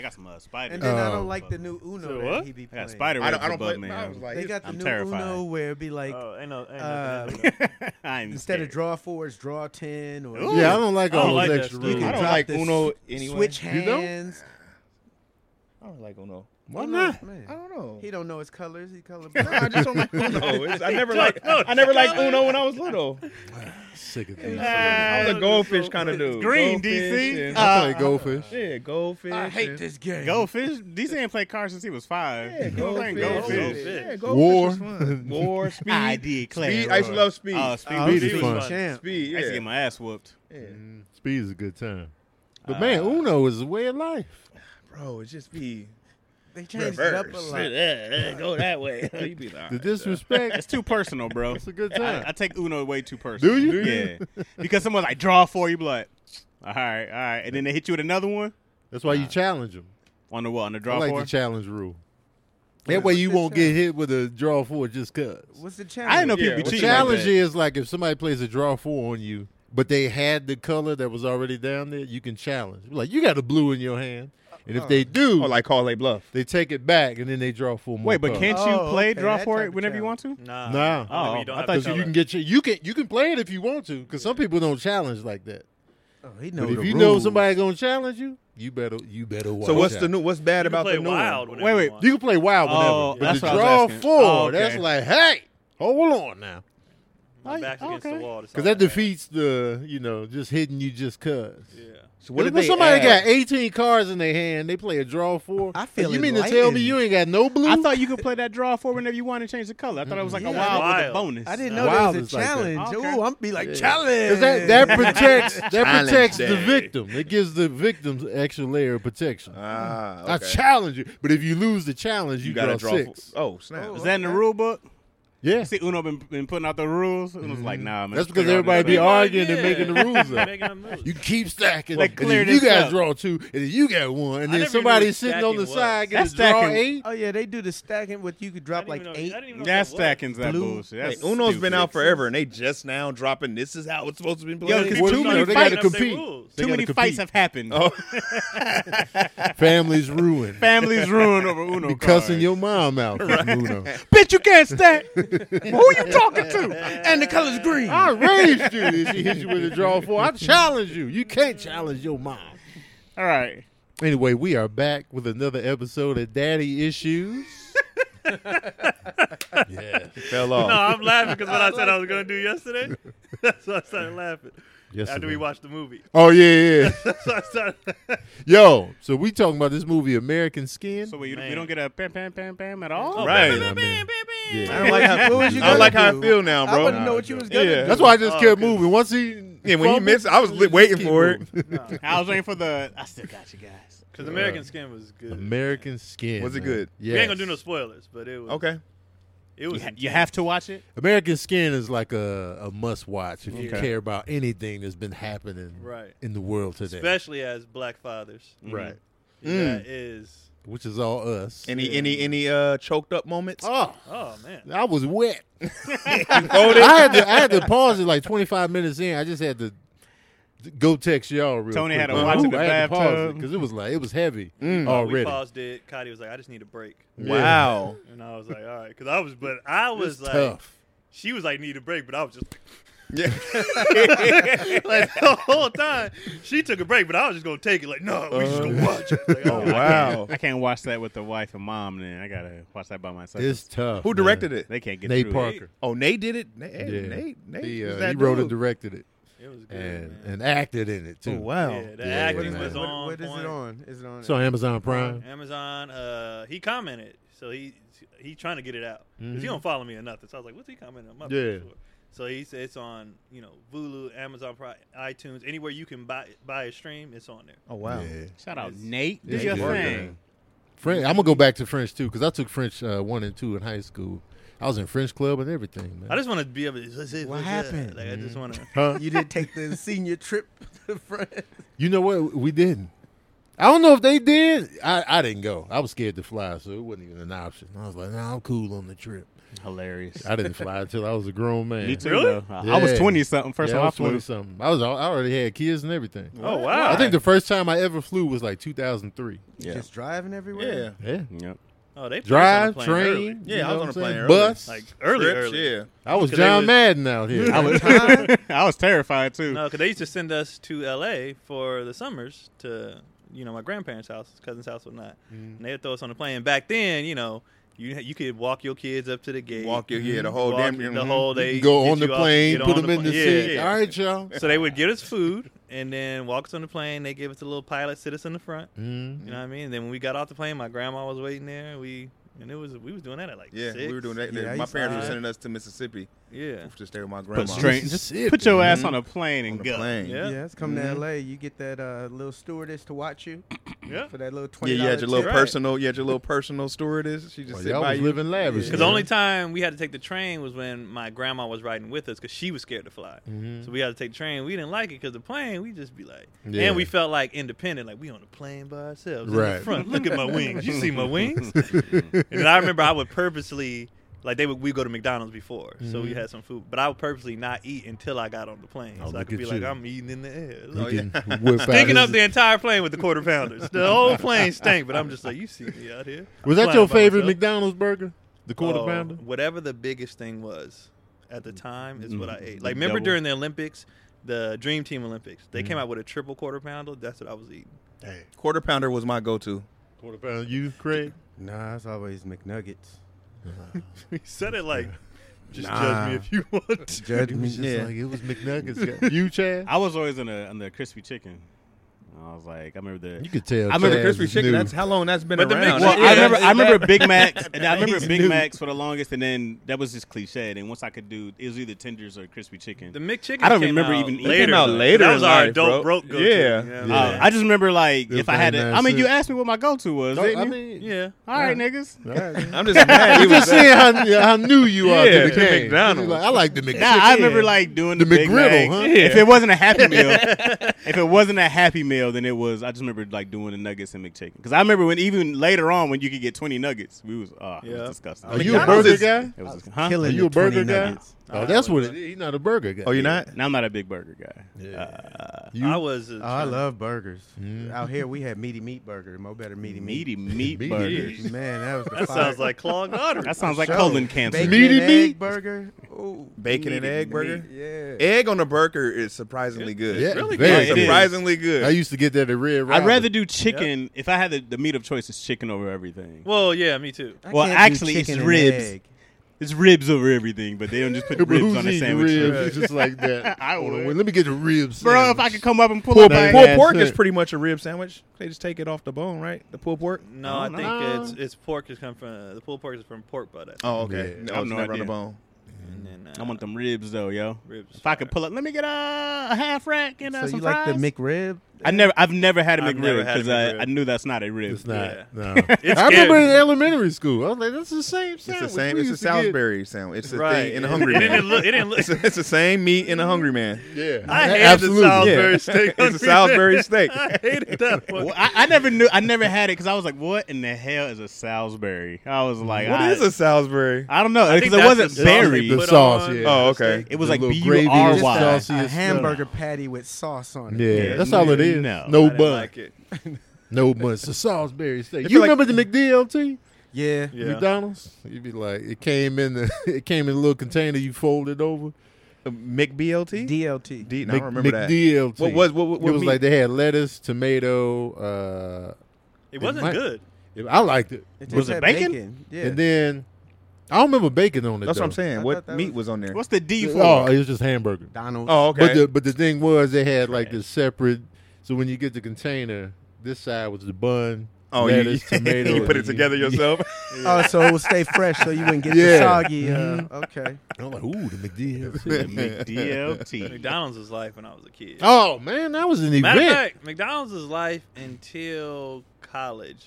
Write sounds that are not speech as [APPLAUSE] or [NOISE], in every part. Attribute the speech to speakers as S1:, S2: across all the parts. S1: got some uh, spider.
S2: And then I
S3: Oh.
S2: don't like the new Uno
S4: So
S2: that
S4: what?
S2: he be
S1: I
S2: playing.
S1: got spider
S3: I
S1: webs
S3: don't, I don't play.
S1: above me.
S3: but I
S1: [LAUGHS]
S3: was like,
S2: They
S3: his-
S2: got the
S1: I'm
S2: new
S1: terrified.
S2: Uno where it'd be like
S4: oh, ain't no, ain't
S2: uh,
S4: nothing. in there.
S1: [LAUGHS] I ain't
S2: instead of
S1: scared.
S2: draw fours, draw ten or
S1: Ooh.
S3: yeah, I don't like
S4: Oh, I don't
S3: all
S4: like
S3: those
S4: that
S3: extra
S4: stuff.
S3: rules.
S4: You
S3: I
S4: can
S3: don't
S2: drop
S3: like
S2: this
S3: Uno anyway.
S2: switch
S3: You don't?
S2: hands.
S3: I don't like Uno.
S2: Why
S3: not?
S2: Man.
S3: I don't know.
S2: He don't know his colors. He
S3: [LAUGHS] No, [LAUGHS] I
S2: colorblind.
S3: just don't like Uno. It's, I never
S4: No,
S3: like.
S4: no,
S3: I never liked Uno when I was little.
S5: Sick
S1: [LAUGHS]
S5: of these.
S3: I was a
S4: Ah,
S3: goldfish
S4: so
S3: kind of dude.
S1: green,
S3: Goldfish
S1: DC.
S2: [LAUGHS]
S3: and-
S5: I play goldfish.
S3: Yeah, goldfish.
S2: I hate
S3: and-
S2: this game.
S1: Goldfish. DC ain't played cards since he was five.
S3: Yeah,
S1: He don't play
S3: goldfish.
S1: goldfish.
S4: Goldfish.
S3: Yeah, goldfish
S5: War.
S3: was fun. [LAUGHS] War, speed.
S1: I did.
S3: Speed. I used to love speed.
S1: Uh, speed.
S2: Oh,
S1: was
S5: Speed is
S1: huge.
S5: fun.
S2: Champ.
S3: speed.
S1: I
S3: Yeah.
S1: used to get my ass whooped.
S3: yeah.
S5: Mm, Speed is a good time. But
S3: Ah.
S1: Uh,
S5: man, Uno is a way of life.
S3: Bro, it's just be
S2: They changed it up
S3: reverse.
S2: a
S3: Yeah,
S2: lot.
S3: yeah, [LAUGHS] go that way. you be like,
S5: The
S3: "All right, son."
S1: It's
S3: [LAUGHS]
S5: disrespect.
S1: too personal, bro.
S5: It's a good time.
S1: I, I take Uno way too personal.
S5: Do you?
S1: Yeah. because someone's like, draw four. You be like, all right, all right, and then they hit you with another one
S5: That's why you challenge them.
S1: on the what on the
S5: I
S1: draw
S5: like
S1: four.
S5: the challenge rule. That way you won't get hit with a draw four just cause.
S2: What's the challenge?
S1: I didn't know people
S3: Yeah,
S1: be
S3: what's
S5: The
S1: cheating.
S3: like
S5: challenge
S1: like that.
S5: is like if somebody plays a draw four on you, but they had the color that was already down there, you can challenge. Like you got a blue in your hand, and if they do,
S3: Oh, like call a bluff.
S5: they take it back and then they draw four more.
S1: Wait, but can't you
S2: Oh,
S1: play
S2: okay,
S1: draw
S2: that
S1: four
S2: type of
S1: whenever you want to?
S5: Nah.
S4: Nah. Only when
S1: Oh,
S4: you don't
S1: I
S4: have
S1: thought
S4: to
S5: because
S4: tell
S5: you
S4: her.
S5: can get your, you can you can play it if you want to because some people don't challenge like that.
S2: Oh, he know
S5: But if
S2: the
S5: you know
S2: rules.
S5: somebody gonna challenge you, you better you better watch.
S3: So what's the
S5: out.
S3: new? What's bad
S4: You can
S3: about
S4: play
S3: the new?
S4: wild.
S3: One?
S4: whenever
S1: Wait,
S4: you
S1: wait,
S4: want.
S5: You can play wild whenever,
S1: Oh,
S5: but
S1: that's
S5: the
S1: what I was
S5: draw
S1: asking.
S5: four
S1: Oh, okay.
S5: that's like hey, hold on now.
S4: My back's against the
S5: okay.
S4: wall.
S5: Because that defeats the, you know, just hitting you just cause.
S4: Yeah.
S3: So what
S5: if
S3: did they
S5: somebody
S3: add?
S5: got 18 cards in their hand, they play a draw four.
S2: I feel
S5: You mean to tell me
S2: enlightened.
S5: you ain't got no blue?
S1: I thought you could play that draw four whenever you want to change the color. I thought it was like
S2: Yeah.
S4: Mm-hmm.
S1: a wild, with a
S4: Wild.
S1: bonus.
S2: I didn't
S5: No.
S2: know
S5: Wild
S2: that was a
S5: is like that.
S2: challenge.
S1: Okay.
S2: Ooh, I'm be like
S5: Yeah.
S2: challenge.
S5: 'Cause
S1: [LAUGHS]
S5: that, that protects that
S3: Challenge
S5: protects the
S3: day.
S5: victim. It gives the victims an extra layer of protection.
S3: Ah,
S5: I
S3: okay.
S5: challenge you, but if you lose the challenge, you,
S3: You gotta
S5: draw,
S3: draw.
S5: six.
S3: four- Oh snap!
S2: Oh,
S1: Is that in the rule book?
S5: Yeah,
S1: See, Uno been, been putting out the rules. Uno's like, nah, man. let's
S5: that's because
S1: figure out
S5: everybody
S1: this
S5: be
S1: thing.
S5: arguing and
S4: Yeah.
S5: making the rules up.
S4: Making a move.
S5: You keep stacking.
S1: They
S5: and then
S1: cleared
S5: you
S1: this
S5: guys
S1: up.
S5: draw two, and then you got one, and then
S4: I never even knew
S5: somebody
S4: what
S5: sitting on the
S4: stacking
S5: side gets
S1: was.
S5: to
S1: That's
S5: draw
S1: stacking.
S5: eight.
S2: [LAUGHS] Oh yeah, they do the stacking with you could
S4: I
S2: drop
S4: didn't
S2: like
S4: even know-
S2: eight.
S4: I didn't even know
S1: That
S4: that was.
S1: stacking's that
S2: Blue.
S1: bullshit.
S3: Hey,
S1: That's
S3: Uno's been
S1: stupid.
S3: out forever, and they just now dropping. This is how it's supposed to be played.
S1: because
S5: Well,
S1: too
S5: you
S1: many
S5: know, they
S1: fights-
S5: gotta compete. They
S1: Too
S5: gotta
S1: many
S5: compete.
S1: fights have happened.
S3: Oh.
S5: Families ruined.
S1: [LAUGHS] Families ruined over
S5: [LAUGHS]
S1: Uno.
S5: be
S1: cards.
S5: cussing your mom out. for Uno.
S1: bitch. You can't stack. Who you talking to? And the color's green.
S5: I raised you. And she hit you with a draw four. I challenge you. You can't challenge your mom.
S1: All right.
S5: Anyway, we are back with another episode of Daddy Issues. yeah.
S3: fell
S4: [LAUGHS] No,
S3: off.
S4: I'm laughing because
S5: [LAUGHS]
S4: what I said I was gonna do yesterday. That's why I started laughing
S5: Yes.
S4: after we
S5: ma'am.
S4: watched the movie. [LAUGHS]
S5: Oh yeah, yeah.
S4: So I started.
S5: [LAUGHS] Yo, so we talking about this movie American Skin?
S1: So we, we
S4: Man.
S1: don't get a pam pam pam pam at all.
S4: Oh,
S3: Right.
S5: Yeah, I mean,
S2: I
S5: yeah.
S2: don't like how. What was you
S3: I don't like
S2: gonna
S3: how
S2: do?
S3: I feel now, bro.
S2: I wouldn't know what you was gonna
S3: Yeah.
S2: do.
S5: That's why I just
S4: Oh,
S5: kept
S4: good.
S5: moving. Once he
S3: Yeah, when he
S5: fumbled,
S3: missed, I was li- waiting
S5: keep
S3: for it. [LAUGHS]
S5: moving.
S1: I was waiting for the. I still got you guys.
S4: Because American Skin was good.
S5: American Skin.
S3: Was it
S5: man.
S3: good?
S5: Yes.
S4: Uh, We ain't gonna do no spoilers, but it was
S3: Okay.
S4: It was
S1: You, ha- you have to watch it.
S5: American Skin is like a, a must watch if you
S1: Okay.
S5: care about anything that's been happening
S4: Right.
S5: in the world today.
S4: especially as black fathers.
S5: Right.
S3: Mm.
S4: That is.
S5: Which is all us.
S3: Any any any uh choked up moments?
S5: oh,
S4: Oh man.
S5: I was wet. [LAUGHS]
S3: Oh,
S5: I had to I had to pause it like 25 minutes in. I just had to go text y'all real
S1: Tony
S5: quick.
S1: had to
S5: Like,
S1: watch it
S5: ooh,
S1: in the
S5: I had to pause
S1: bathtub.
S5: because it was like it was heavy
S3: Mm.
S5: already.
S4: Uh, We paused it. Cody was like, "I just need a break,"
S3: Wow.
S4: and I was like, "All right," because I was, but I was like,
S5: Tough.
S4: she was like, "Need a break," but I was just
S3: Yeah.
S4: [LAUGHS] like the whole time she took a break, but I was just gonna take it. Like, no, we just
S5: Uh-huh.
S4: gonna watch it. Like, [LAUGHS]
S3: Oh
S4: oh,
S3: wow.
S1: I can't watch that with the wife and mom. Then I gotta watch that by myself.
S5: It's tough.
S3: Who directed it?
S1: they can't get
S5: Nate
S1: through
S5: Parker.
S3: Oh, Nate did it. Nate,
S5: Yeah.
S3: Nate, Nate
S5: He,
S3: was
S5: uh,
S3: that
S5: he wrote and
S3: dude.
S5: directed it
S4: it was good.
S5: and,
S4: man.
S5: and acted in it too.
S3: Oh, wow.
S4: yeah, the
S5: Yeah,
S2: What
S4: acting
S2: is,
S5: man.
S4: was
S2: it?
S4: on.
S2: What, what is
S4: point.
S2: it on? Is it on?
S5: So Amazon Prime.
S4: Amazon. Uh, he commented, so he he trying to get it out because
S5: Mhm.
S4: he don't follow me or nothing. So I was like, what's he commenting? on? I'm not
S5: Yeah.
S4: sure. So he said it's on you know Hulu, Amazon, Prime, iTunes, anywhere you can buy buy a stream, it's on there.
S3: Oh wow.
S5: Yeah.
S1: it. Shout out Nate. Do
S5: It's
S1: your
S5: good,
S1: thing.
S5: man. French. I'm gonna go back to French too because I took French uh, one and two in high school. I was in French club and everything, man.
S4: I just want to be able to. What's it,
S2: What
S4: what's it?
S2: happened?
S4: Like I just want to.
S5: huh?
S2: You did take the senior trip [LAUGHS] to France.
S5: You know what? We didn't. I don't know if they did. I, I didn't go. I was scared to fly, so it wasn't even an option. I was like, nah, I'm cool on the trip.
S1: Hilarious.
S5: I didn't [LAUGHS] fly until I was a grown man.
S1: Me too.
S4: Really?
S1: though. I I was
S5: Yeah.
S1: twenty something. First time
S5: yeah, I
S1: I,
S5: was
S1: flew.
S5: twenty something. I was I already had kids and everything.
S4: Oh wow!
S5: I think the first time I ever flew was like 2003.
S1: Yeah.
S2: Just driving
S3: Yeah.
S2: everywhere.
S5: Yeah,
S1: Yep.
S4: Oh, they
S5: drive,
S4: put us on a plane
S5: train.
S4: early.
S5: you
S3: Yeah, I
S5: know what
S3: was on a
S5: I'm
S3: plane
S5: saying?
S3: early.
S5: Bus.
S4: like early,
S3: Trips,
S4: early.
S3: Yeah.
S5: I was
S4: 'cause they
S5: John
S4: was-
S5: Madden out here.
S1: I
S5: [LAUGHS]
S1: was [LAUGHS] I was terrified too.
S4: No, because they used to send us to L.A. for the summers to, you know, my grandparents' house, cousin's house, whatnot.
S5: Mm.
S4: And they would throw us on the plane. And back then, you know, you you could walk your kids up to the gate. Mm-hmm.
S3: Walk your yeah, the whole
S4: walk
S3: damn
S4: the
S3: mhm.
S4: whole day.
S5: mm-hmm. Go
S4: get
S5: on the
S4: you off,
S5: plane,
S4: get
S5: put
S4: on
S5: them in the
S4: plane.
S5: seat.
S4: Yeah, yeah.
S5: All right,
S4: [LAUGHS]
S5: y'all.
S4: So they would get us food and then walk us on the plane. They gave us a little pilot, sit us in the front.
S5: Mm.
S4: You know what I mean? And then when we got off the plane, my grandma was waiting there. We and it was we was doing that at like
S3: Yeah,
S4: six.
S3: we were doing that.
S2: Yeah, I
S3: my
S2: used to-
S3: parents were
S4: Alright.
S3: sending us to Mississippi
S5: [CLEARS THROAT]
S4: Yeah,
S3: to stay with my grandma.
S1: Put straight, just put your ass on a plane
S3: on
S1: and
S3: the
S1: go.
S3: plane.
S4: Yeah.
S2: Yeah, it's coming
S5: Mhm.
S2: to LA. You get that uh, little stewardess to watch you
S4: yeah.
S2: for that little twenty.
S3: Yeah, you had your little
S4: Right.
S3: personal, you had your little personal store. It is. She just
S5: Well,
S3: sit
S5: y'all
S3: by
S5: was
S3: you.
S5: living lavish.
S4: Because
S5: yeah.
S4: the only time we had to take the train was when my grandma was riding with us because she was scared to fly.
S5: Mhm.
S4: So we had to take the train. We didn't like it because the plane, we just be like,
S5: Yeah.
S4: and we felt like independent, like we on the plane by ourselves. In the
S5: Right.
S4: front, look at my wings. You see
S5: [LAUGHS]
S4: my wings? and then I remember I would purposely, like they would, we go to McDonald's before, so we
S5: Mhm.
S4: had some food, but I would purposely not eat until I got on the plane,
S5: Oh,
S4: so I
S5: look
S4: could be
S5: at
S4: like,
S5: you.
S4: I'm eating in the air.
S5: You
S4: Like,
S5: can [LAUGHS] whip
S4: [LAUGHS]
S5: out
S4: Stinking
S5: his-
S4: up the entire plane with the quarter pounders. The whole plane stank, but I'm just like, you see me out here.
S5: Was that
S4: flying
S5: your
S4: by
S5: favorite
S4: myself.
S5: McDonald's burger? The quarter
S4: Oh,
S5: pounder?
S4: Whatever the biggest thing was at the time is what I
S1: Mhm.
S4: ate. Like remember
S1: Double.
S4: during the Olympics, the Dream Team Olympics, they came out with a triple quarter pounder. That's what I was eating.
S3: Quarter pounder was my go-to.
S5: Quarter pounder. You, Craig?
S2: Nah, it's always McNuggets.
S4: he said it like, just
S2: Nah.
S4: judge me
S5: [LAUGHS]
S4: if you want. To.
S2: Judge me.
S5: Just
S3: Yeah.
S5: like [LAUGHS] it was McNuggets. you, Chad?
S1: I was always in the in the crispy chicken. I was like, I remember the.
S5: You could tell.
S1: I remember
S5: Chaz
S3: Crispy
S5: was
S3: chicken.
S5: new.
S3: That's how long that's been
S4: But the
S3: around.
S4: McChicken-
S1: Well,
S4: Yeah,
S1: I remember
S4: that's-
S1: I remember Big Macs, and I remember
S2: He's
S1: Big
S2: new.
S1: Macs for the longest, and then that was just cliche. Then once I could do, it was either tenders or crispy chicken.
S4: The McChicken.
S1: I don't
S4: came
S1: remember
S4: out
S1: even eating
S4: later.
S1: it. Came
S3: out
S4: though.
S3: later
S4: That was
S3: in
S4: our
S3: life,
S4: adult
S3: bro.
S4: broke go.
S3: Yeah.
S4: yeah.
S5: Yeah.
S1: Uh, I just remember like
S5: It was
S1: if I had,
S5: like
S1: a,
S5: nine
S1: I mean, you
S5: cents.
S1: asked me what my go to was.
S5: No,
S1: didn't
S5: I
S1: you?
S5: mean, [LAUGHS]
S4: yeah.
S1: All right, niggas.
S3: [LAUGHS] I'm just mad. He
S5: I'm just
S3: [LAUGHS] was
S5: saying how, how new you are
S3: Yeah,
S5: to the
S3: to
S5: game.
S3: McDonald's.
S5: Like, I like the McChicken.
S1: Nah, I remember like doing the,
S5: The
S1: Big
S5: McGriddle,
S1: Mac.
S5: huh?
S1: If it wasn't a Happy Meal, if it wasn't a Happy Meal, then it was. I just remember like doing the nuggets and McChicken because I remember when even later on when you could get twenty nuggets, we was oh, it
S4: Yeah.
S1: was disgusting.
S5: Are you a
S3: McDonald's
S5: burger
S3: is-
S5: guy?
S1: It was disgusting. Huh?
S5: Are
S2: Killing
S5: you a
S2: the 20
S5: burger guy?
S2: nuggets.
S5: Oh, that's what it is. He's not a burger guy.
S3: oh, you're not.
S1: Now I'm not a big burger guy.
S5: Yeah.
S1: Uh,
S5: You-
S4: I was. a-
S2: Oh, I love burgers.
S5: Mm.
S2: Out here, we had meaty meat burger. Mo better meaty meat.
S1: meaty meat
S5: Meaty.
S1: burgers.
S2: Man, that was the
S4: That
S2: fire.
S4: sounds like clogged arteries.
S1: That sounds like
S2: Show.
S1: colon cancer.
S2: Bacon
S5: Meaty
S2: and egg
S5: meat?
S2: burger. Ooh,
S3: Bacon and
S1: Meat.
S3: egg burger.
S2: yeah.
S3: Egg on a burger is surprisingly good.
S5: Yeah,
S4: really
S5: very
S1: good.
S5: good.
S1: Surprise-
S3: surprisingly
S5: I
S3: good.
S5: used to get that at Red Robin.
S1: I'd rather do chicken. If I had the, the meat of choice, it's chicken over everything.
S4: Well, yeah, me too.
S2: I
S1: Well,
S2: can't do
S1: actually, it's
S2: chicken and
S1: ribs.
S2: egg.
S1: It's ribs over everything, but they don't just put
S5: But
S1: ribs
S5: [LAUGHS] who's
S1: on a
S5: eating
S1: sandwich.
S5: ribs [LAUGHS] just like that.
S1: I
S5: Oh,
S1: would.
S5: wait, let me get the ribs,
S1: Bro, if I could come up and pull
S5: Pull
S1: up,
S5: back.
S1: I-
S5: Pull-
S3: Pulled pork
S5: That's
S3: is
S5: it.
S3: pretty much a rib sandwich. They just take it off the bone, right? The pulled pork.
S4: No, I
S1: don't
S4: think
S1: know.
S4: it's it's pork is come from the pulled pork is from pork butt. I think.
S3: Oh, okay.
S5: Yeah.
S3: No,
S1: I have
S3: it's
S1: no
S3: never on
S1: idea.
S3: the bone.
S4: And then, uh,
S1: I want them ribs though, yo.
S4: Ribs.
S1: If I could pull up, let me get a, a half rack and uh,
S2: So
S1: some
S2: you like the
S1: fries.
S2: McRib?
S1: I never, I've never had a
S4: I've never
S1: McRib
S4: had a
S1: because I,
S4: McRib.
S1: I knew that's not a rib.
S5: It's not.
S4: Yeah.
S5: No.
S4: It's
S5: I remember
S4: scary.
S5: in elementary school. I was like, that's the same
S3: It's
S5: sandwich.
S3: the same.
S5: we
S3: It's a
S5: used to get.
S3: Salisbury sandwich. It's the
S4: Right.
S3: thing in a
S4: [LAUGHS]
S3: hungry
S4: It didn't
S3: man.
S4: look. It didn't look.
S3: It's, it's the same meat in a hungry man.
S5: Yeah.
S4: I
S5: That-
S4: hated
S5: absolutely.
S4: the Salisbury
S3: Yeah.
S4: steak.
S3: [LAUGHS] It's a
S4: [LAUGHS]
S3: Salisbury steak.
S4: I
S3: [LAUGHS]
S4: hated that one.
S1: Well, I, I never knew. I never had it because I was like, "What in the hell is a Salisbury?" I was like,
S3: What
S1: I,
S3: is a Salisbury?
S1: I don't know
S4: I
S1: because
S4: think
S1: it
S4: that's
S1: wasn't
S4: the sauce they
S1: berry.
S5: The
S4: put
S5: sauce,
S4: on
S5: yeah.
S4: the
S3: Oh, okay.
S4: steak.
S1: It was
S5: The
S1: like
S5: little
S1: B
S5: gravy
S1: U R
S5: is
S1: Y.
S5: saucy. See,
S2: A
S5: it's-
S2: hamburger patty with sauce on it.
S5: Yeah,
S1: Yeah,
S5: that's all it is.
S1: no.
S5: No,
S4: I
S5: no
S4: didn't
S5: Oh, bun,
S4: like it.
S5: no bun. It's a Salisbury steak.
S3: It
S5: You
S3: feel like-
S5: remember the McDLT
S2: Yeah.
S4: Yeah.
S5: McDonald's? You'd be like, it came in the, [LAUGHS] it came in a little container. You folded over.
S3: McBLT.
S2: DLT.
S3: D. No, I
S5: Mc-
S3: remember that.
S5: McDLT.
S3: What was what? what,
S5: it
S3: what
S5: was
S3: meat?
S5: like they had lettuce, tomato. Uh,
S4: It wasn't
S5: might-
S4: good.
S5: it- I liked it.
S2: It
S1: Was
S2: just
S1: it
S2: had
S1: bacon?
S2: Yeah.
S5: And then I don't remember bacon on it.
S3: That's what I'm
S5: though.
S3: saying.
S2: I
S3: What
S2: thought that
S3: meat was,
S2: was-
S3: on there?
S1: What's the D for?
S5: Oh, it was just hamburger.
S2: Donald.
S3: oh, okay.
S5: But the but the thing was they had like this separate. So when you get the container, this side was the bun.
S3: oh, [LAUGHS] you,
S5: lettuce, tomato.
S3: you put it
S5: and
S3: together
S5: you-
S3: yourself.
S2: Oh, so it would stay fresh, so you wouldn't get the
S5: Yeah.
S2: soggy. Uh, okay.
S5: I'm like, ooh, the [LAUGHS] McDLT.
S1: McDLT.
S4: [LAUGHS] McDonald's was life when I was a kid.
S5: oh man, that was an event.
S4: Matter of fact, McDonald's was life until college.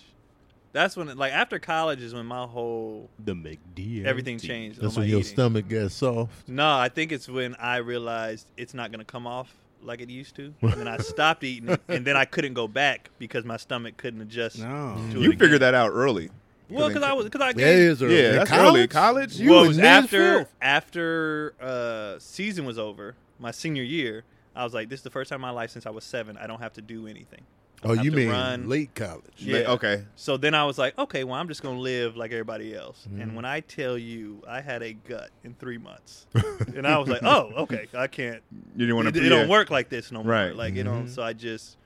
S4: That's when, like, after college is when my whole
S1: The McDLT.
S4: everything changed.
S5: That's
S4: on
S5: when
S4: my
S5: your
S4: eating.
S5: stomach got soft.
S4: No, I think it's when I realized it's not going to come off like it
S5: [LAUGHS]
S4: used to, and then I
S5: [LAUGHS]
S4: stopped eating it, and then I couldn't go back because my stomach couldn't adjust.
S1: No.
S4: to it
S3: You
S4: again.
S3: figured that out early.
S4: Well, because I was because I
S5: Yeah, it
S4: gave
S5: is early.
S3: Yeah,
S5: In
S3: that's early.
S5: college?
S3: College?
S5: You
S4: well,
S5: in
S4: it was
S5: mid
S4: after
S5: filth.
S4: after uh, season was over, my senior year. I was like, this is the first time in my life since I was seven. I don't have to do anything.
S5: Oh,
S4: have
S5: you
S4: to
S5: mean
S4: run.
S5: late college?
S4: Yeah.
S3: Okay.
S4: So then I was like, okay, well, I'm just gonna live like everybody else.
S3: Mm-hmm.
S4: And when I tell you, I had a gut in
S3: [LAUGHS]
S4: three months, and I was like, oh, okay, I can't.
S3: You didn't want
S4: It,
S3: to.
S4: it don't work like this no more.
S3: Right. Mm-hmm.
S4: Like you know, so I just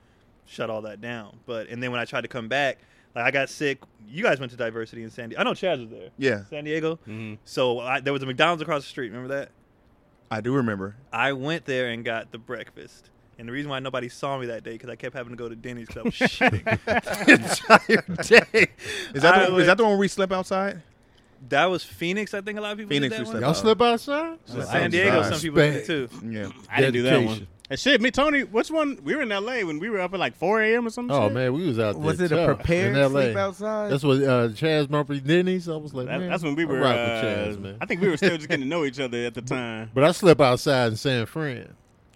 S4: shut all that down. But and then when I tried to come back, like I got sick. You guys went to diversity in San Diego. I know Chaz was there.
S3: Yeah,
S4: San Diego.
S5: Mm-hmm.
S1: Mhm.
S4: So I, there was a McDonald's across the street. Remember that?
S3: I do remember.
S4: I went there and got the breakfast. And the reason why nobody saw me that day because I kept having to go to Denny's because I was shitting. [LAUGHS]
S5: entire day.
S3: Is that
S4: I
S3: the,
S4: would-
S3: is that the one where we slept outside?
S4: That was Phoenix, I think a lot of people
S3: Phoenix
S4: did
S3: we
S4: that
S3: slept
S4: one.
S5: Y'all slip outside?
S4: So San Diego, some people did it too.
S3: Yeah.
S1: I didn't do that one.
S5: Dedication.
S1: And shit, me Tony, which one? We were in L.A. when we were up at like 4 a.m. or something.
S5: Oh man, we was out there.
S2: Was it a
S5: tough
S2: prepared
S5: in LA.
S2: sleep outside?
S5: That's what uh, Chaz Murphy Denny's. I was like,
S1: That,
S5: man,
S1: that's when we
S5: I
S1: were.
S5: rock
S1: uh,
S5: with Chaz, man.
S1: I think we were still just getting to know each other at the time.
S5: but I slept outside in San Fran.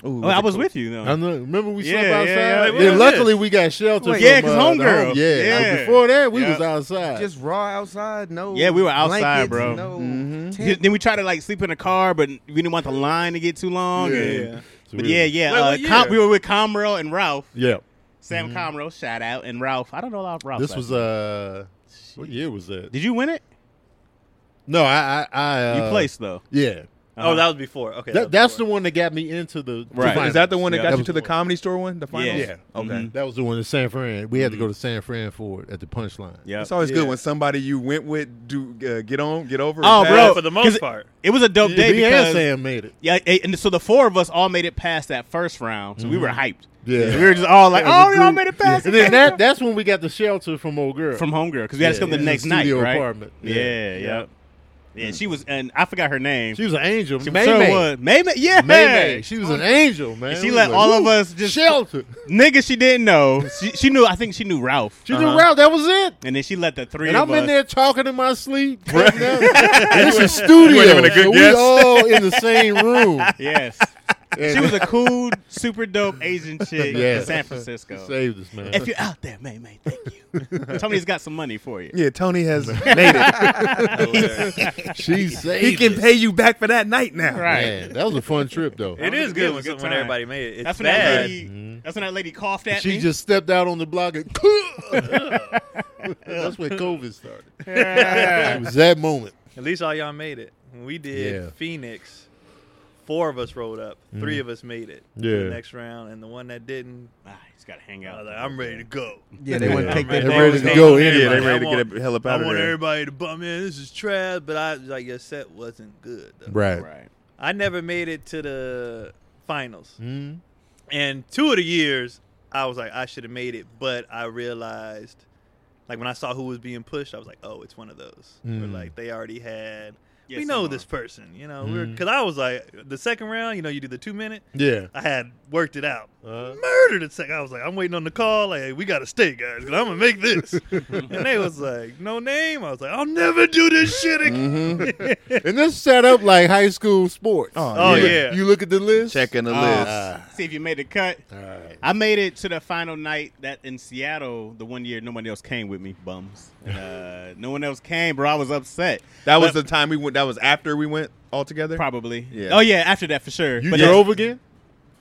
S3: Ooh,
S1: Oh, I was with you though.
S5: I know, remember we slept
S1: Yeah, yeah,
S5: outside.
S1: yeah. Like,
S4: what
S5: Then
S4: was
S5: luckily
S4: this?
S5: we got shelter.
S2: Wait,
S5: from,
S1: yeah, 'cause
S5: uh, the
S1: homegirl.
S5: home- Yeah,
S1: Yeah.
S5: before that we
S1: Yeah.
S5: was outside.
S2: Just raw outside, no.
S1: Yeah, we were outside,
S2: blankets,
S1: bro.
S2: No
S3: Mhm.
S1: Yeah,
S2: tent.
S1: Then we tried to like sleep in a car, but we didn't want the line to get too long.
S5: Yeah.
S1: and-
S5: So
S1: but
S5: we
S1: yeah,
S5: was-
S1: yeah.
S4: Wait,
S1: uh,
S4: what year?
S1: Com- we were with Comro and Ralph.
S5: yeah. Mm-hmm.
S1: Sam Comro, shout out, and Ralph. I don't know about Ralph.
S5: This
S1: last
S5: was
S1: name.
S5: uh, what year was that?
S1: Did you win it?
S5: No, I, I, I uh,
S1: you placed though.
S5: Yeah,
S1: Uh-huh.
S4: Oh, that was before. Okay,
S5: that, that's the one that got me into the.
S1: Right.
S5: the
S3: Is that the one that
S1: Yeah,
S3: got
S5: that
S3: you
S5: was
S3: to the
S5: the one.
S3: comedy store one? The finals?
S1: Yeah.
S3: Okay.
S1: Mhm.
S5: That was the one in San Fran. We had to go to San Fran for it at the punchline.
S1: Mm-hmm. Yeah.
S3: It's always
S4: Yeah.
S3: good when somebody you went with do uh, get on, get over.
S1: Oh,
S3: and
S1: bro.
S3: pass.
S4: for the
S1: 'Cause [LAUGHS]
S4: most part.
S1: It was a dope
S5: Yeah,
S1: day
S5: me and
S1: because
S5: Sam made it.
S1: yeah, a- and so the four of us all made it past that first round, so we
S5: Mm-hmm.
S1: were hyped.
S5: Yeah.
S1: So we
S5: [LAUGHS]
S1: were just all like,
S5: As a
S1: "Oh, we all
S5: group.
S1: made it past."
S5: And then [LAUGHS] that, that's when we got the shelter from old girl.
S1: from homegirl because we had to
S5: Yeah,
S1: come the
S5: yeah.
S1: next night,
S5: Studio
S1: right?
S5: apartment.
S1: Yeah,
S5: Yeah.
S1: yeah, yeah. she was, and I forgot her name.
S5: she was an angel.
S1: She
S5: May
S1: sure
S5: May.
S1: was May May. [LAUGHS] Yeah,
S5: May May. She was an angel, man.
S1: And she
S5: We
S1: let
S5: was
S1: all
S5: like,
S1: of
S5: "Woo,
S1: us just-
S5: shelter.
S1: niggas she didn't
S5: [LAUGHS]
S1: know. She, she knew. I think she knew Ralph. Uh-huh.
S5: She just route. That was it.
S1: And then she let the 3
S5: And
S1: of
S5: I'm in
S1: us-
S5: there talking in
S1: [LAUGHS]
S5: my sleep. cutting up. This is studio.
S3: having a good
S5: so
S3: guess?
S5: we all
S1: [LAUGHS]
S5: in the same room. [LAUGHS]
S1: Yes,
S5: And
S1: she was a cool, super dope Asian chick
S5: Yeah.
S1: in San Francisco.
S5: saved us, man.
S1: If you're out there, May May, thank
S5: [LAUGHS]
S1: you. Tony's got some money for you.
S3: Yeah, Tony has made it.
S5: She saved.
S3: He can
S5: us.
S3: pay you back for that night now.
S1: Right.
S5: Man, that was a fun trip though.
S4: It
S1: was
S4: is
S1: a
S4: good
S1: good-
S4: when,
S1: good
S4: when
S1: time.
S4: everybody made it. It's
S1: That's when that
S4: bad.
S1: lady. That's when that lady coughed at
S5: Mm-hmm. She
S1: me.
S5: just stepped out on the block and [LAUGHS] that's where COVID started. [LAUGHS] It was that moment.
S4: At least all y'all made it. When we did
S5: Yeah.
S4: Phoenix, four of us rolled up.
S1: Mm-hmm.
S4: Three of us made it. to
S5: Yeah.
S4: The next round, and the one that didn't,
S1: ah, he's got to hang
S4: I
S1: out.
S4: was like, I'm ready to go.
S2: Yeah, they wouldn't
S5: Yeah.
S2: take
S4: They
S2: that.
S5: They're ready
S2: bullshit.
S5: to go
S4: Yeah,
S5: anyway.
S3: Yeah, they
S4: I
S3: ready to
S4: want-
S3: get the hell up
S4: I
S3: out of
S4: want
S3: there.
S4: everybody to bump in. This is trash, but I was like your set wasn't good. Though.
S5: Right.
S1: Right.
S4: I never made it to the finals.
S5: Mm.
S4: And two of the years, I was like, I should have made it, but I realized, like when I saw who was being pushed, I was like, oh, it's one of those. Where,
S5: Mm.
S4: like they already had,
S1: Yeah,
S4: we know
S1: someone.
S4: this person, you know, we're
S5: Mm.
S4: because I was like, the second round, you know, you do the two minute,
S5: Yeah.
S4: I had worked it out.
S5: Uh,
S4: Murdered it. I was like, I'm waiting on the call. Like, hey, we gotta stay, guys, because I'm gonna make [LAUGHS] this. and they was like, no name. I was like, I'll never do this shit again.
S5: and this set up like high school sports.
S4: Oh,
S5: You look-
S4: yeah.
S5: You look at the list.
S3: Checking the
S1: Oh,
S3: list.
S1: see if you made the cut.
S5: All right.
S1: I made it to the final night that in Seattle, the one year nobody else came with me, bums. Uh,
S4: [LAUGHS]
S1: no one else came, bro. I was upset.
S3: that was
S1: But-
S3: the time we went. That was after we went all together.
S1: probably.
S3: Yeah.
S1: Oh yeah, after that for sure.
S5: You
S1: but
S5: drove again?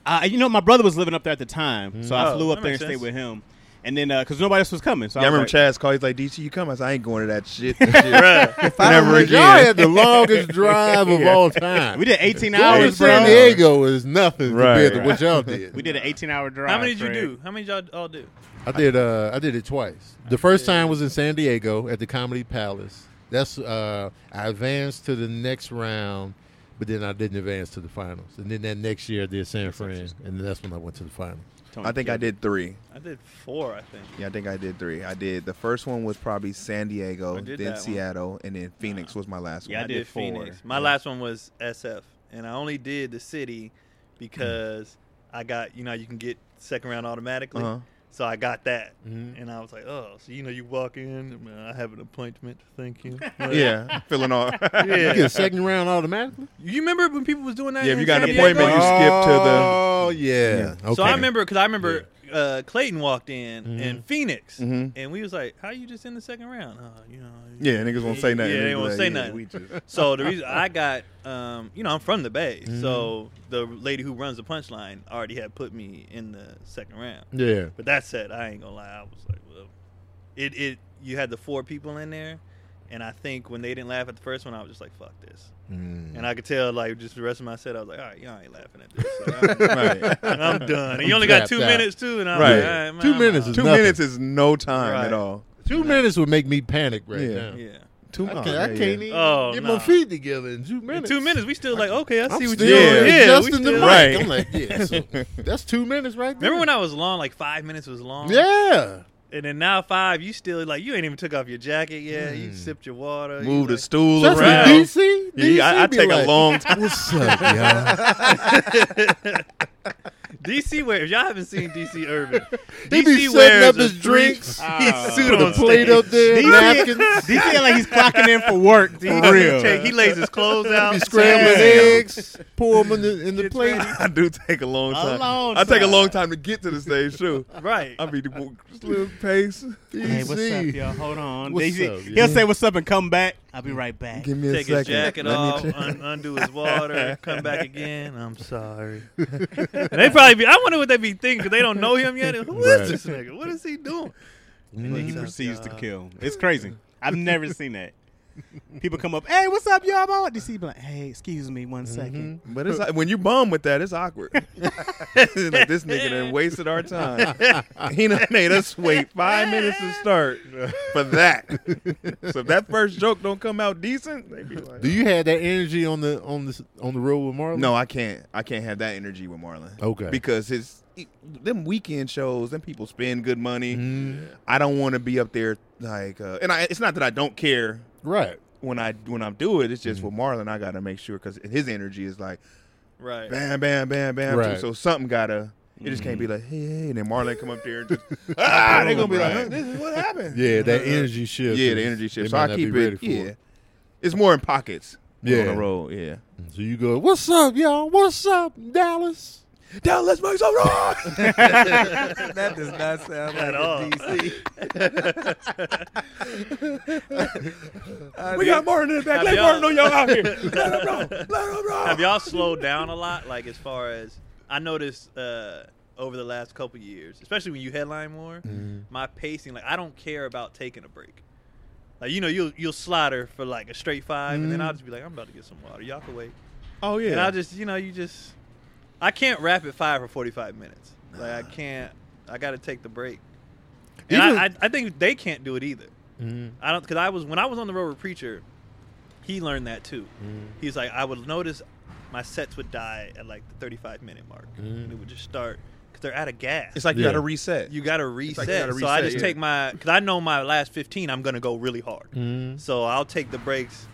S1: uh, you know, my brother was living up there at the time,
S3: Mm-hmm.
S1: so I
S4: Oh,
S1: flew up
S4: that
S1: there and
S4: makes
S1: stayed
S4: sense.
S1: with him. And then because nobody else was coming, so
S3: Yeah, I
S1: I, was
S3: remember
S1: like,
S3: Chaz called. He's like, "DC, you come?" I said, "I ain't going to that shit."
S4: [LAUGHS]
S3: Shit.
S2: If I
S3: Never
S2: were-
S3: again.
S5: Y'all had the
S1: [LAUGHS]
S5: longest drive of all time.
S1: we did 18
S5: Going to
S1: hours,
S5: San
S1: bro.
S5: Diego is nothing
S3: Right,
S5: compared
S3: right.
S5: to what y'all did.
S1: We did an 18 hour drive.
S4: How many did you
S1: Craig.
S4: do? How many did y'all all do?
S5: I did. Uh, I did it twice. The first time was in San Diego at the Comedy Palace. That's uh, I advanced to the next round, but then I didn't advance to the finals. And then that next year I did San Fran, and that's when I went to the finals.
S1: Tony
S3: I think I
S1: killed
S3: did [LAUGHS] three.
S4: I did four, I think.
S3: Yeah, I think I did three. I did the first one was probably San Diego,
S4: I did that
S3: then
S4: one.
S3: Seattle, and then Phoenix was my last
S1: Yeah,
S3: one.
S1: I did four.
S4: Phoenix. My last one was SF, and I only did the city because I got you know you can get second round automatically,
S3: Uh-huh.
S4: so I got that,
S5: Mhm.
S4: and I was like, oh, so you know you walk in, "Man, I have an appointment, thank [LAUGHS] you.
S3: [LAUGHS]
S4: Like,
S3: Yeah, feeling all.
S5: You
S4: [LAUGHS] [LAUGHS] yeah.
S5: get a second round automatically.
S4: You remember when people was doing that?
S3: Yeah, if
S4: in
S3: you got an
S4: San
S1: appointment,
S4: Diego?
S3: you skip to the-
S5: Oh yeah.
S3: Yeah.
S5: Uh-huh. Okay.
S4: So I remember because I remember uh, Clayton walked in
S3: Mm-hmm.
S4: and Phoenix,
S3: Mhm.
S4: and we was like, "How you just in the second round?" Oh, you know.
S3: Yeah, niggas won't say nothing.
S4: Yeah, they won't
S3: Like,
S4: say
S3: yeah,
S4: nothing.
S3: we just-
S4: So the reason I got, um, you know, I'm from the Bay, so
S3: Mm-hmm.
S4: the lady who runs the punchline already had put me in the second round.
S5: Yeah.
S4: But that said, I ain't gonna lie. I was like, well, it it you had the four people in there, and I think when they didn't laugh at the first one, I was just like, fuck this.
S5: Mm.
S4: And I could tell, like, just the rest of my set, I was like, all right, y'all ain't laughing at
S3: [LAUGHS]
S4: this. Like,
S3: right.
S4: I'm, I'm done. And
S5: I'm
S4: you only got
S5: tapped
S4: two
S5: out.
S4: minutes too, and I'm
S3: Right.
S4: like, all right, man,
S5: Two
S4: I'm
S5: minutes
S4: out.
S5: It's
S3: Two
S5: nothing.
S3: minutes is no time
S4: Right.
S3: at all.
S5: Two minutes would make me panic right
S3: Yeah.
S5: now.
S4: Yeah.
S3: Two
S5: I
S3: minutes.
S5: can't, I can't even
S4: Oh,
S5: get
S4: nah.
S5: my feet together in two
S4: In
S5: minutes.
S4: two minutes, we still like, okay, I
S5: I'm
S4: see what
S5: still
S4: you're doing. Yeah, we
S5: adjusting the
S4: still-
S5: mic.
S4: [LAUGHS]
S3: Right.
S5: I'm like, yeah, so that's two minutes right there.
S4: Remember when I was long, like five minutes was long?
S5: Yeah.
S4: And then now five, you still like you ain't even took off your jacket yet.
S5: Hmm.
S4: You sipped your water. you
S3: Move the
S4: like-
S3: stool
S5: That's what
S4: around.
S3: around.
S5: DC? DC
S3: Yeah, I, I
S5: be
S3: take
S5: like,
S3: a
S5: [LAUGHS]
S3: long time.
S5: What's up,
S3: [LAUGHS]
S5: y'all?
S4: DC wear. If y'all haven't
S5: [LAUGHS]
S4: seen DC Urban,
S5: They
S4: DC
S5: be setting
S4: wears
S5: up
S4: a
S5: his
S4: three-
S5: drinks.
S1: Ah.
S5: He put a
S4: on
S5: plate
S4: stage.
S5: up there,
S1: DC
S3: [LAUGHS]
S5: napkins.
S1: DC act like he's clocking in for work
S4: He,
S1: for real.
S4: take- he lays his clothes out.
S5: Be scrambling
S1: Yeah.
S5: eggs, pour them in the, in the plate.
S3: [LAUGHS] I do take a long time.
S1: long
S3: I take a
S1: time.
S3: long time to get to the stage too.
S4: Right.
S3: I be the little pace.
S1: Hey, what's up,
S5: DC.
S1: yo? Hold on.
S5: What's
S1: DC
S5: up,
S1: he'll
S5: yeah?
S1: say what's up and come back. I'll be right back.
S5: Give me
S4: Take
S5: a
S4: his
S5: second.
S4: jacket
S5: Let me
S4: off,
S5: check.
S4: un- undo his water, come back again. I'm sorry.
S5: [LAUGHS]
S4: And they probably be. I wonder what they be thinking 'cause they don't know him yet. Who is
S5: Right.
S4: this nigga? What is he doing?
S1: And then he
S4: What's up,
S1: proceeds to
S4: y'all?
S1: kill. It's
S5: [LAUGHS]
S1: crazy. I've never seen that. People come up, hey, what's up, y'all? About DC be like, hey, excuse me one
S5: Mm-hmm. [LAUGHS]
S1: second.
S3: But it's like, when you bum with that, it's awkward. [LAUGHS] like this nigga done wasted our time. He done made us wait five minutes to start for that. So if that first joke don't come out decent, they be like,
S5: Do you have that energy on the on the on the road with Marlon?
S3: no, I can't. I can't have that energy with Marlon.
S5: Okay.
S3: because his e, them weekend shows, them people spend good money.
S5: Mm,
S3: I don't want to be up there like, uh, and I, it's not that I don't care
S5: Right.
S3: when I when I do it. It's just with Marlon, I gotta make sure because his energy is like
S4: Right.
S3: bam, bam, bam, bam.
S5: Right. Mm-hmm.
S3: So something gotta. It just can't be like hey, hey, and then Marlon come up there
S5: [LAUGHS]
S3: and just ah, they gonna be like,
S5: Right.
S3: huh, this is
S5: [LAUGHS]
S3: what happened.
S5: Yeah, that energy shift.
S3: Uh, yeah,
S5: is-
S3: the energy shift.
S5: they
S3: So
S5: might
S3: I
S5: not
S3: keep
S5: be
S3: it.
S5: ready for
S3: Yeah, it's more in pockets. Yeah, on
S5: Yeah.
S3: the road. Yeah,
S5: So you go, what's up, y'all? What's up, Dallas?
S3: Dallas makes so
S5: [LAUGHS]
S3: [LAUGHS] wrong.
S2: [LAUGHS] that does not sound like
S4: At
S2: a
S4: all.
S2: DC. I
S3: we
S2: know-
S3: got Martin in the back.
S4: Have
S3: Let
S4: y'all-
S3: Martin know y'all
S4: [LAUGHS]
S3: out here. Let him know. Let him know.
S4: Have y'all slowed down a lot? Like as far as I noticed uh, over the last couple years, especially when you headline more,
S5: Mm-hmm.
S4: my pacing like I don't care about taking a break. Like you know you'll you'll slaughter for like a straight 5 and then
S5: Mm-hmm.
S4: I'll just be like I'm about to get some water. Y'all can wait.
S3: Oh yeah.
S4: And I'll just you know you just I can't rapid fire for 45 minutes. Like I can't. I got to take the break. And
S5: Even-
S4: I, I I think they can't do it either.
S5: Mm,
S4: I don't because I was when I was on the road with Preacher, he learned that too.
S3: Mm-hmm.
S4: He's like, I would notice my sets would die at like the 35 minute mark, and it would just start because they're out of gas.
S3: Mm-hmm. it's like you
S5: Yeah.
S3: gotta reset.
S4: you got to
S3: like you
S4: reset.
S3: gotta
S4: So I
S3: reset,
S4: just
S3: yeah.
S4: take my because I know my last 15, I'm gonna go really hard.
S3: Mm-hmm.
S5: mm.
S4: So I'll take the breaks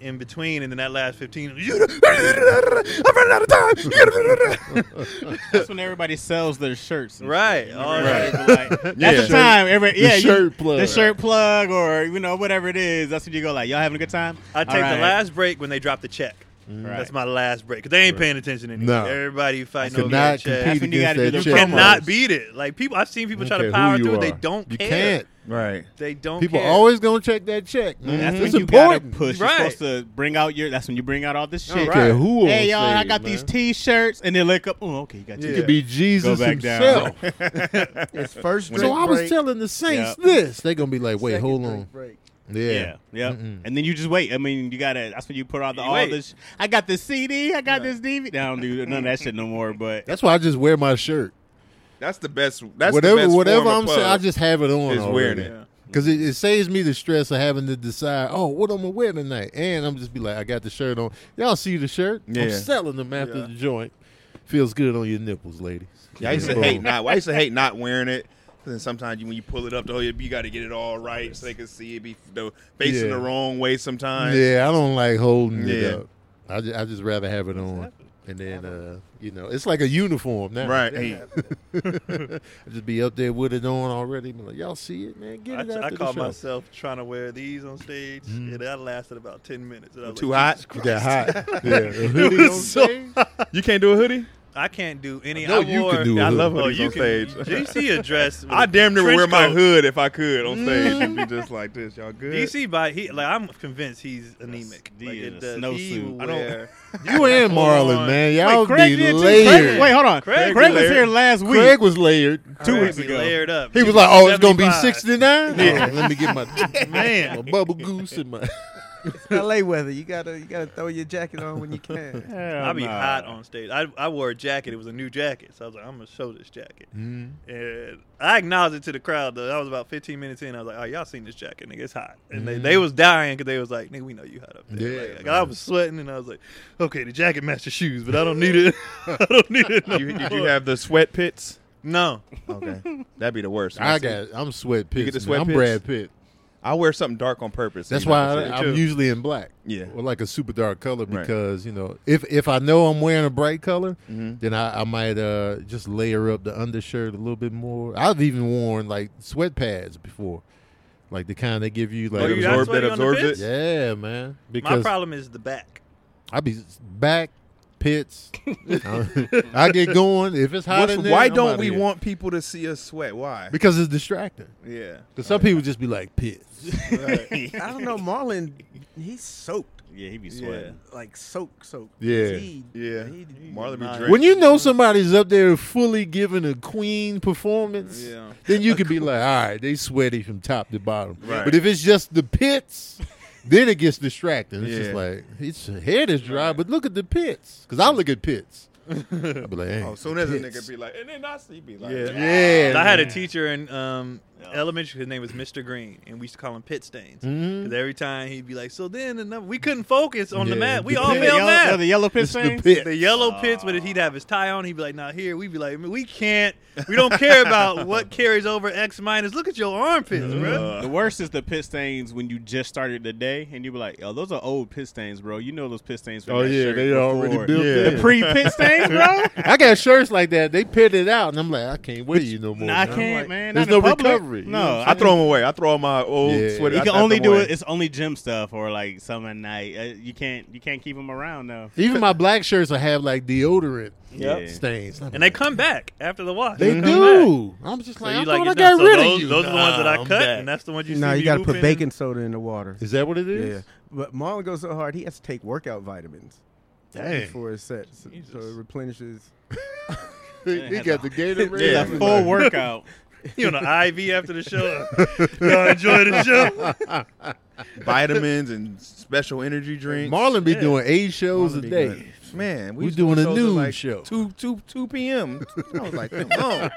S4: in between, and then that last [LAUGHS] 15,
S3: I'm running out of time. You gotta-
S1: That's when everybody sells their shirts. and
S4: right?
S1: shit.
S4: all
S1: Right.
S5: [LAUGHS]
S4: right.
S1: Like,
S3: Yeah.
S1: That's the time. Every,
S5: The
S1: yeah, you-
S5: shirt plug.
S1: The shirt plug or, you know, whatever it is. That's when you go like, y'all having a good time?
S4: I take
S1: All right.
S4: the last break when they drop the check.
S1: Right.
S4: That's my last break because they ain't paying attention anymore.
S5: No.
S4: Everybody
S5: I
S4: fighting over
S5: cannot
S4: that check.
S5: compete
S1: when you
S5: against
S1: gotta do
S5: that
S1: the
S5: check.
S1: promos.
S4: cannot beat it. Like people, I've seen people
S5: I
S4: try
S5: don't
S4: to
S5: care who
S4: power
S5: you
S4: through. it. They
S5: are.
S4: don't
S5: You
S4: care.
S5: can't.
S3: Right.
S4: They don't.
S5: People
S4: care.
S5: always gonna check that check. man.
S1: That's
S5: Mm-hmm. It's
S1: when you gotta
S5: important.
S1: push.
S4: Right.
S1: You're supposed to bring out your. That's when you bring out all this
S5: I
S1: shit.
S5: don't care
S4: Right.
S5: who on
S1: Hey y'all, I
S5: stage,
S1: got these
S5: man.
S1: T-shirts, and they look up. Oh, okay, you got
S5: It
S1: your
S5: could be Jesus
S1: Go back down.
S5: himself.
S2: It's first drink
S5: so I was
S2: break,
S5: telling the Saints
S1: Yeah.
S5: this. They're gonna be like, wait,
S2: second
S5: hold
S2: drink
S5: on.
S2: break.
S5: Yeah.
S1: Yeah, yeah.
S5: Mm-mm.
S1: And then you just wait. I mean, you gotta. That's when you put out the
S4: You
S1: all
S4: wait.
S1: this. I got this CD. I got this DVD. I don't do none of that shit no more. But
S5: That's why I just wear my shirt.
S3: That's the best. That's
S5: whatever
S3: the best
S5: whatever
S3: form
S5: I'm
S3: of
S5: saying, I
S3: plug.
S5: just have it on.
S3: It's wearing it.
S5: Because it, it saves me the stress of having to decide, oh, what I'm gonna wear tonight, and I'm just be like, I got the shirt on. Y'all see the shirt? I'm
S3: Yeah.
S5: selling them after
S4: Yeah.
S5: the joint. Feels good on your nipples, ladies.
S3: Yeah, I used to
S5: Boom.
S3: hate not. I used to hate not wearing it. 'cause Then sometimes you, when you pull it up, though, you got to get it all right so they can see it. Be the, facing
S5: Yeah.
S3: the wrong way sometimes.
S5: Yeah, I don't like holding
S3: Yeah.
S5: it up. I just, I just rather have it on, and then uh, you know, it's like a uniform now.
S3: Right. Hey,
S5: [LAUGHS] I just be up there with it on already. Be like, Y'all see it, man? Get
S4: I,
S5: it after
S4: I
S5: the
S4: caught
S5: show.
S4: myself trying to wear these on stage,
S5: Mm.
S4: and that lasted about ten minutes. And I was
S3: too hot.
S4: like,
S5: Got
S4: Jesus [LAUGHS] Christ.
S5: [LAUGHS] hot. yeah, a hoodie on
S3: so-
S5: stage?
S3: You can't do a hoodie.
S4: I can't do any.
S5: know
S4: I
S5: you
S4: wore,
S5: can do a
S3: I
S5: hood.
S3: love
S4: Oh,
S3: when he's
S4: you
S3: on
S4: can.
S3: stage.
S4: [LAUGHS]
S5: [LAUGHS]
S4: DC address.
S3: I damn near
S4: trench
S3: wear my
S4: coat.
S3: hood if I could on
S5: Mm.
S3: stage and be just like this. Y'all good?
S4: DC by he like I'm convinced he's anemic.
S1: he
S4: like
S1: is
S4: it
S1: a [LAUGHS]
S4: does.
S1: snowsuit.
S4: He will
S1: I
S3: don't-
S4: wear.
S5: You and Marlon,
S4: on.
S5: man, y'all
S1: wait, Craig
S5: be
S1: did too? Craig-
S5: layered.
S1: wait, hold on.
S4: Craig
S1: Craig,
S4: be
S1: was
S4: layered.
S1: here last week.
S5: Craig was layered.
S1: Two
S4: Craig
S1: weeks
S4: be
S1: ago.
S4: layered up.
S5: He was like, "Oh, it's gonna be
S4: 75.
S5: sixty nine.
S1: Yeah.
S5: Let me get my,
S4: Man.
S5: my bubble goose and my."
S2: LA weather. You gotta you gotta throw your jacket on when you can.
S1: Hell
S4: I'll be
S1: nah.
S4: hot on stage. I, I wore a jacket. It was a new jacket, so I was like, I'm gonna show this jacket. And I acknowledged it to the crowd. Though I was about 15 minutes in, I was like, Oh, y'all seen this jacket? Nigga, it's hot. And they, they was dying because they was like, Nigga, we know you hot up there.
S5: Yeah,
S4: Like, like,
S5: man.
S4: I was sweating, and I was like, Okay, the jacket matched the shoes, but I don't need it. [LAUGHS] I don't need it. No
S3: [LAUGHS] You, did you
S4: more."
S3: have the sweat pits?
S4: no?
S3: Okay, that'd be the worst.
S5: I got. I'm sweat
S3: You
S5: Pitt.
S3: get the
S5: man.
S3: sweat
S5: I'm
S3: pits?
S5: Brad Pitt.
S3: I wear something dark on purpose.
S5: That's
S3: you know,
S5: why
S3: for sure.
S5: I, I'm usually in black.
S3: Yeah.
S5: Or like a super dark color
S3: Right.
S5: because, you know, if if I know I'm wearing a bright color, then I, I might uh, just layer up the undershirt a little bit more. I've even worn like sweat pads before. Like the kind they give you like
S4: Oh, you got
S3: absorb-
S4: sweaty
S3: that
S4: on the
S3: absorbs
S4: pits?
S3: it?
S5: Yeah, man.
S4: My
S5: Because
S4: problem is the back.
S5: I be back pits. [LAUGHS] I get going if it's hot
S3: What's-
S5: in there.
S3: why
S5: I'm
S3: don't
S5: outta
S3: we
S5: here.
S3: want people to see us sweat? Why?
S5: Because it's distracting.
S3: Yeah.
S5: Because some people just be like pits.
S2: I don't know, Marlon. He's soaked,
S1: Yeah, he be
S3: Yeah.
S1: sweating.
S2: like soaked, soaked.
S5: Yeah.
S2: He-
S3: Yeah.
S2: he-
S3: Marlon be
S4: Nah.
S3: drinking.
S5: When you know somebody's up there fully giving a queen performance,
S3: Yeah.
S5: then you could be like, all right, they sweaty from top to bottom.
S3: Right.
S5: But if it's just the pits, then it gets distracting. It's just
S3: Yeah.
S5: like his head is dry, but look at the pits. Because I look at pits. I'll be like, hey,
S3: [LAUGHS] Oh, as soon as a
S5: pits.
S3: nigga be like, and then I see be like,
S5: yeah,
S4: I had a
S5: man.
S4: teacher in um, elementary. His name was Mr. Green, and we used to call him Pit Stains.
S5: Mhm.
S4: 'Cause every time he'd be like, "So then," and then- we couldn't focus on the
S5: Yeah,
S4: math. We
S5: the
S4: all
S5: pit.
S1: the,
S4: failed
S1: yellow,
S4: math.
S1: the yellow pit
S5: It's the
S1: thing?
S5: pits.
S4: The yellow pits, but if he'd have his tie on, he'd be like, "Not here." We'd be like, "Man, "We can't. We don't
S5: [LAUGHS]
S4: care about what carries over X minus. Look at your armpits, bro."
S1: The worst is the pit stains when you just started the day and you be like, oh, those are old pit stains, bro. You know those pit stains. From
S5: Oh,
S1: that
S5: yeah,
S1: shirt
S5: they already
S1: before.
S5: built
S3: Yeah.
S5: in.
S1: The pre pit stains, bro?
S5: I got shirts like that. They pit it out, and I'm like, I can't wear you no more.
S1: nah, I
S5: man.
S1: can't,
S2: like,
S1: man.
S5: there's
S1: Not in
S5: no
S1: public.
S5: recovery. You know
S1: No,
S5: what
S3: I throw them away. I throw all my old
S5: Yeah. You
S3: sweater.
S1: You
S3: I
S1: can
S3: throw
S1: only
S3: them
S1: do
S3: away.
S5: [LAUGHS]
S1: it. It's only gym stuff or like some at night. Uh, you can't. You can't keep them around now.
S5: Even my black shirts will have like deodorant
S1: Yep.
S5: stains.
S4: And they come back after the wash.
S5: They
S4: come back.
S5: do. I'm just
S4: So
S5: like,
S4: you
S5: I
S4: like
S5: thought I got
S4: it done. So
S5: rid
S4: those,
S5: of you.
S4: Those are the ones that I
S5: Nah,
S4: cut,
S5: I'm
S4: and
S5: back.
S4: that's the ones you see.
S2: No,
S4: me
S2: you gotta
S4: hooping
S2: put
S4: and-
S2: baking soda in the water.
S5: Is that what it is?
S2: Yeah, but Marlon goes so hard he has to take workout vitamins
S5: Dang.
S2: before it sets, so- so
S4: Jesus.
S2: it replenishes.
S5: he got the Gatorade.
S1: Yeah, [LAUGHS]
S5: I'm
S1: full
S5: like,
S1: workout.
S4: You on an IV after
S5: [LAUGHS]
S4: the show. Y'all enjoy the show.
S3: vitamins and special energy drinks.
S5: Marlon be
S4: Yeah.
S5: doing eight shows
S2: Marlon
S5: a
S2: be
S5: day.
S2: good.
S3: man,
S5: We
S3: was
S5: doing a
S3: shows at
S5: noon
S3: like
S5: show.
S3: Two two two p.m. I was like, come on.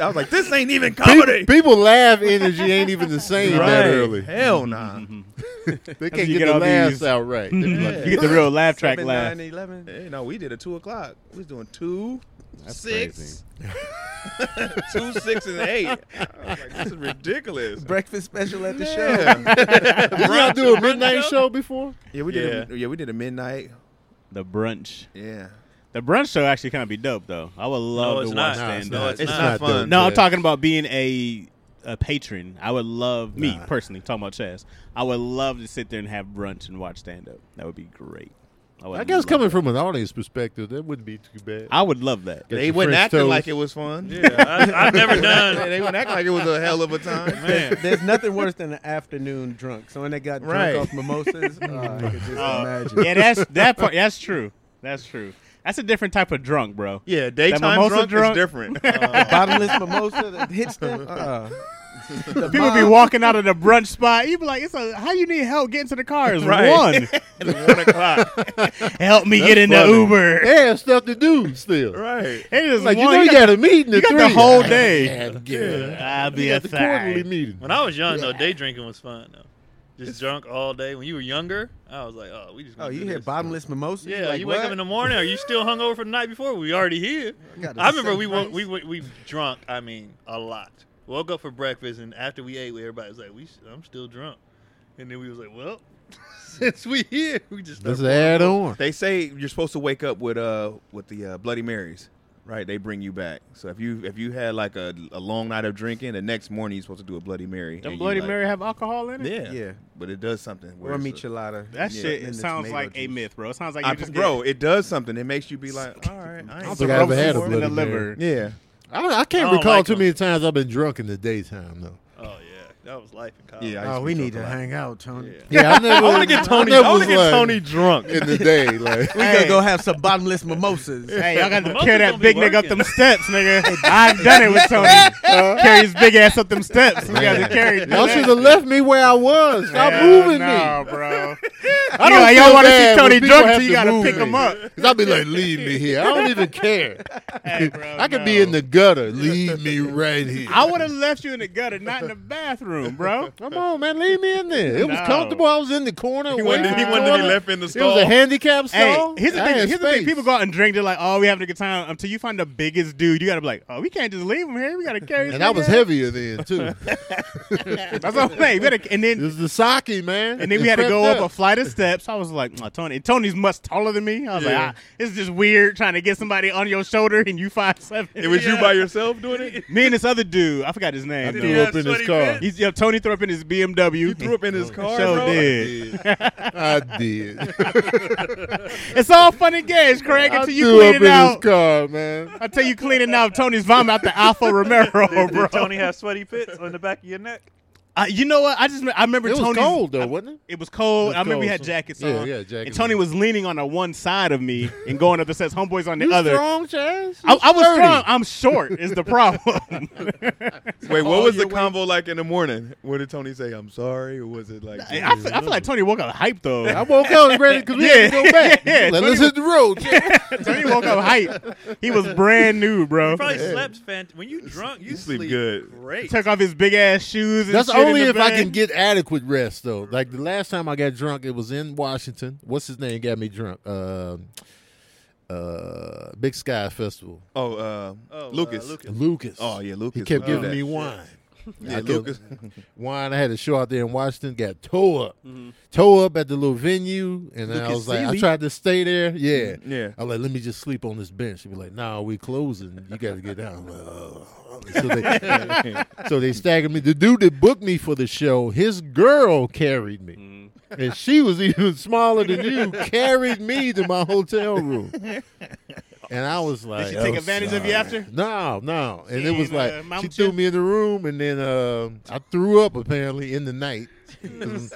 S3: I was like, this ain't even
S5: Pe-
S3: comedy.
S5: people laugh energy ain't even the same that early.
S3: Hell Oh, nah.
S5: They can't
S1: you get
S5: get their
S1: all
S5: laughs
S1: these-
S5: out right. They be like,
S1: [LAUGHS] You get the real laugh track
S2: Seven,
S1: laugh.
S2: nine, 11.
S3: Hey, no, we did a two o'clock. We was doing two,
S1: crazy.
S3: six, [LAUGHS] two, six, and eight. I was like, this is ridiculous.
S2: Breakfast special at the show.
S3: Yeah.
S5: Did y'all do a midnight show before?
S3: [LAUGHS] yeah, we did. A, yeah, we did a midnight.
S1: The brunch.
S3: Yeah,
S1: The brunch show actually kind of be dope though. I would love
S4: it's
S1: to
S4: not.
S1: watch
S4: Nah,
S1: stand
S4: not.
S1: up.
S4: It's not
S5: dope.
S3: fun.
S1: No, I'm talking about being a a patron. I would love me personally talking about Chaz. I would love to sit there and have brunch and watch stand up. That would be great. would
S5: I guess
S1: love
S5: coming
S1: that.
S5: from an audience perspective, that wouldn't be too bad.
S1: I would love that.
S5: Get
S3: they
S5: your
S3: wasn't
S5: French
S3: acting
S5: toast.
S3: like it was fun.
S4: Yeah, I, I've never
S3: they, [LAUGHS]
S4: done.
S3: they wasn't acting like it was a hell of a time.
S4: Man,
S2: There's nothing worse than an afternoon drunk. Someone that got drunk
S3: Right.
S2: off mimosas. oh, I could just
S1: Uh,
S2: imagine.
S1: yeah, that's that part. That's true. That's true. That's a different type of drunk, bro.
S3: Yeah, daytime
S1: mimosa
S3: drunk,
S1: drunk?
S3: is different.
S2: A
S1: [LAUGHS]
S2: bottomless mimosa that hits them. Uh, the
S1: People be
S2: mom-
S1: walking out of the brunch spot. You be like, "It's a how you need help getting to the car is
S3: Right.
S1: one.
S5: [LAUGHS]
S3: one o'clock.
S1: [LAUGHS] help me get in
S5: funny.
S1: the Uber.
S5: They have stuff to do still.
S3: right.
S1: It is
S5: Like, you
S1: one.
S5: know, you got a meeting.
S1: you
S5: at
S1: got the
S5: three.
S1: whole
S5: I
S1: day.
S5: can't get it.
S1: I'll
S5: You
S1: be a
S5: got the quarterly
S1: thing.
S5: meeting.
S4: when I was young though, day drinking was fun though. Just drunk all day. When you were younger, I was like, oh, we just.
S2: Oh,
S4: gonna
S2: you
S4: do
S2: hear
S4: this.
S2: bottomless mimosa?
S4: Yeah,
S2: like,
S4: you wake up
S2: what?
S4: in the morning. Are you still hungover from the night before? We already here.
S2: got the
S4: I remember
S2: same
S4: we went,
S2: price.
S4: we went, we drunk. I mean, a lot. Woke up for breakfast, and after we ate, everybody was like, "We, s- I'm still drunk." And then we was like, "Well, [LAUGHS] since we here, we just
S5: Let's
S4: started
S5: add on.
S3: They say you're supposed to wake up with uh with the uh, Bloody Marys. right? They bring you back. So if you if you had like a, a long night of drinking, the next morning you're supposed to do a Bloody Mary.
S1: Them
S3: and you
S1: Bloody
S3: like-
S1: Mary have alcohol in it.
S3: Yeah,
S2: Yeah.
S3: But it does something.
S2: Or
S3: where
S2: a
S3: it's a-
S2: michelada.
S1: That
S3: Yeah.
S1: shit
S2: And the
S1: sounds
S2: tomato
S1: like a
S2: juice.
S1: myth, bro. It sounds like
S3: I-
S1: you just
S3: bro, it does something. It makes you be like, all right, I
S1: Get,
S3: ain't
S5: don't think I've ever had a
S1: Some
S5: Bloody
S1: in the
S5: Mary.
S1: liver.
S3: yeah.
S5: I, don't, I can't
S4: I don't
S5: recall
S4: like
S5: too
S4: them.
S5: many times I've been drunk in the
S1: [LAUGHS]
S5: daytime though.
S4: Oh yeah, that was life in college.
S3: Yeah, I used
S2: Oh,
S3: to
S2: we
S3: be
S2: need
S3: drunk
S2: to
S3: a lot.
S2: hang out, Tony.
S4: Yeah.
S5: Yeah, I never.
S3: I want to get Tony.
S5: never
S3: I want
S5: was
S3: to get
S5: like-
S3: Tony drunk.
S5: in the
S1: [LAUGHS]
S5: day. Like
S2: We
S1: Hey.
S2: gonna go have some bottomless [LAUGHS] mimosas.
S1: Hey, y'all
S5: [LAUGHS]
S1: got to
S4: Mimosas
S1: carry that
S4: don't be
S1: big nigga up
S4: working.
S1: them steps, nigga. I've done it with
S5: [LAUGHS]
S1: Tony. carry his big ass up them steps. We got to carry.
S5: y'all should have left me where I was. Stop
S1: Hell
S5: moving me.
S1: no, bro.
S5: [LAUGHS] I
S1: You know,
S5: don't
S1: y'all
S5: feel
S1: wanna see
S5: bad
S1: Tony
S5: when people
S1: drunk,
S5: have
S1: so you
S5: to
S1: gotta
S5: move
S1: pick
S5: me.
S1: him up.
S5: 'Cause I'll be
S1: [LAUGHS]
S5: like, leave me here. I don't even care.
S1: Hey, bro,
S5: I could
S1: no.
S5: be in
S1: [LAUGHS]
S5: the gutter. Leave me right here.
S1: I would have left you in the gutter, not in the bathroom,
S3: [LAUGHS]
S1: bro.
S5: [LAUGHS] Come on, man, leave me in there. It was
S1: No.
S5: comfortable. I was in the corner.
S3: He
S5: waiting
S3: wanted, to- he
S5: in the
S3: wanted to be
S5: corner.
S3: left in
S5: It
S3: the
S5: was
S3: stall.
S5: a handicap
S1: Hey,
S5: stall.
S1: here's the
S5: I
S1: thing.
S5: had
S1: Here's the thing.
S5: space.
S1: People go out and drink. They're like, "Oh, we having a good time." Until you find the biggest dude, you gotta be like, "Oh, we can't just leave him here. We gotta carry." this
S5: and I
S1: nigga
S5: was
S1: out."
S5: heavier
S1: [LAUGHS]
S5: then too.
S1: That's what I'm saying. You better- and
S5: It
S1: then
S5: was the sake, man.
S1: and then we
S5: It
S1: had to
S5: crept
S1: go up a flight of steps. I was like, "Nah, Tony. and Tony's much taller than me. I was
S3: Yeah.
S1: like, ah, "It's just weird trying to get somebody on your shoulder and you five seven.
S3: it was you by yourself doing it. [LAUGHS]
S1: me and this other dude. I forgot his name.
S5: I
S1: though.
S5: threw
S4: Yeah,
S5: up in his
S4: sweaty
S5: car.
S4: bits.
S1: He's yeah, Tony threw up in his BMW.
S3: You threw up in his car,
S1: Sure
S3: bro. [LAUGHS]
S1: did.
S5: [LAUGHS] I
S1: [LAUGHS]
S5: did.
S1: It's all fun and games, Craig.
S5: I
S1: Until you
S5: threw
S1: clean
S5: up
S1: it
S5: in his
S1: out.
S5: car, man.
S1: Until you clean it out, Tony's vomit out the Alfa Romero,
S4: Did,
S1: bro.
S4: did Tony have sweaty pits on the back of
S3: [LAUGHS]
S4: your neck?
S1: Uh, you know what? I just I remember
S5: It was
S1: Tony's-
S5: cold
S1: I- [LAUGHS]
S5: though, wasn't it?
S1: It was cold.
S5: It was
S1: I remember we
S5: cold,
S1: had
S5: so-
S1: jackets
S5: Yeah,
S1: on.
S5: yeah, jackets
S1: And Tony
S5: on.
S1: was leaning on the one side of me and going up the steps. Homeboys on the
S5: You
S1: other.
S5: strong, Chaz?
S1: I,
S5: You
S1: I was
S5: sturdy.
S1: strong. I'm short. Is the problem?
S3: Wait, what
S5: All
S3: was the
S5: your way-
S3: convo like in the morning? What did Tony say? I'm sorry, or was it like?
S1: I, feel, I feel like Tony woke up hype
S5: I
S1: though.
S5: woke up and ready because we had to
S1: Yeah,
S5: go
S1: [LAUGHS]
S5: back.
S1: yeah,
S5: Let, us
S1: Tony-
S5: hit the road. Chaz.
S1: Tony woke up hype. He was brand new, bro.
S4: You probably slept fant- when you drunk. You,
S3: You sleep good.
S4: Great.
S1: Took off his big ass shoes. And
S5: That's
S1: shit in
S5: only
S1: the
S5: if I
S1: van.
S5: can get adequate rest, though. Like the last time I got drunk, it was in Washington. What's his name? Got me drunk. Uh, uh, Big Sky Festival.
S3: oh, uh,
S4: Oh, uh,
S3: Lucas.
S4: Lucas.
S5: Lucas.
S3: Oh yeah, Lucas.
S5: He kept
S3: loved
S5: giving
S3: that
S5: me
S3: shit.
S5: wine.
S3: Yeah,
S5: I kept-
S3: Lucas.
S5: wine. I had a show out there in Washington. Got tore up, tore up at the little venue, and I
S3: Lucas
S5: was like,
S3: Seeley.
S5: I tried to stay there. Yeah,
S3: Yeah.
S5: I was like, let me just sleep on this bench. She be like, Nah, we closing. You got to get out. I'm like, "Oh." So they, so they staggered me. The dude that booked me for the show, his girl carried me, and she was even smaller than you. Carried me to my hotel room. And I was like,
S1: she take
S5: "Oh,
S1: advantage of you
S5: sorry."
S1: after?
S5: No, no. And
S1: She
S5: it
S1: ain't,
S5: was like
S1: uh,
S5: she
S1: mount
S5: threw
S1: you?
S5: me in the room, and then uh, I threw up apparently in the night because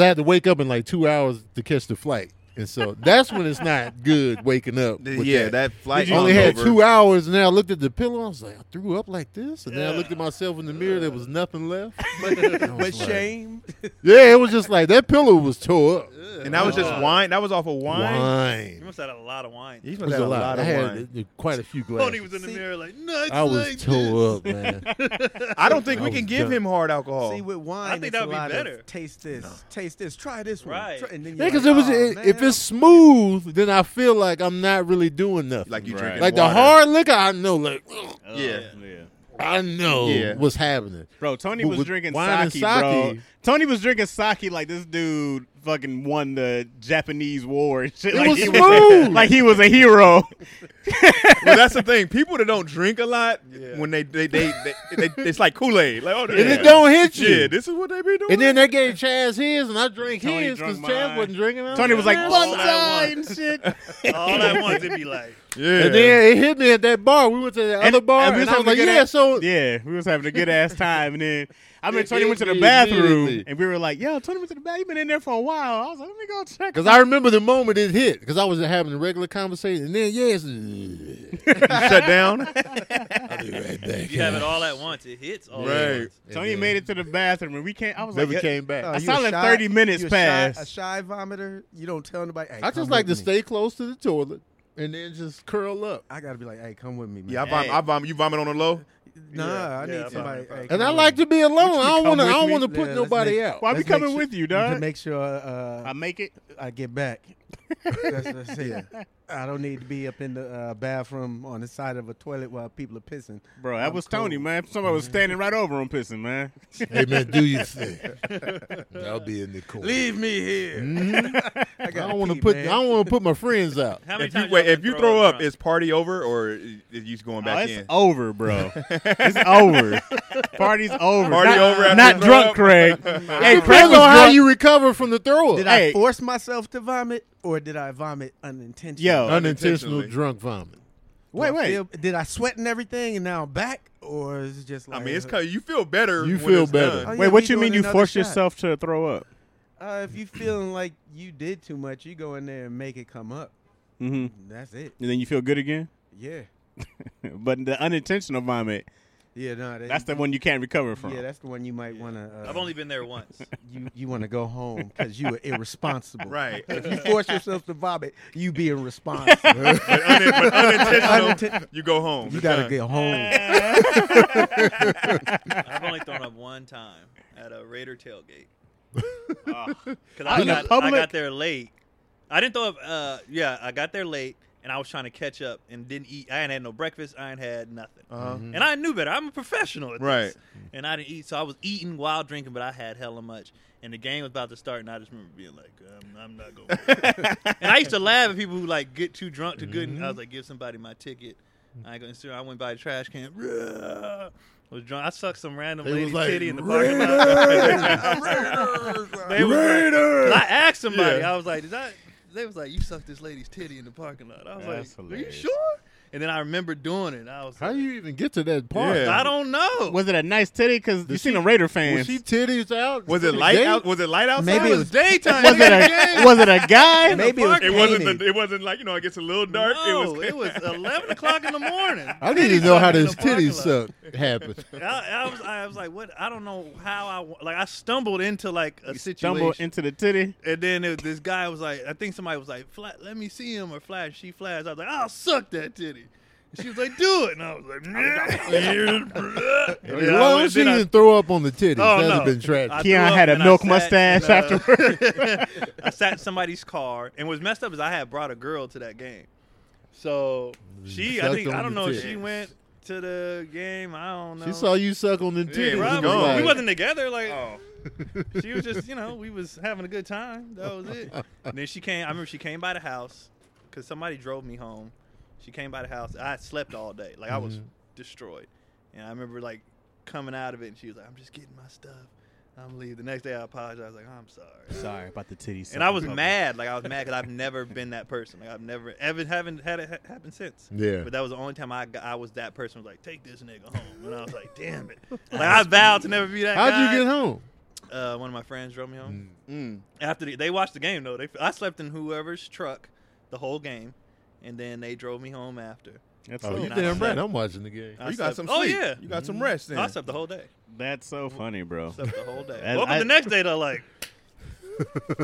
S5: I had to wake up in like two hours to catch the flight, and so that's when it's not good waking up. with
S3: yeah, that flight
S5: I only had
S3: hungover.
S5: two hours, and then I looked at the pillow. I was like, I threw up like this, and then I
S4: Yeah.
S5: looked at myself in the mirror. There was nothing left.
S2: But,
S5: like-
S2: but shame.
S5: Yeah, it was just like that pillow was tore up.
S3: and that was just
S4: Uh,
S3: wine. That was off of wine.
S5: Wine.
S4: You must have had a lot of wine.
S3: He
S5: It
S3: must
S5: was
S3: have
S5: a
S3: had
S5: lot. I
S3: of
S5: had
S3: wine.
S5: uh, quite a few
S4: Tony
S5: glasses.
S4: was in the mirror like, nuts
S5: I was
S4: like this.
S5: tore up, man.
S3: I don't think we
S5: I
S3: can
S5: was
S3: give
S5: done.
S3: him hard alcohol.
S5: Oh.
S2: See, with wine,
S4: I think
S2: it's
S4: that
S2: a
S4: would be
S2: lot of
S4: better.
S2: taste this, taste this, try this one.
S4: Right.
S2: Try, and then
S5: Yeah,
S2: you're
S5: because
S2: like,
S5: it was
S2: "Oh,
S5: i if
S2: man."
S5: it's smooth, then I feel like I'm not really doing nothing.
S3: like you
S1: Right.
S3: drinking
S5: Like the
S3: water.
S5: hard liquor, I know, like [SNIFFS]
S1: Oh,
S3: Yeah.
S1: yeah.
S5: I know
S3: Yeah.
S5: what's happening.
S1: Bro, Tony
S5: But
S1: was
S5: with
S1: drinking
S5: wine and
S1: sake, bro.
S5: sake-
S1: Tony was drinking sake like this dude fucking won the Japanese war and shit.
S5: It
S1: like
S5: was
S1: he
S5: smooth.
S1: like he was a hero.
S3: well, that's the thing. People that don't drink a lot,
S4: Yeah.
S3: when they they they, they, they it's like Kool Aid. Like, oh,
S5: And
S3: yeah.
S5: it
S1: [LAUGHS]
S5: don't hit you.
S3: Yeah, this is what they be doing.
S5: and then they gave Chaz his, and I drank
S1: Tony
S5: his because
S1: drunk
S5: Chaz
S1: mine.
S5: wasn't drinking. I was
S1: Tony was like
S5: "Man,
S1: one
S4: all I
S1: time
S4: want."
S1: shit.
S4: [LAUGHS] All at once, it'd be like,
S3: yeah,
S5: And then it hit me at that bar. We went to the other bar, and,
S1: we
S5: I was
S1: having a
S5: like,
S1: good
S5: "Yeah,
S1: ass-
S5: so
S1: [LAUGHS] yeah, we was having a good ass time." And then I mean,
S5: It
S1: Tony
S5: hit
S1: went to
S5: me
S1: the bathroom,
S5: immediately.
S1: and we were like, "Yo, Tony went to the bathroom. You been in there for a while." I was like, "Let me go check."
S5: Because I remember the moment it hit, because I was having a regular conversation, and then yes, [LAUGHS]
S3: [LAUGHS] you shut down.
S5: I'll be right back.
S4: you have it all at once. It hits all at
S3: Right.
S4: once.
S1: Tony made it to the bathroom, and we can't. I was
S5: Never
S1: like,
S5: came back.
S2: Oh,
S1: I
S2: you
S1: saw
S2: a
S1: that 30 minutes
S2: you a
S1: pass.
S2: Shy, a shy vomiter. You don't tell nobody. Hey,
S5: I
S2: come
S5: just like to
S2: with me.
S5: stay close to the toilet and then just curl up.
S2: I gotta be like, hey, come with me, man.
S3: Yeah, I vom- I vom- you vomit on the low.
S2: Nah, I
S4: yeah,
S2: need
S4: I'm
S2: somebody.
S4: fine.
S2: hey,
S5: And
S2: come
S5: I
S2: on.
S5: like to be alone. I
S1: come
S5: don't want to. I
S1: with
S5: don't
S1: me?
S5: want to put
S2: Yeah, let's
S5: nobody
S2: make-
S5: out.
S1: Why we
S2: Let's
S1: coming
S2: make
S1: with you,
S2: to
S1: dog?
S2: make sure uh,
S1: I make it.
S2: I get back. That's, that's it. [LAUGHS] I don't need to be up in the uh, bathroom on the side of a toilet while people are pissing.
S1: Bro, that
S2: I'm
S1: was Tony,
S2: cool.
S1: man. Somebody was standing right over him pissing, man.
S5: Hey man, do [LAUGHS] your thing. I'll be in the corner.
S2: Leave me here.
S5: Mhm.
S2: I,
S5: I
S2: gotta
S5: don't want to
S2: pee,
S5: put.
S2: man.
S5: I don't want to put my friends out.
S4: How many
S3: If you
S4: times
S3: wait,
S4: y'all
S3: if
S4: been
S3: you throw up,
S4: drunk?
S3: is party over or is you just going
S1: Oh,
S3: back
S1: it's
S3: in?
S1: over, bro. it's over. Party's over.
S3: Party
S1: not,
S3: over after
S1: Not
S3: throw
S1: drunk,
S3: up?
S1: Craig. hey, Craig
S5: Depends
S1: was
S5: on how
S1: drunk.
S5: you recover from the throw
S2: Did
S1: I-
S5: up.
S1: Hey.
S2: I force myself to vomit or did I vomit unintentionally?
S1: Yo.
S5: Unintentional
S3: Unintentionally.
S5: drunk vomit.
S2: Do
S1: Wait,
S2: I
S1: wait.
S2: feel- did I sweat and everything and now I'm back? Or is it just
S3: I
S2: like.
S3: mean, it's kind of, you feel better.
S5: You
S3: when
S5: feel
S3: it's
S5: better.
S2: Oh,
S3: done.
S2: yeah,
S1: Wait,
S2: we
S1: what you
S2: doing
S1: mean you
S2: another
S1: force
S2: shot.
S1: yourself to throw up?
S2: Uh, if you feeling like you did too much, you go in there and make it come up.
S1: Mm-hmm. And
S2: That's it.
S1: then you feel good again?
S2: Yeah.
S1: but the unintentional vomit,
S2: Yeah, no. That,
S1: that's the one you can't recover from.
S2: Yeah, that's the one you might want to. Uh,
S4: I've only been there once.
S3: [LAUGHS]
S2: you you want to go home because you were irresponsible.
S3: Right.
S2: If you force yourself to vomit, you being responsible.
S3: But unin- but unintentional,
S2: Uninten-
S3: Oh, you go home.
S2: you
S3: It's
S2: gotta
S3: done.
S2: get home.
S4: I've only thrown up one time at a Raider tailgate. Because
S1: In
S4: I,
S1: the
S4: got, I
S1: public?
S4: got there late. I didn't throw up. Uh, yeah, I got there late, and I was trying to catch up and didn't eat. I ain't had no breakfast. I ain't had nothing. Mm-hmm.
S3: Uh-huh.
S4: And I knew better. I'm a professional at
S3: Right.
S4: this. And I didn't eat, so I was eating while drinking, but I had hella much. And the game was about to start, and I just remember being like, um, "I'm not going." and I used to laugh at people who like get too drunk to good. And I was like, "Give somebody my ticket." I go. And so I went by the trash can. Bruh. Was drunk. I sucked some random
S5: They was
S4: lady's
S5: like,
S4: titty in the parking lot. They was like- 'cause I asked somebody.
S3: Yeah.
S4: I was like, "Did I?" They was like, "You sucked this lady's titty in the parking lot." I was
S1: That's
S4: like,
S1: hilarious.
S4: "Are you sure?" And then I remember doing it. I was
S5: How
S4: like,
S5: you even get to that part?
S3: Yeah.
S4: I don't know.
S1: Was it a nice titty? Because you
S5: Did
S1: seen
S5: she-
S1: a Raider fan.
S5: Was she titties out?
S3: Was it light
S5: Gay?
S3: out? Was it light outside?
S2: Maybe it was
S1: [LAUGHS]
S4: daytime.
S1: was [LAUGHS] it a was it a guy?
S2: Maybe it was
S3: It wasn't.
S2: painted.
S3: The, it wasn't like you know. It gets a little dark.
S4: No,
S3: it [LAUGHS]
S4: it
S3: was.
S4: was [LAUGHS] eleven o'clock in the morning.
S5: I need to know how this titty suck happened.
S4: I, I was, I was like, what? I don't know how I wa- like. I stumbled into like a
S1: Stumbled
S4: situation,
S1: into the titty.
S4: and then it, this guy was like, I think somebody was like, Fla let me see him or flash. She flashed. I was like, I'll suck that titty. And she was like, do it, and I was like, yeah. [LAUGHS] And
S5: As
S4: then I
S5: long
S4: went-
S5: as she
S4: then I-
S5: didn't throw up on the titties,
S4: Oh,
S5: that'd
S4: no.
S5: have been tragic.
S4: I
S1: Keon
S4: threw up
S1: had a
S4: and I
S1: milk
S4: sat
S1: mustache
S4: in, uh,
S1: afterward.
S4: [LAUGHS] I sat in somebody's car, and what's messed up is I had brought a girl to that game. So she, I
S5: Sucked
S4: think,
S5: on
S4: I don't
S5: the
S4: know.
S5: tits.
S4: She went to the game. I don't know.
S5: She saw you suck on the
S4: Yeah,
S5: titties.
S4: right,
S5: and
S4: we-
S5: was
S4: we
S5: like, oh.
S4: wasn't together.
S3: Oh.
S4: Like she was just, you know, we was having a good time. That was
S5: [LAUGHS]
S4: it. And then she came. I remember she came by the house because somebody drove me home. She came by the house. I had slept all day. Like I was
S5: Mm-hmm.
S4: destroyed. And I remember like coming out of it, and she was like, "I'm just getting my stuff. I'm leaving." The next day, I apologized. I was like, "I'm sorry."
S1: Sorry about the titties.
S4: And I was mad, like
S3: [LAUGHS]
S4: I was mad because I've never been that person. Like I've never, ever haven't had it ha- happen since.
S5: Yeah.
S4: But that was the only time I got, I was that person. Was like, take this nigga home, and I was like,
S3: [LAUGHS]
S4: damn it. Like I vowed to never be that.
S5: How'd
S4: guy.
S5: you get home?
S4: Uh, one of my friends drove me home.
S3: Mm.
S4: After the, they watched the game though, they I slept in whoever's truck the whole game, and then they drove me home after.
S1: That's
S5: Oh,
S1: so,
S5: you
S4: nice.
S5: damn right. I'm watching the game.
S4: I
S3: You got
S4: slept-
S3: some. Sleep.
S4: Oh yeah.
S3: You got some rest. Then.
S4: I slept the whole day.
S1: that's so funny, bro.
S4: Slept the whole day.
S1: As
S4: Woke up
S1: I-
S4: the next day though, like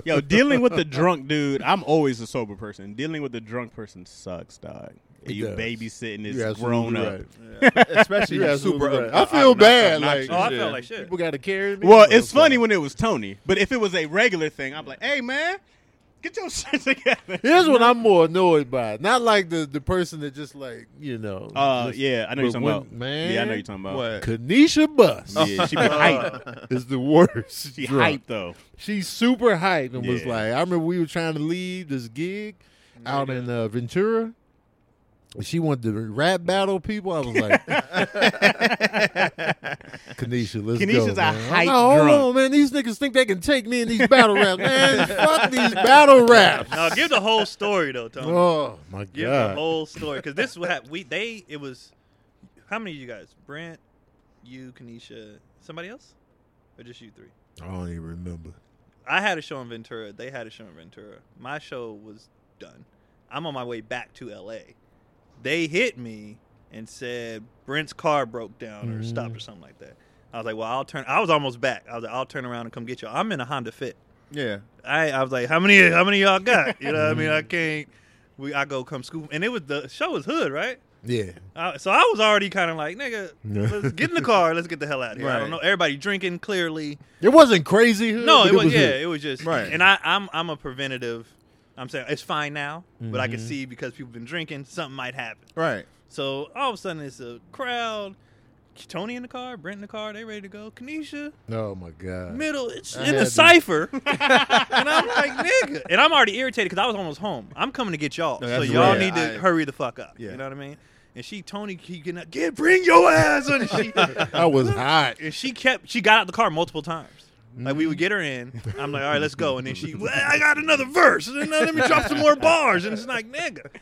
S1: Yo, dealing with the drunk dude, I'm always a sober person. Dealing with the drunk person sucks, dog.
S5: It
S1: you
S5: does.
S1: babysitting this
S5: You're absolutely
S1: grown up.
S5: right. [LAUGHS]
S3: Especially
S5: You're
S3: you
S5: absolutely
S3: super.
S5: right. I feel bad, like-
S4: oh, I felt like shit.
S5: People got to carry me.
S1: Well, it's funny when it was Tony, but if it was a regular thing, I'm like, hey man, get your [LAUGHS] shit together.
S5: Here's what I'm more annoyed by. Not like the, the person that just like, you know.
S1: Uh,
S5: just-
S1: yeah, I know you're
S5: But
S1: talking
S5: when-
S1: about.
S5: man.
S1: yeah, Uh. I know you're talking about.
S3: What? Uh,
S5: Kanisha Bus
S1: Yeah,
S5: [LAUGHS]
S1: she be hyped.
S5: is
S1: [LAUGHS]
S5: the worst.
S1: She
S5: drunk.
S1: hyped though.
S5: She's super hyped and was
S1: Yeah.
S5: like, I remember we were trying to leave this gig out in uh, Ventura. And She wanted to rap battle people. I was
S4: [LAUGHS]
S5: like, Kanisha, let's go.
S1: Kanisha's a
S5: man.
S1: hype
S5: no, hold
S1: drunk.
S5: on, man. These niggas think they can take me in these battle raps. Man,
S4: [LAUGHS]
S5: fuck these battle raps.
S4: No, give the whole story though, Tony.
S5: Oh, my
S4: Give the
S5: God.
S4: whole story because this was we they it was how many of you guys? Brent, you, Kanisha, somebody else, or just you three?
S5: I don't even remember.
S4: I had a show in Ventura. They had a show in Ventura. My show was done. I'm on my way back to L.A. They hit me and said Brent's car broke down or stopped or something like that. I was like, well, I'll turn. I was almost back. I was like, I'll turn around and come get you. I'm in a Honda Fit.
S3: Yeah.
S4: I I was like, how many how many y'all got? You know what I mean? I can't. We I go come scoop, and it was the show was hood, right?
S5: Yeah.
S4: I, so I was already kind of like, nigga, let's get in the car, let's get the hell out of here. I
S3: Right.
S4: don't know. Everybody drinking clearly.
S5: It wasn't crazy. huh,
S4: No,
S5: but
S4: it was, yeah,
S5: good.
S4: it was just
S3: Right.
S4: And I, I'm I'm a preventative. I'm saying it's fine now, but I can
S3: Mm-hmm.
S4: see because people been drinking, something might happen.
S3: Right.
S4: So all of a sudden it's a crowd. Tony in the car, Brent in the car, they ready to go. Kanisha,
S5: Oh my god.
S4: middle, it's
S5: I
S4: in
S5: had
S4: the
S5: to-
S4: cipher, and I'm like, nigga, and I'm already irritated because I was almost home. I'm coming to get y'all,
S3: No,
S4: so
S3: that's
S4: y'all
S3: right.
S4: need to
S3: I-
S4: hurry the fuck up.
S3: Yeah.
S4: You know what I mean? And she, Tony, keep getting up, get bring your ass, on. and she,
S5: I
S4: [LAUGHS]
S5: was hot.
S4: and she kept, she got out the car multiple times. Like we would get her in, I'm like, all right, let's go, and then she, well, I got another verse, and now let me drop some more bars, and it's like, nigga,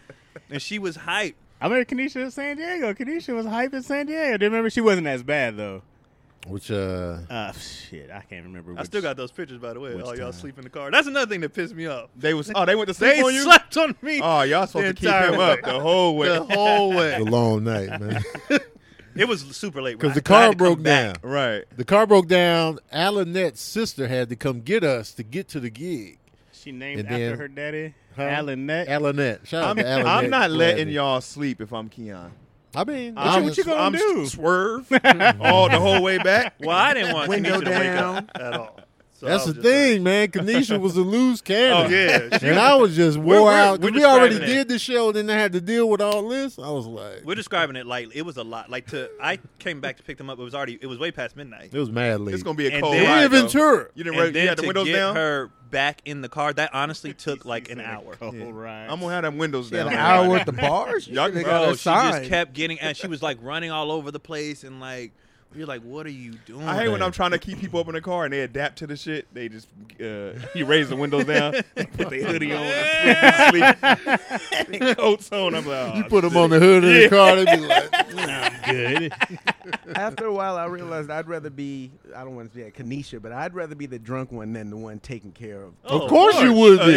S4: and she was hyped.
S1: I remember Kenesha in San Diego. Kenesha was hype in San Diego. Do you remember she wasn't as bad though?
S5: Which uh,
S1: Uh, [SIGHS] shit, I can't remember.
S4: I
S1: which-
S4: still got those pictures, by the way.
S1: which
S4: Oh,
S1: time?
S4: y'all sleep in the car. That's another thing that pissed me off.
S3: They was. Oh, they went to sleep
S4: They
S3: on you.
S4: slept on me
S3: Oh, y'all supposed
S4: The
S3: to keep
S4: entire
S3: him
S4: way.
S3: up
S4: [LAUGHS]
S3: the whole way.
S4: the whole way.
S5: a long night,
S4: [LAUGHS]
S5: man.
S4: It was super
S5: [LAUGHS]
S4: late when
S5: Because the
S4: I- I had
S5: car
S4: to
S5: broke
S4: come back.
S5: down.
S3: [LAUGHS] Right.
S5: The car broke down. Alanette's sister had to come get us to get to the gig.
S1: She named
S5: And
S1: after
S5: then-
S1: her daddy,
S5: Huh?
S1: Alan Net.
S5: Alanette. Shout out
S3: I'm,
S5: to Alanette.
S3: I'm not letting
S5: Gladney.
S3: y'all sleep if I'm Keon.
S5: I mean,
S3: I'm,
S5: I'm
S1: what you gonna
S3: I'm
S1: do?
S3: Swerve all Oh, the whole way back.
S4: [LAUGHS] Well, I didn't want
S2: Window
S4: Kanisha to wake
S2: down.
S4: up at all. So
S5: that's
S4: I
S5: the
S4: was just like-
S5: thing, man. Kanisha was a loose
S4: Oh
S5: cannon.
S4: yeah, She-
S5: And I was just
S4: We're-
S5: wore
S4: we're-
S5: out. 'cause
S4: we're
S5: we already
S4: describing it.
S5: did the show, and then I had to deal with all this. I was like,
S4: we're describing it lightly. It was a lot. Like to, I came back to pick them up. It was already. It was way past midnight.
S5: it was mad late.
S3: It's gonna be a
S4: And
S3: cold
S4: then-
S5: We're
S3: ride.
S5: in
S3: though.
S5: Ventura.
S3: You didn't.
S4: And
S3: Re-
S4: then
S3: you had the
S4: to
S3: windows
S4: get
S3: down.
S4: [LAUGHS] her back in the car, that honestly took like an hour.
S1: Cold ride.
S3: I'm gonna have them windows
S2: She had
S3: down.
S2: an
S3: [LAUGHS]
S2: hour with the bars.
S3: Y'all
S2: They
S3: can- Oh,
S2: got
S4: Bro,
S2: a
S4: she
S2: sign.
S4: just kept getting, and she was like running all over the place, and like you're like, what are you doing?
S3: I hate when I'm trying to keep people up in the car and they adapt to the shit. They just uh, [LAUGHS] you raise the windows
S4: [LAUGHS]
S3: down, put their hoodie on, sleep,
S1: [LAUGHS]
S3: their coats on. I'm like, oh,
S5: You put them on the hood of the car. They be like,
S1: good.
S2: After a while, I realized I'd rather be, I don't want to be a Kanisha, but I'd rather be the drunk one than the one taken care of.
S4: Oh,
S5: of course you would be. You [LAUGHS]
S2: [LAUGHS]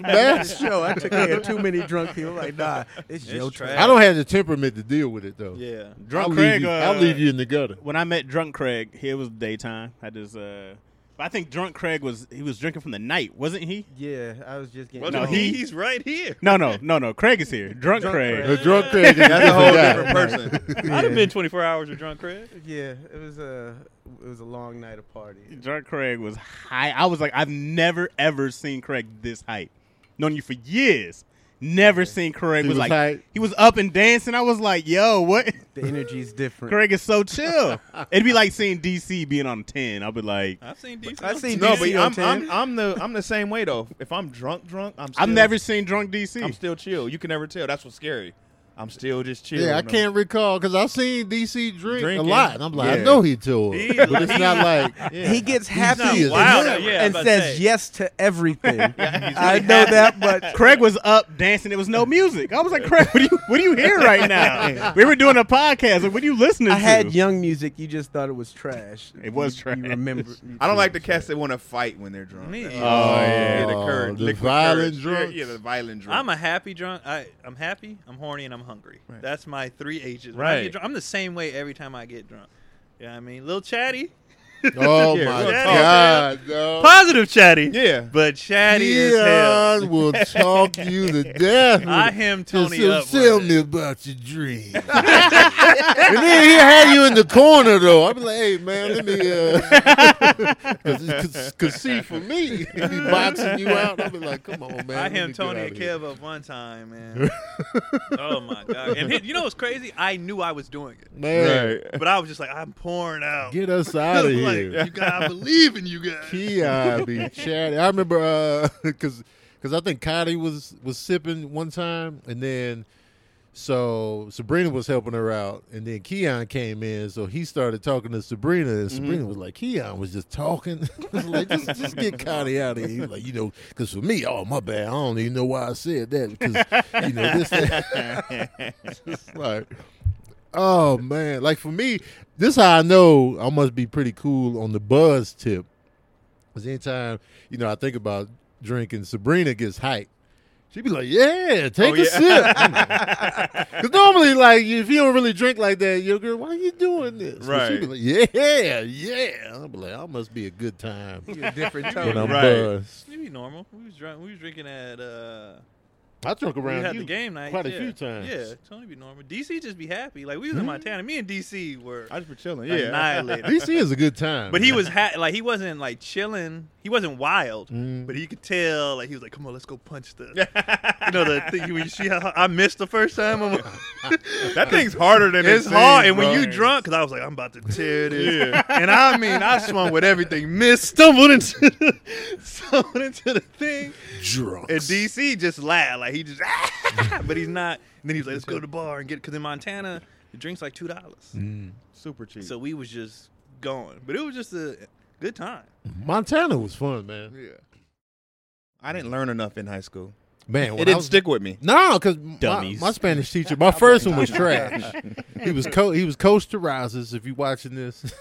S2: That's
S5: bastard.
S2: show. I took care of too many drunk people. Like, nah, it's,
S4: It's
S2: your
S4: trash.
S2: turn.
S5: I don't have the temperament to deal with it though.
S4: Yeah.
S1: Drunk
S5: I'll
S1: Craig.
S5: leave you,
S1: uh,
S5: I'll leave you in the
S3: [LAUGHS]
S5: gutter.
S1: When I met Drunk Craig, he- it was daytime. I just. Uh, but I think Drunk Craig was he was drinking from the night, wasn't he?
S2: Yeah, I was just getting.
S4: Well,
S1: No,
S2: home.
S1: he-
S4: he's right here.
S1: No, no, no, no. Craig is here. Drunk,
S2: Drunk
S1: Craig.
S2: Craig.
S5: A drunk Craig is
S3: that's a whole
S5: guy.
S3: different
S2: [LAUGHS]
S3: person.
S4: I'd have been 24 hours with drunk Craig.
S2: Yeah, it was a it was a long night of party.
S1: Drunk Craig was high. I was like, I've never ever seen Craig this hype. Known you for years. Never seen Craig
S5: He
S1: was,
S5: was
S1: like
S5: hype.
S1: he was up and dancing. I was like, yo,
S5: [LAUGHS]
S1: what?
S2: The energy's different.
S1: Craig is so chill. It'd be like seeing DC being on ten. I'll be like,
S4: I've seen DC.
S2: I seen
S3: No, but
S2: DC
S3: I'm,
S2: on
S3: I'm
S2: 10.
S3: I'm the I'm the same way though. If I'm drunk, drunk, I'm. Still,
S1: I've never seen drunk DC.
S3: I'm still chill. You can never tell. That's what's scary. I'm still just chill.
S5: [LAUGHS] Yeah, I
S3: And I'm-
S5: can't recall because I've seen DC drink
S3: Drinking.
S5: a lot. And I'm like,
S3: Yeah.
S5: I know he tore,
S4: He-
S5: it, but it's not
S3: [LAUGHS]
S5: like
S2: He gets
S5: not
S2: happy and,
S5: wild,
S4: yeah, I was
S2: and
S4: about to
S2: says
S4: say.
S2: yes to
S1: [LAUGHS]
S2: everything. I know that, but
S1: Craig was up dancing. It was no music. I was like, Craig, what do you what do you hear right now? we were doing a podcast. Like, what are you listening
S2: I
S1: to?
S2: had young music. You just thought it was trash.
S1: It was
S2: You-
S1: trash. [LAUGHS]
S2: You remember?
S3: I don't like the cats that want to fight when they're drunk.
S4: Me.
S3: That's-
S1: Oh, yeah.
S3: the courage,
S5: the
S3: liquid
S5: violent
S3: courage.
S5: drunks.
S3: Yeah, the violent drunk.
S4: I'm a happy drunk. I, I'm happy. I'm horny, and I'm hungry. That's my three H's. When I
S3: Right.
S4: get drunk, I'm the same way every time I get drunk. Yeah, I mean, little chatty,
S5: Oh
S3: Yeah,
S5: my
S3: we'll talk.
S5: god, no.
S4: positive chatty.
S3: Yeah.
S4: but chatty as hell.
S5: Dion will talk you
S4: [LAUGHS]
S5: to death.
S4: I
S5: with-
S4: him
S5: Just
S4: Tony
S5: tell-
S4: up.
S5: Tell
S4: one
S5: me
S4: day.
S5: about your dream. [LAUGHS] and then he had you in the corner though. I'm like, hey man, let me uh, [LAUGHS] cause, cause, cause see for me, he be boxing you out. I'll be like, come on man.
S4: I
S5: let
S4: him
S5: me get
S4: Tony
S5: out
S4: and
S5: of here.
S4: Kev up one
S5: [LAUGHS]
S4: time, man. oh my god! And he- you know what's crazy? I knew I was doing it,
S5: Man,
S4: but I was just like, I'm pouring out.
S5: get us out of
S4: [LAUGHS] like,
S5: here.
S4: You gotta I believe in you guys.
S5: Keon uh, be chatting. I remember uh, [LAUGHS] cause, cause I think Cotty was was sipping one time, and then so Sabrina was helping her out, and then Keon came in, so he started talking to Sabrina, and Sabrina was like, Keon was just talking, [LAUGHS] I was like just, just get Cotty out of here. He was like, you know, cause for me, oh my bad, I don't even know why I said that, cause you know this. that." [LAUGHS] It's like. Oh man! Like for me, this how I know I must be pretty cool on the buzz tip. Cause anytime you know I think about drinking, Sabrina gets hyped. She be like, "Yeah, take
S4: Oh,
S5: a
S4: [LAUGHS]
S5: sip." [LAUGHS] Cause normally, like if you don't really drink like that, your girl, why you doing this? But She be
S3: Right.
S5: like, "Yeah, yeah." I'm like, "I must be a good time
S4: [LAUGHS]
S2: a different
S5: when
S1: [LAUGHS]
S2: tone.
S5: I'm
S3: Right.
S5: buzzed."
S4: Maybe normal. We was drunk. We was drinking at uh,
S5: I drunk
S4: We
S5: around
S4: had
S5: you
S4: the game night
S5: quite
S4: yeah.
S5: a few times. Hmm?
S4: Yeah, Tony be normal. DC just be happy. Like we was in Montana. Me and DC were
S3: I just been chilling. Yeah.
S4: annihilated.
S5: DC is a good time.
S4: But he
S5: man.
S4: was ha- like he wasn't like chilling. He wasn't wild,
S5: Mm.
S4: but he could tell. Like he was like, "Come on, let's go punch the." you know the thing when you see how I missed the first time. I'm,
S3: that thing's harder than
S4: it's
S3: it
S4: hard, and
S3: seems,
S4: when
S3: bro.
S4: you drunk, because I was like, "I'm about to tear this,"
S3: Yeah.
S4: and I mean, I swung with everything, missed, stumbled into, [LAUGHS] stumbled into the thing,
S5: drunk.
S4: and DC just laughed. Like he just, [LAUGHS] but he's not. And then he was like, "Let's go to the bar and get," because in Montana, the drink's like two dollars.
S3: super cheap.
S4: So we was just going, but it was just a good time.
S5: Montana was fun, man.
S4: Yeah.
S3: I didn't learn enough in high school.
S5: Man, when
S3: it
S5: I
S3: didn't
S5: was,
S3: stick with me.
S5: No, because my,
S1: Dummies.
S5: my Spanish teacher,
S4: [LAUGHS]
S5: my first one was trash. He was co- he was Coach Terrazas. If you watching this, [LAUGHS]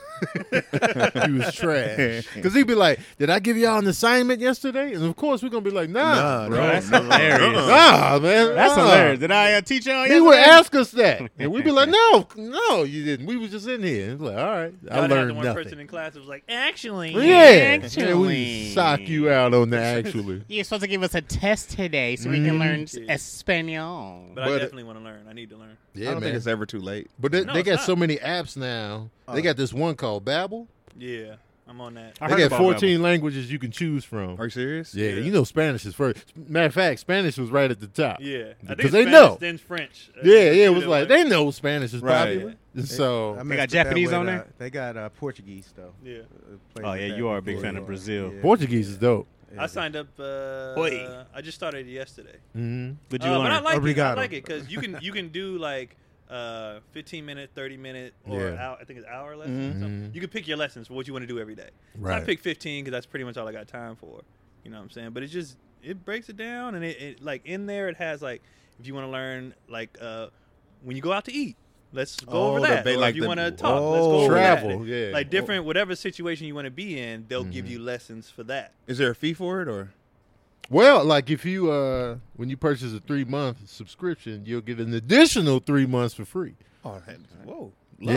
S5: he was trash. Because he'd be like, "Did I give y'all an assignment yesterday?" And of course, we're gonna be like, "Nah,
S1: Bro, that's hilarious.
S5: nah, man,
S1: That's
S5: nah."
S1: hilarious. Did I uh, teach y'all?
S5: He would
S1: yesterday?
S5: ask us that, and we'd be like, "No, no, you didn't. We was just in here." It's like, all right, I
S4: Y'all done had the
S5: learned
S4: one person
S5: nothing.
S4: in class that was like, actually,
S5: Yeah, yeah, we
S6: Actually.
S5: sock you out on the actually.
S6: You're supposed to give us a test today so we can learn s- Espanol.
S4: But, I
S5: But-
S4: definitely want to learn. I need to learn.
S5: Yeah,
S3: I don't
S5: man.
S3: think it's ever too late.
S5: but they,
S4: No,
S5: they
S4: it's
S5: got
S4: not.
S5: so many apps now. they got this one called Babbel.
S4: Yeah, I'm on that.
S1: I heard
S5: They got
S1: about
S5: 14 languages you can choose from.
S3: Are you serious?
S5: Yeah, you know Spanish is first. Matter of fact, Spanish was right at the top.
S4: Yeah, I think
S5: because
S4: it's
S5: they
S4: Spanish,
S5: know.
S4: Then French. Uh,
S5: yeah,
S4: two
S5: yeah. It was
S4: that
S5: like
S4: were-
S5: they know Spanish is
S3: Right.
S5: popular. And
S2: I
S5: so
S2: messed
S1: got
S2: up that
S1: Japanese
S2: with,
S1: on
S2: uh,
S1: there?
S2: they got uh, Portuguese though.
S4: Yeah.
S2: Uh, played
S1: Oh,
S2: with
S1: yeah,
S2: that
S1: you are a big
S2: before.
S1: fan of Brazil.
S5: Portuguese is dope.
S2: Yeah.
S4: I signed up. Uh,
S1: Oi.
S4: I just started yesterday.
S5: Mm-hmm.
S1: Did you
S4: Uh, but I
S1: learn?
S4: like it. I
S2: Obrigado.
S4: like it because you can you can do like uh 15 minute, 30 minute, or
S5: Yeah.
S4: hour, I think it's hour lessons. Or something. You can pick your lessons for what you want to do every day. So
S5: Right.
S4: I pick 15 because that's pretty much all I got time for. You know what I'm saying? But it just it breaks it down and it, it like in there it has like if you want to learn like uh when you go out to eat. Let's go
S3: Oh,
S4: over
S3: the
S4: that.
S3: ba-
S4: or
S3: like
S4: if you
S3: the-
S4: want to talk, let's go over
S5: travel,
S4: that.
S5: yeah.
S4: Like different whatever situation you want to be in, they'll give you lessons for that.
S3: Is there a fee for it or?
S5: Well, like if you uh when you purchase a three month subscription, you'll get an additional three months for free.
S3: Oh, that, whoa,
S5: Yeah.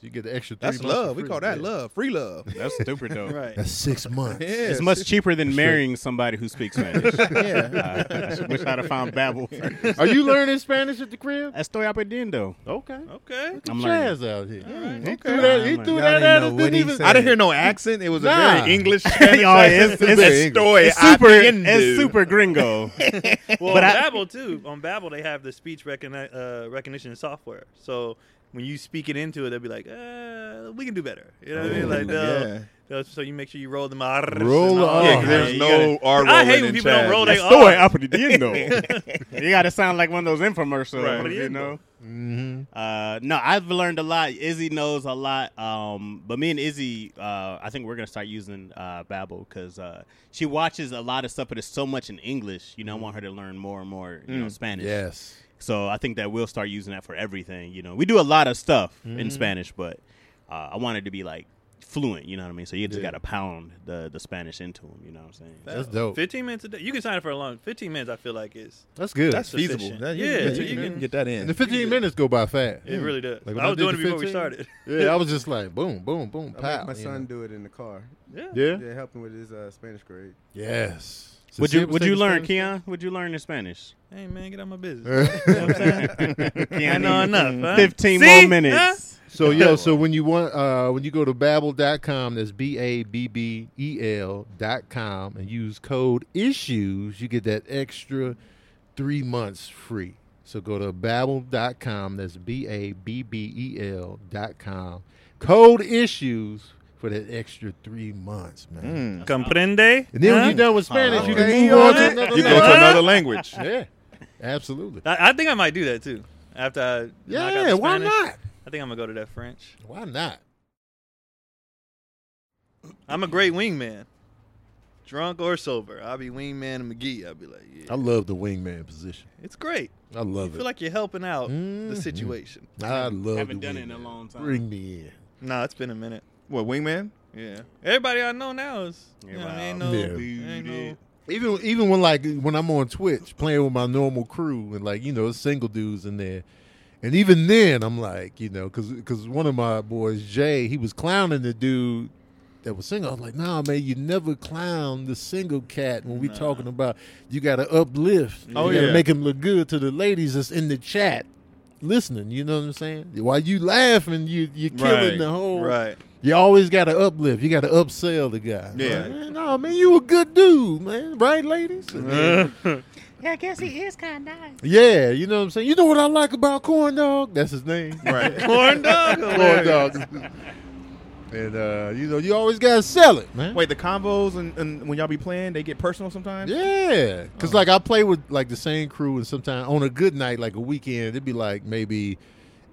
S5: So you get the extra. Three
S3: That's
S5: months for
S3: love. We
S5: free.
S3: call that
S5: Yeah.
S3: love. Free love.
S1: That's stupid though.
S4: Right.
S5: That's
S3: [LAUGHS]
S5: six months.
S3: Yeah.
S1: It's much cheaper than marrying somebody who speaks Spanish.
S3: yeah.
S1: I wish I'd have found Babel.
S5: [LAUGHS] Are you learning Spanish at the crib?
S1: Estoy aprendiendo.
S5: Okay.
S4: Okay.
S1: I'm
S5: Jazz out here. He
S3: Okay.
S5: threw that. He
S1: I'm
S5: threw [LAUGHS]
S2: learning.
S5: that
S2: Y'all
S5: at
S2: didn't know
S5: us. Didn't
S2: what he
S5: even.
S2: said.
S3: I didn't hear no accent. It was a
S5: Nah.
S3: very English Spanish
S1: Oh, it's-
S3: accent.
S1: it's-
S5: it's
S3: Estoy
S1: It's super,
S3: aprendiendo.
S1: it's super gringo.
S4: Well,
S1: But
S4: on
S1: I-
S4: Babel too. On Babel, they have the speech recogni- uh, recognition software. So when you speak it into it, they'll be like, uh, "We can do better." You know what I mean? Like, they'll,
S3: yeah.
S4: they'll- so you make sure you roll them out.
S5: Roll
S3: Yeah, 'cause
S5: Oh,
S3: there's
S1: you
S3: no R
S4: I
S3: rolling
S4: hate when
S3: in
S4: people don't
S3: Chad.
S4: roll their-
S1: Estoy aprendiendo. you got to sound like one of those infomercials,
S4: Right.
S1: you know.
S5: Mm-hmm.
S1: Uh, no, I've learned a lot. Izzy knows a lot. Um, but me and Izzy, uh, I think we're gonna start using uh, Babbel because uh, she watches a lot of stuff, but it's so much in English. You know, I want her to learn more and more, you know, Spanish.
S5: Yes.
S1: So I think that we'll start using that for everything. You know, we do a lot of stuff in Spanish, but uh, I wanted to be like fluent. You know what I mean? So you just got to pound the the Spanish into them. You know what I'm saying?
S5: That's dope.
S4: Fifteen minutes a day. You can sign up for a long. Fifteen minutes, I feel like is
S5: That's good.
S3: That's
S4: Sufficient.
S3: feasible. That-
S4: Yeah,
S3: you,
S4: so
S3: you
S4: you
S3: can
S4: can-
S3: get that
S5: and the
S3: in.
S5: 15 minutes go by fast.
S4: it really does.
S5: Like, when
S4: I was
S5: did
S4: doing it
S5: the
S4: before we
S5: 15
S4: started.
S5: [LAUGHS] Yeah, I was just like, boom, boom, boom,
S2: I
S5: pow.
S2: make my
S5: you
S2: son
S5: know.
S2: do it in the car.
S4: Yeah.
S5: Yeah.
S2: Yeah, help him with his uh, Spanish grade.
S5: Yes.
S1: would you
S5: Sincere
S1: would you
S5: percentage
S1: learn,
S5: Spanish?
S1: Keon? Would you learn in Spanish?
S4: Hey man, get out my business.
S5: Uh,
S4: [LAUGHS]
S5: [LAUGHS]
S4: you know what I'm saying? I
S1: Keon,
S4: know enough. huh?
S1: Fifteen
S4: See?
S1: more minutes.
S5: so [LAUGHS] yo, so when you want, uh, when you go to Babbel.com, that's b a b b e l dot com, and use code issues, you get that extra three months free. So go to Babbel.com, that's b a b b e l dot com, code issues for that extra three months, man.
S3: Mm.
S4: Comprende?
S5: And then when
S4: Huh?
S5: you're done with Spanish, you
S2: Okay,
S5: can move
S2: you
S5: on
S2: on
S5: to
S2: it?
S5: another
S3: You go
S5: language. [LAUGHS]
S3: to [LAUGHS] another language.
S5: Yeah, absolutely.
S4: I, I think I might do that too. After I knock out
S5: Yeah,
S4: the
S5: why
S4: Spanish.
S5: not?
S4: I think I'm gonna go to that French.
S5: Why not?
S4: I'm a great wingman. Drunk or sober, I'll be wingman McGee. I'll be like,
S5: I
S4: yeah,
S5: love the wingman position.
S4: it's great.
S5: I love
S4: I
S5: it.
S4: feel like you're helping out the
S5: Mhm.
S4: situation.
S5: I love.
S1: Haven't
S5: the
S1: done it in a
S5: wingman.
S1: long time.
S5: Bring me in.
S4: Nah, it's been a minute.
S3: What wingman?
S4: Yeah, everybody I know now is you know, what I mean? ain't no,
S5: Yeah.
S4: ain't no-
S5: Even even when like when I'm on Twitch playing with my normal crew and like you know it's single dudes in there, and even then I'm like you know because one of my boys Jay he was clowning the dude that was single. I was like, nah, man, you never clown the single cat when we talking about you got to uplift.
S3: Oh,
S5: you gotta
S3: yeah.
S5: make him look good to the ladies that's in the chat listening. You know what I'm saying? While you laughing, you, you're killing
S3: Right,
S5: the whole.
S3: right.
S5: You always got to uplift. You got to upsell the guy.
S3: Yeah.
S5: Like, man, no, man, you a good dude, man. Right, ladies? And then-
S6: Yeah, I guess he is kind of nice.
S5: yeah, you know what I'm saying? You know what I like about Corn Dog? That's his name.
S3: [LAUGHS] Right.
S4: Corn
S5: [LAUGHS]
S4: dog. [LAUGHS]
S5: Corn Dog. And, uh, you know, you always got to sell it, man.
S3: Wait, the combos and, and when y'all be playing, they get personal sometimes.
S5: Yeah, because like I play with like the same crew, and sometimes on a good night, like a weekend, it'd be like maybe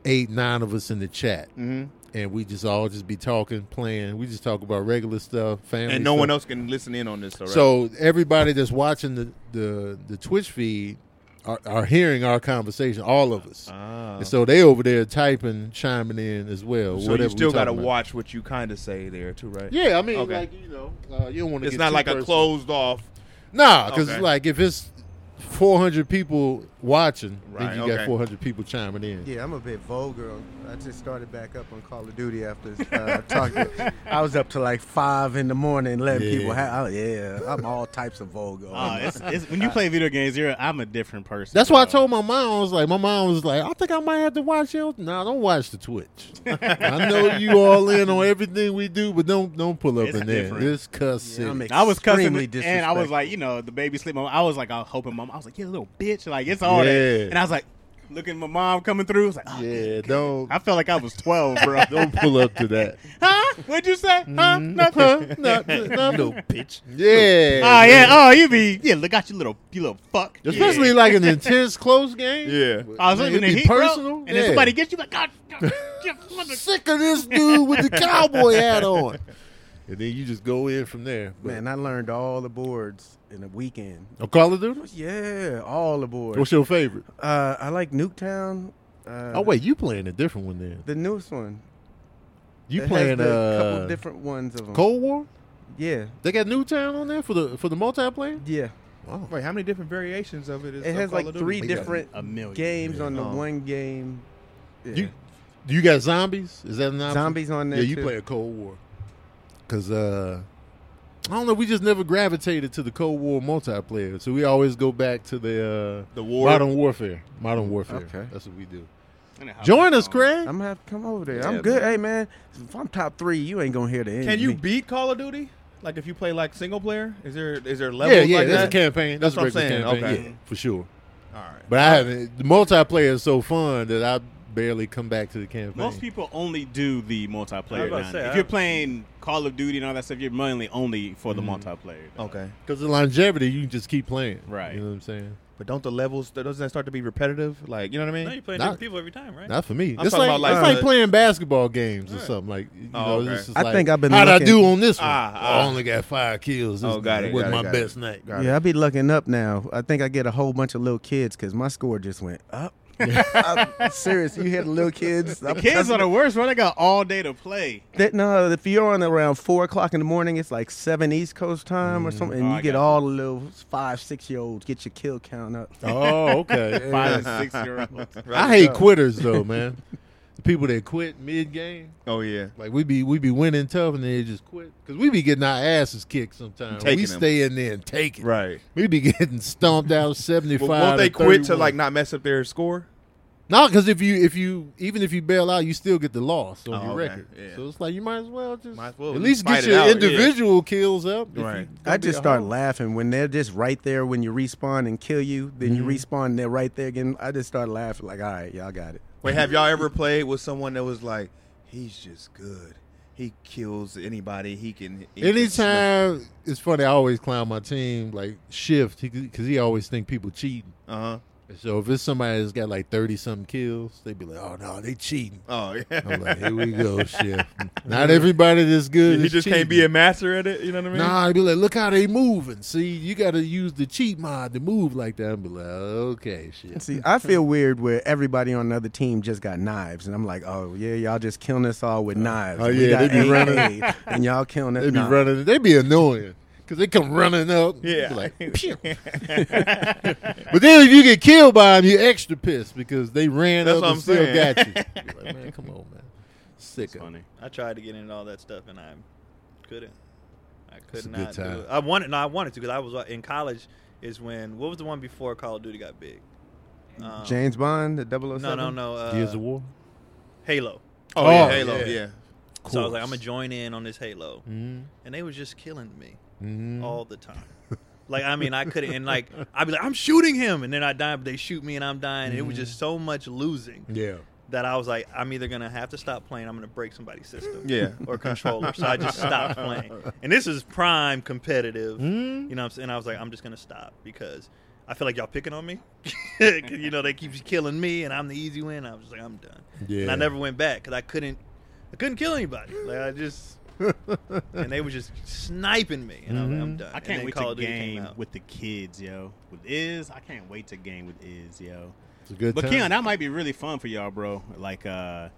S5: eight, nine of us in the chat,
S3: Mhm.
S5: and we just all just be talking, playing. We just talk about regular stuff, family,
S3: And no one
S5: stuff.
S3: else can listen in on this. Though, right?
S5: So everybody that's watching the the, the Twitch feed are, are hearing our conversation, all of us.
S3: Ah.
S5: And so they over there typing, chiming in as well.
S3: So
S5: whatever
S3: you
S5: we
S3: still got to
S5: talking about.
S3: watch what you kind of say there too, right?
S5: Yeah, I mean,
S3: Okay.
S5: like you know, uh, you don't want to.
S3: It's not like a closed off.
S5: Nah, because
S3: Okay.
S5: like if it's 400 people watching,
S3: Right,
S5: then you
S3: okay.
S5: got 400 people chiming in.
S2: Yeah, I'm a bit vulgar. I just started back up on Call of Duty after uh, talking. I was up to like five in the morning letting
S5: Yeah.
S2: people have. Yeah, I'm all types of vulgar.
S1: Oh, it's, it's, when you play video games, you're I'm a different person.
S5: That's why I
S3: Uh-huh.
S1: bro.
S5: told my mom. I was like, my mom was like, I think I might have to watch you. Nah, don't watch the
S3: [LAUGHS]
S5: Twitch. I know you all in on everything we do, but don't don't pull up
S1: It's
S5: in there.
S1: different.
S5: This cuss
S2: Yeah, I'm
S5: city.
S1: I was cussing,
S2: extremely
S1: and I was like,
S2: disrespectful.
S1: you know, the baby sleep. I was like, I was hoping mom. I was like, you little bitch, like it's all that.
S5: Yeah.
S1: And I was like, looking at my mom coming through. I was like, oh,
S5: yeah, don't
S1: I felt like I was twelve,
S5: [LAUGHS]
S1: bro. [LAUGHS]
S5: don't pull up to that.
S1: huh? What'd you say? Huh? Nothing.
S5: [LAUGHS] huh? [LAUGHS] No, no, Ah,
S3: Little bitch.
S5: Mm-hmm. Yeah. Oh,
S1: Oh yeah. Oh, you be yeah. Look out, you little you little fuck.
S5: Especially like an intense close game.
S3: Yeah.
S1: I was like,
S5: Man,
S1: in the
S5: it'd be
S1: heat, bro,
S5: personal.
S1: and then
S5: Yeah.
S1: somebody gets you like, God,
S5: [LAUGHS]
S1: God, God,
S5: I'm
S1: mother-
S5: sick of this dude [LAUGHS] with the cowboy hat on. And then you just go in from there.
S2: [LAUGHS]
S5: But-
S2: man, I learned all the boards in a weekend.
S5: Oh, Call of Duty?
S2: Yeah, all the boards.
S5: What's your favorite?
S2: Uh, I like Nuketown. Uh,
S5: Oh wait, you playing a different one then?
S2: the newest one.
S5: You
S2: It has
S5: playing
S2: the couple
S5: uh,
S2: different ones of them.
S5: Cold War?
S2: Yeah,
S5: They got Newtown on there for the for the multiplayer.
S2: yeah.
S5: Wow.
S3: Wait, how many different variations of it is?
S2: It
S3: of
S2: has
S3: Call
S2: like
S3: of Duty?
S2: three
S5: We got
S2: different
S1: a million.
S2: games on the
S3: Oh.
S2: one game. Yeah.
S5: Oh, You Do you got zombies? Is that an option?
S2: Zombies on
S5: Yeah,
S2: there.
S5: you
S2: too.
S5: play a Cold War. Cause uh, I don't know, we just never gravitated to the Cold War multiplayer, so we always go back to the
S3: The
S5: uh,
S3: war.
S5: Modern Warfare. Modern Warfare.
S2: Okay.
S5: That's what we do.
S1: And then how-
S5: Join us, Craig.
S2: I'm gonna have to come over there.
S3: Yeah,
S2: I'm good. Hey man, if I'm top three, you ain't gonna hear the end.
S3: Can
S2: of
S3: you
S2: me.
S3: beat Call of Duty? Like if you play like single player, is there is there levels
S5: Yeah, yeah,
S3: like
S5: that's
S3: that?
S5: a campaign. That's,
S3: That's
S5: a
S3: what
S5: regular
S3: I'm saying.
S5: campaign.
S3: Okay.
S5: Yeah, for sure.
S3: All right.
S5: But I haven't. The multiplayer is so fun that I barely come back to the campaign.
S1: Most people only do the multiplayer.
S4: about to
S1: now.
S4: say,
S1: if
S4: I-
S1: you're playing Call of Duty and all that stuff, you're mainly only for the [LAUGHS] multiplayer. now.
S3: Okay.
S5: because the longevity, you can just keep playing.
S1: Right.
S5: You know what I'm saying?
S3: But don't the levels doesn't that start to be repetitive? Like you know what I
S4: No,
S3: mean?
S4: you're playing
S5: Not-
S4: different people every time, right?
S5: Not for me.
S3: I'm
S5: it's
S3: talking
S5: like,
S3: about like
S5: it's like
S3: the-
S5: playing basketball games or
S4: Alright.
S5: something. Like you
S3: Oh,
S5: know,
S3: okay.
S5: it's just
S2: I
S5: like,
S2: think I've been
S5: How'd I
S2: looking-
S5: do on this one?
S3: Ah,
S5: I
S3: ah.
S5: only got five kills. This
S3: Oh, got
S5: night.
S3: it,
S5: wasn't
S3: got it,
S5: my
S3: got it.
S5: best night.
S3: Got it.
S2: Yeah, I be looking up now. I think I get a whole bunch of little kids because my score just went [LAUGHS] up. I'm serious, you had little kids. I'm
S1: Kids
S2: cussing-
S1: are the worst, bro. They got all day to play.
S2: That, no, if you're on around four o'clock in the morning, it's like seven East Coast time or something, and
S1: Oh,
S2: you
S1: I
S2: get
S1: got
S2: all the little five, six year olds get your kill count up.
S5: Oh,
S3: [LAUGHS]
S5: okay.
S1: Five and six [LAUGHS] year olds.
S5: I hate quitters
S2: [LAUGHS]
S5: though, man. the people that quit mid game.
S3: Oh yeah.
S5: Like we be we be winning tough and then they just quit because we be getting our asses kicked sometimes.
S3: Taking
S5: we
S3: 'em.
S5: stay in there and take it.
S3: Right.
S5: We be [LAUGHS] getting stomped out seventy
S3: But
S5: five.
S3: won't they quit to like not mess up their score?
S5: No, because if you if you even if you bail out, you still get the loss on
S3: Oh,
S5: your
S3: okay.
S5: record.
S3: Yeah.
S5: So it's like you might as well just
S3: Might as well
S5: at least
S3: fight
S5: get
S3: it
S5: your
S3: out, yeah.
S5: individual kills up. if you
S3: Right.
S5: gonna
S2: I
S5: be
S2: just
S5: a
S2: start
S5: hoe.
S2: laughing when they're just right there when you respawn and kill you, then you respawn and they're right there again. I just start laughing like, all right, y'all got it.
S3: Wait, have y'all ever played with someone that was like, he's just good. He kills anybody he can. he can snuff-"
S5: Anytime it's funny, I always clown my team like shift because he always think people cheating.
S3: Uh-huh.
S5: And So if it's somebody that's got like thirty something kills, they be like, "Oh no, they cheating."
S3: Oh yeah.
S5: I'm like, "Here we
S3: [LAUGHS]
S5: go, shift." Not everybody that's good.
S3: he
S5: is
S3: just can't be
S5: cheating.
S3: a master at it. You know what I mean?
S5: Nah, I'd be like, look how they moving. See, you got to use the cheat mod to move like that. I'd be like, okay, shit.
S2: See, I feel weird where everybody on another team just got knives, and I'm like, oh yeah, y'all just killing us all with knives.
S5: oh,
S2: and we
S5: yeah,
S2: got
S5: they be running.
S2: AKs, and y'all killing us.
S5: They be
S2: Nah.
S5: running. They be annoying because they come running up.
S3: Yeah.
S5: Be like, "Pew." [LAUGHS] but then if you get killed by them, you're extra pissed because they ran
S3: That's
S5: up
S3: what
S5: and
S3: I'm
S5: still
S3: [LAUGHS] saying.
S5: got you. Be like, man, come on, man. Sick
S1: It's
S5: of.
S1: funny.
S4: I tried to get into all that stuff, and I'm Couldn't. I
S5: It's
S4: could
S5: a
S4: not.
S5: good time.
S4: Do it. I wanted. No, I wanted to because I was uh, in college. Is when what was the one before Call of Duty got big? Um,
S2: James Bond, the 007?
S4: No, no, no. Uh,
S5: Gears of War.
S4: Halo.
S3: Oh, yeah,
S5: Oh,
S3: Halo.
S5: yeah.
S3: Yeah.
S4: So I was like, I'm gonna join in on this Halo,
S5: Mm-hmm.
S4: and they was just killing me
S5: Mm-hmm.
S4: all
S5: [LAUGHS]
S4: the time. Like I mean, I couldn't. And like I'd be like, I'm shooting him, and then I die. But they shoot me, and I'm dying. And it was just so much losing
S5: Yeah.
S4: that I was like, I'm either gonna have to stop playing. I'm gonna break somebody's system.
S3: Yeah.
S4: Or controller. So I just stopped playing. And this is prime competitive.
S5: Mm.
S4: You know what I'm saying? I was like, I'm just gonna stop because I feel like y'all picking on me. 'Cause, you know, they keep killing me, and I'm the easy win. I was just like, I'm done. And
S5: Yeah.
S4: I never went back because I couldn't, I couldn't kill anybody. Like I just, and they were just sniping me, and I was like, I'm done.
S1: I
S4: And
S1: can't
S4: then
S1: wait
S4: Call
S1: to
S4: of Duty came
S1: game
S4: out.
S1: with the kids, yo. With Iz, I can't wait to game with Iz, yo.
S5: It's a good
S1: But
S5: time.
S1: Keon, that might be really fun for y'all, bro. Like, uh,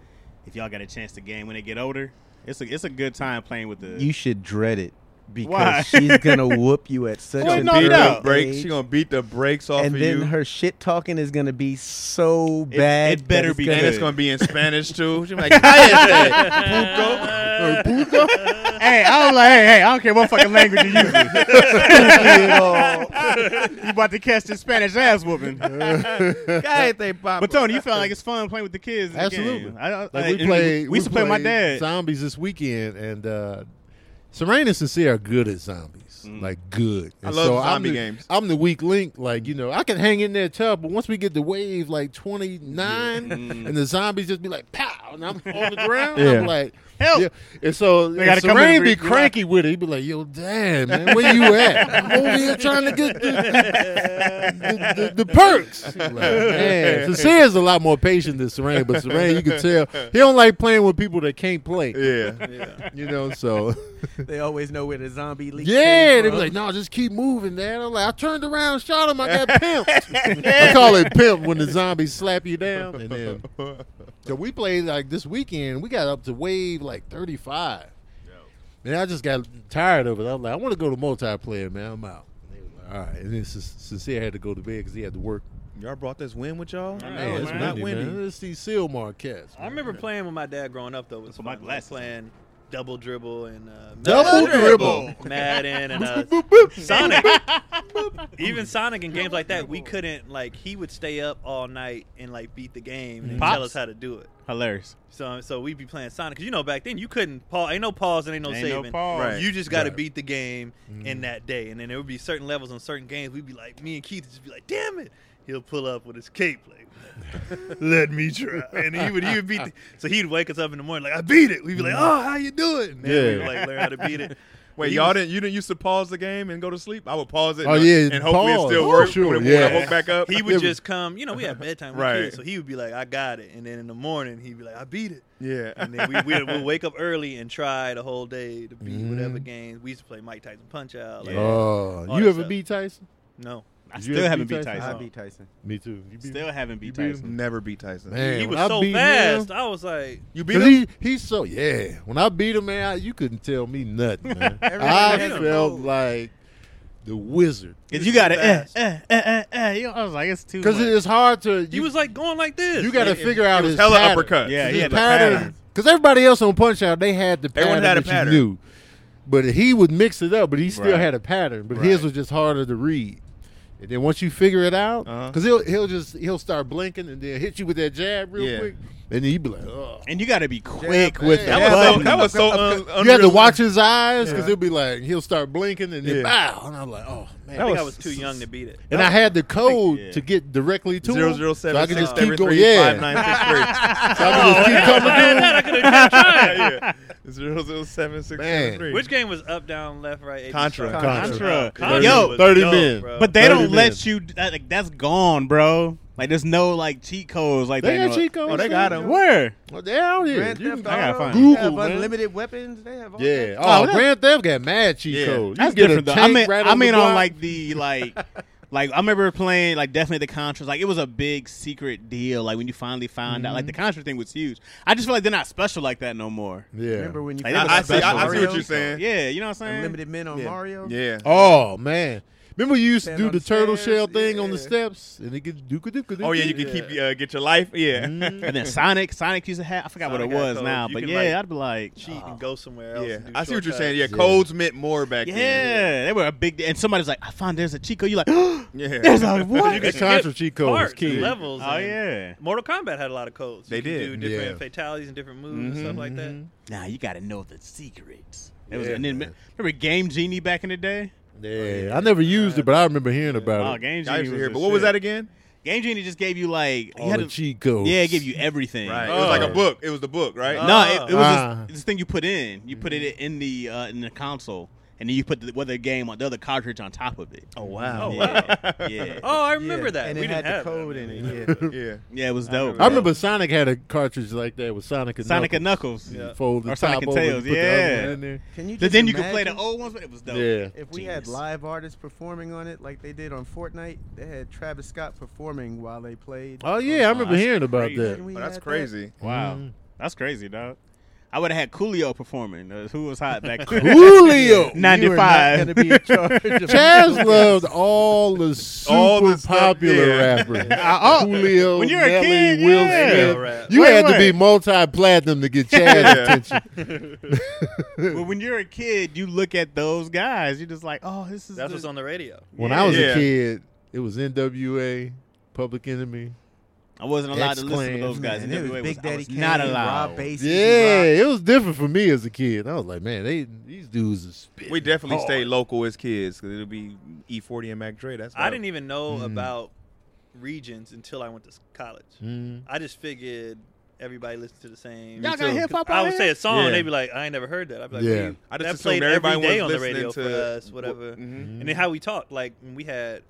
S1: if y'all got a chance to game when they get older, it's a it's a good time playing with the.
S2: You should dread it because
S1: Why?
S2: she's gonna whoop you at such
S1: Well,
S2: an
S1: no
S2: early
S1: doubt.
S3: Break.
S2: age,
S3: She gonna beat the brakes off
S2: and
S3: of
S2: then
S3: you.
S2: her shit talking is gonna be so bad.
S1: it better
S2: that it's
S1: be
S2: gonna-
S3: and it's
S1: good.
S3: gonna
S2: [LAUGHS]
S3: be in Spanish too. She be
S1: [LAUGHS]
S3: like, "Cállate, puto."
S1: hey, I'm like, hey, hey, I don't care what fucking language
S5: [LAUGHS]
S1: you use. you about to catch this Spanish ass
S5: [LAUGHS]
S1: whooping.
S4: [LAUGHS]
S3: Cállate, papa.
S1: But Tony, you felt like it's fun playing with the kids. in the game.
S5: Absolutely.
S1: I, I,
S5: Like
S1: I-
S5: we play,
S1: We, used to play with my
S5: played
S1: dad.
S5: Zombies this weekend, and uh, Serena and Sincere are good at zombies.
S1: Mm.
S5: Like good.
S3: I
S5: And
S3: love
S5: I'm
S3: zombie
S5: the-
S3: games.
S5: I'm the weak link. Like you know, I can hang in there tough, but once we get to wave like 29,
S1: Mm.
S5: and the zombies just be like pow, and I'm on the ground.
S3: Yeah.
S5: I'm like.
S1: Help.
S5: Yeah. And so
S1: They gotta
S5: and
S1: come in
S5: Serene
S1: and
S5: be
S1: re-
S5: cranky with it. He'd be like, yo, damn, man, where you at? I'm over here trying to get the, the, the, the perks. [LAUGHS] Like, man, Sincere's a lot more patient than Serene, but Serene, you can tell, he don't like playing with people that can't play.
S3: yeah.
S2: [LAUGHS]
S4: Yeah.
S5: You know, so
S2: They always know where the zombie
S5: [LAUGHS]
S2: leak.
S5: yeah,
S2: came
S5: they be
S2: from.
S5: like, "No, just keep moving, man." I'm like, "I turned around, shot him, I [LAUGHS] got pimped." I call it pimp when the zombies slap you down. And then, so we played like this weekend. We got up to wave like 35, and I just got tired of it. I was like, "I want to go to multiplayer, man. I'm out." And they were like, All right, and then Sin- sincere had to go to bed because he had to work.
S3: Y'all brought this win with y'all.
S4: I know,
S5: Man,
S4: it's
S5: it's
S3: not
S5: windy,
S3: windy.
S5: man. Let's see Seal Marquez.
S4: Oh, I remember playing with my dad growing up though. It was
S1: Put my
S4: fun.
S1: glasses on.
S4: playing double dribble and uh,
S5: Double
S4: Madden.
S5: dribble. [LAUGHS]
S4: Madden and uh, Sonic. Even Sonic and games like that, we couldn't like. He would stay up all night and like beat the game and
S1: Pops.
S4: tell us how to do it.
S1: Hilarious.
S4: So so we'd be playing Sonic because you know back then you couldn't pause. Ain't no pause and ain't no
S1: Ain't no
S4: saving.
S1: pause.
S3: Right.
S4: You just got to
S5: Right.
S4: beat the game in that day, and then there would be certain levels on certain games. We'd be like, me and Keith would just be like, damn it. He'll pull up with his cape like, let me try, and he would he would beat. The, so he'd wake us up in the morning like, I beat it. We'd be like, oh, how you doing? And then we
S5: Mm. Yeah.
S4: would, like learn how to beat it.
S3: Wait,
S4: He
S3: y'all
S4: was-
S3: didn't? You didn't used to pause the game and go to sleep? I would pause it.
S5: Oh,
S3: and,
S5: yeah,
S3: and hopefully
S5: pause.
S3: it still
S5: Oh,
S3: worked.
S5: sure,
S3: when, when
S5: yeah.
S3: I woke back up,
S4: He would just come, you know, we had bedtime, we
S3: Right.
S4: kids, so he would be like, I got it, and then in the morning he'd be like, I beat it.
S3: yeah.
S4: and then we we we'll wake up early and try the whole day to beat
S5: Mhm.
S4: whatever games. We used to play Mike Tyson Punch Out. Like,
S5: Oh,
S4: All
S5: you
S4: that
S5: ever
S4: stuff.
S5: beat Tyson?
S4: No,
S1: I
S5: You
S1: still
S5: ever
S1: haven't
S5: beat
S1: beat
S5: Tyson?
S1: Tyson.
S2: I beat Tyson.
S5: Me too. You beat-
S1: Still haven't beat
S5: beat him?
S1: Tyson.
S3: never beat Tyson.
S5: man,
S4: he
S5: when
S4: was
S5: I
S4: so
S5: beat him-
S4: fast. I was like,
S3: You beat
S5: Cause
S3: him.
S5: he, he's so yeah. When I beat him, man, I, you couldn't tell me
S4: [LAUGHS]
S5: nothing. Man.
S4: Everybody
S5: I
S4: hit him.
S5: felt like the wizard
S1: Cause you got to eh,
S4: fast.
S1: eh, eh, eh, eh. You know, I was like, it's too.
S5: because
S1: much.
S5: it's hard to. You,
S4: he was like going like this.
S5: you got to
S4: It- it-
S5: figure out
S3: It was
S5: his
S3: hella
S5: pattern.
S3: uppercut.
S1: Yeah,
S5: His
S1: he had the pattern.
S5: Because everybody else on Punch Out, they had the pattern
S3: Everyone had a
S5: that
S3: pattern.
S5: you knew, but he would mix it up. But he still
S1: Right.
S5: had a pattern. But
S1: Right.
S5: his was just harder to read. And then once you figure it out,
S3: Uh-huh.
S5: because he'll he'll just he'll start blinking and then hit you with that jab real
S3: Yeah.
S5: quick, and then you be like, oh.
S1: and you got to be quick
S2: man.
S1: with
S5: That
S1: that.
S3: That was so.
S1: button.
S3: That was
S5: you had
S3: so. um, Un,
S5: to
S3: unrealistic.
S5: watch his eyes because
S3: Yeah.
S5: he'll be like he'll start blinking and then
S3: Yeah.
S5: bow, and I'm like, oh man.
S4: I think
S3: That
S4: I
S3: was-
S4: was too young to
S5: [LAUGHS]
S4: beat it.
S5: and I had the code
S1: yeah.
S5: to get directly to him, so I
S3: 007
S5: could
S3: six
S5: just keep
S3: seven
S5: going.
S3: three five
S5: Yeah,
S3: nine six three.
S5: so I could just keep coming to him.
S4: I could have kept
S3: [LAUGHS]
S4: trying.
S3: Yeah, yeah. 007-673.
S5: Man.
S4: Which game was up, down, left, right? A, B,
S3: Contra.
S4: start?
S1: Contra.
S4: Contra
S1: Yo,
S4: was
S5: 30
S4: dope,
S5: men.
S4: bro.
S1: But they
S5: 30
S1: don't let
S5: minutes.
S1: you. That, like, that's gone, bro. Like there's no like cheat codes like
S5: They
S1: that.
S5: got cheat codes.
S3: Oh, they got
S5: too.
S3: 'em.
S1: Where?
S5: Well, they out here.
S2: Grand
S5: You
S2: Theft
S5: can-
S1: I gotta
S2: Auto.
S1: find
S2: they
S5: it.
S2: have
S5: Google, man.
S2: unlimited weapons. They have all
S5: Yeah.
S2: kinds
S5: Oh,
S1: that-
S5: Grand Theft got mad cheat
S3: Yeah.
S5: codes. You
S1: That's
S5: get a
S1: different though. I
S5: tank
S1: mean,
S5: right
S1: I
S5: on the
S1: mean on
S5: block.
S1: like the like, like I remember playing like definitely the Contras. Like it was a big secret deal. Like when you finally found out, like the Contra thing was huge. I just feel like they're not special like that no more.
S5: yeah.
S2: Remember when you
S1: Like,
S2: could
S1: that was special.
S2: buy
S1: I see- I- I see what
S2: Mario?
S3: you're saying.
S1: Yeah, you know what I'm saying.
S2: Unlimited men on
S3: Yeah.
S2: Mario.
S3: Yeah.
S5: Oh man. Remember you used to
S2: Stand
S5: do
S2: on
S5: the
S2: the
S5: turtle
S2: stairs?
S5: shell thing on the
S2: Yeah.
S5: steps, and it gets duka duka.
S3: Oh yeah, you can keep uh, get your life. Yeah.
S1: [LAUGHS]
S5: Mm-hmm.
S3: [LAUGHS]
S1: And then Sonic, Sonic used to have. I forgot
S4: Sonic
S1: what it
S4: had
S1: was
S4: codes.
S1: now,
S4: You
S1: but
S4: can,
S1: yeah,
S4: like,
S1: I'd be like,
S4: cheat
S1: "Oh,
S4: and go somewhere else.
S3: Yeah,
S4: and do
S3: I see what you're
S4: shortcuts.
S3: saying. Yeah,
S5: Yeah.
S3: codes meant more back
S1: yeah,
S3: then.
S1: they were a big. And somebody's like, I found there's a Chico. You like, oh
S3: Yeah, yeah.
S1: there's a what?
S5: The
S4: skip
S5: contra cheat code was
S4: parts and
S5: key.
S4: levels.
S1: oh
S4: and
S1: yeah.
S4: Mortal Kombat had a lot of codes.
S3: They
S4: you could
S3: did.
S4: do different
S5: Yeah. Mm-hmm.
S4: fatalities and different moves and stuff like that.
S1: Nah, you got to know the secrets. It was,
S5: Yeah,
S1: and then
S5: man.
S1: remember Game Genie back in the day?
S5: Yeah, I never used it, but I remember hearing
S1: Oh,
S5: about it.
S1: Game Genie.
S3: I used to
S1: was
S3: hear,
S1: the
S3: but what was
S1: shit.
S3: that again?
S1: Game Genie just gave you like you
S5: All
S1: had
S5: the
S1: to-
S5: cheat codes.
S1: yeah, it gave you everything.
S3: Right, it was like a
S5: Oh.
S3: book. Uh. It was the book,
S2: Oh.
S3: right? Uh.
S1: No, it, it was
S5: Ah.
S1: this, this thing you put in. You put it in the uh, in the console, and then you put the other game on the other cartridge on top of it.
S2: Oh wow.
S1: yeah, yeah,
S4: Oh, I remember that.
S2: And
S4: we
S2: it
S4: didn't
S2: had the
S4: have
S2: code
S4: that.
S2: in it. Yeah.
S3: [LAUGHS] yeah.
S1: yeah. It was dope.
S5: I remember Sonic had a cartridge like that with Sonic and
S1: Sonic and
S5: Knuckles.
S1: Knuckles.
S4: Yeah.
S5: Fold the
S1: Or
S5: top
S1: Sonic and
S5: over
S1: Tails,
S5: put the other
S1: yeah.
S5: one in there.
S2: [LAUGHS] Can you
S1: Then,
S2: just
S1: then you could play the
S2: imagine
S1: old ones, but it was dope.
S5: Yeah.
S2: If we had
S1: Genius.
S2: live artists performing on it like they did on Fortnite, they had Travis Scott performing while they played.
S5: Oh yeah, I remember
S1: that's
S5: hearing about
S1: crazy.
S5: that. Mm.
S2: Can we
S3: But that's
S2: add that?
S3: crazy.
S1: Wow, that's crazy, dog. I would have had Coolio performing. uh, who was hot back then? [LAUGHS]
S5: Julio,
S2: You are not
S1: 95. [LAUGHS]
S2: gonna be in charge of-
S5: [LAUGHS] Chaz loved all the super
S3: All the stuff,
S5: popular
S3: yeah.
S5: rappers.
S1: oh,
S5: Julio,
S1: when you're a
S5: Nelly,
S1: kid,
S5: Will
S1: yeah.
S5: Smith.
S4: Yeah, rap.
S5: You
S1: Wait,
S5: had to
S1: wait.
S5: be multi-platinum to get Chaz's
S3: Yeah.
S5: attention.
S1: but when you're a kid, you look at those guys. You're just like, oh, this is.
S4: That's
S1: the-
S4: what's on the radio.
S5: When I was
S3: Yeah.
S5: a kid, it was NWA, Public Enemy.
S1: I wasn't allowed to listen to
S5: X-Clan,
S1: those guys.
S2: Man,
S1: in
S2: it was
S1: NWA
S2: Big
S1: I
S2: Daddy
S1: was not
S2: Kane,
S1: allowed.
S2: Rob Bass,
S5: Yeah, it was different for me as a kid. I was like, man, they these dudes are spitting.
S3: We definitely
S5: hard.
S3: stayed local as kids because it'll be E40 and Mac Dre. That's
S4: I
S3: what-
S4: didn't even know about regions until I went to s- college.
S5: Mm.
S4: I just figured everybody listened to the same.
S1: Y'all got hip hop.
S4: I would say a song,
S5: Yeah.
S4: they'd be like, "I ain't never heard that." I'd be like,
S5: Yeah.
S4: "Well, you-
S3: I
S4: that
S3: just assumed
S4: played
S3: everybody
S4: every day
S3: was
S4: on the
S3: listening
S4: radio
S3: to
S4: for us, whatever."
S3: Mhm.
S5: mm.
S4: And then how we talked, like when we had,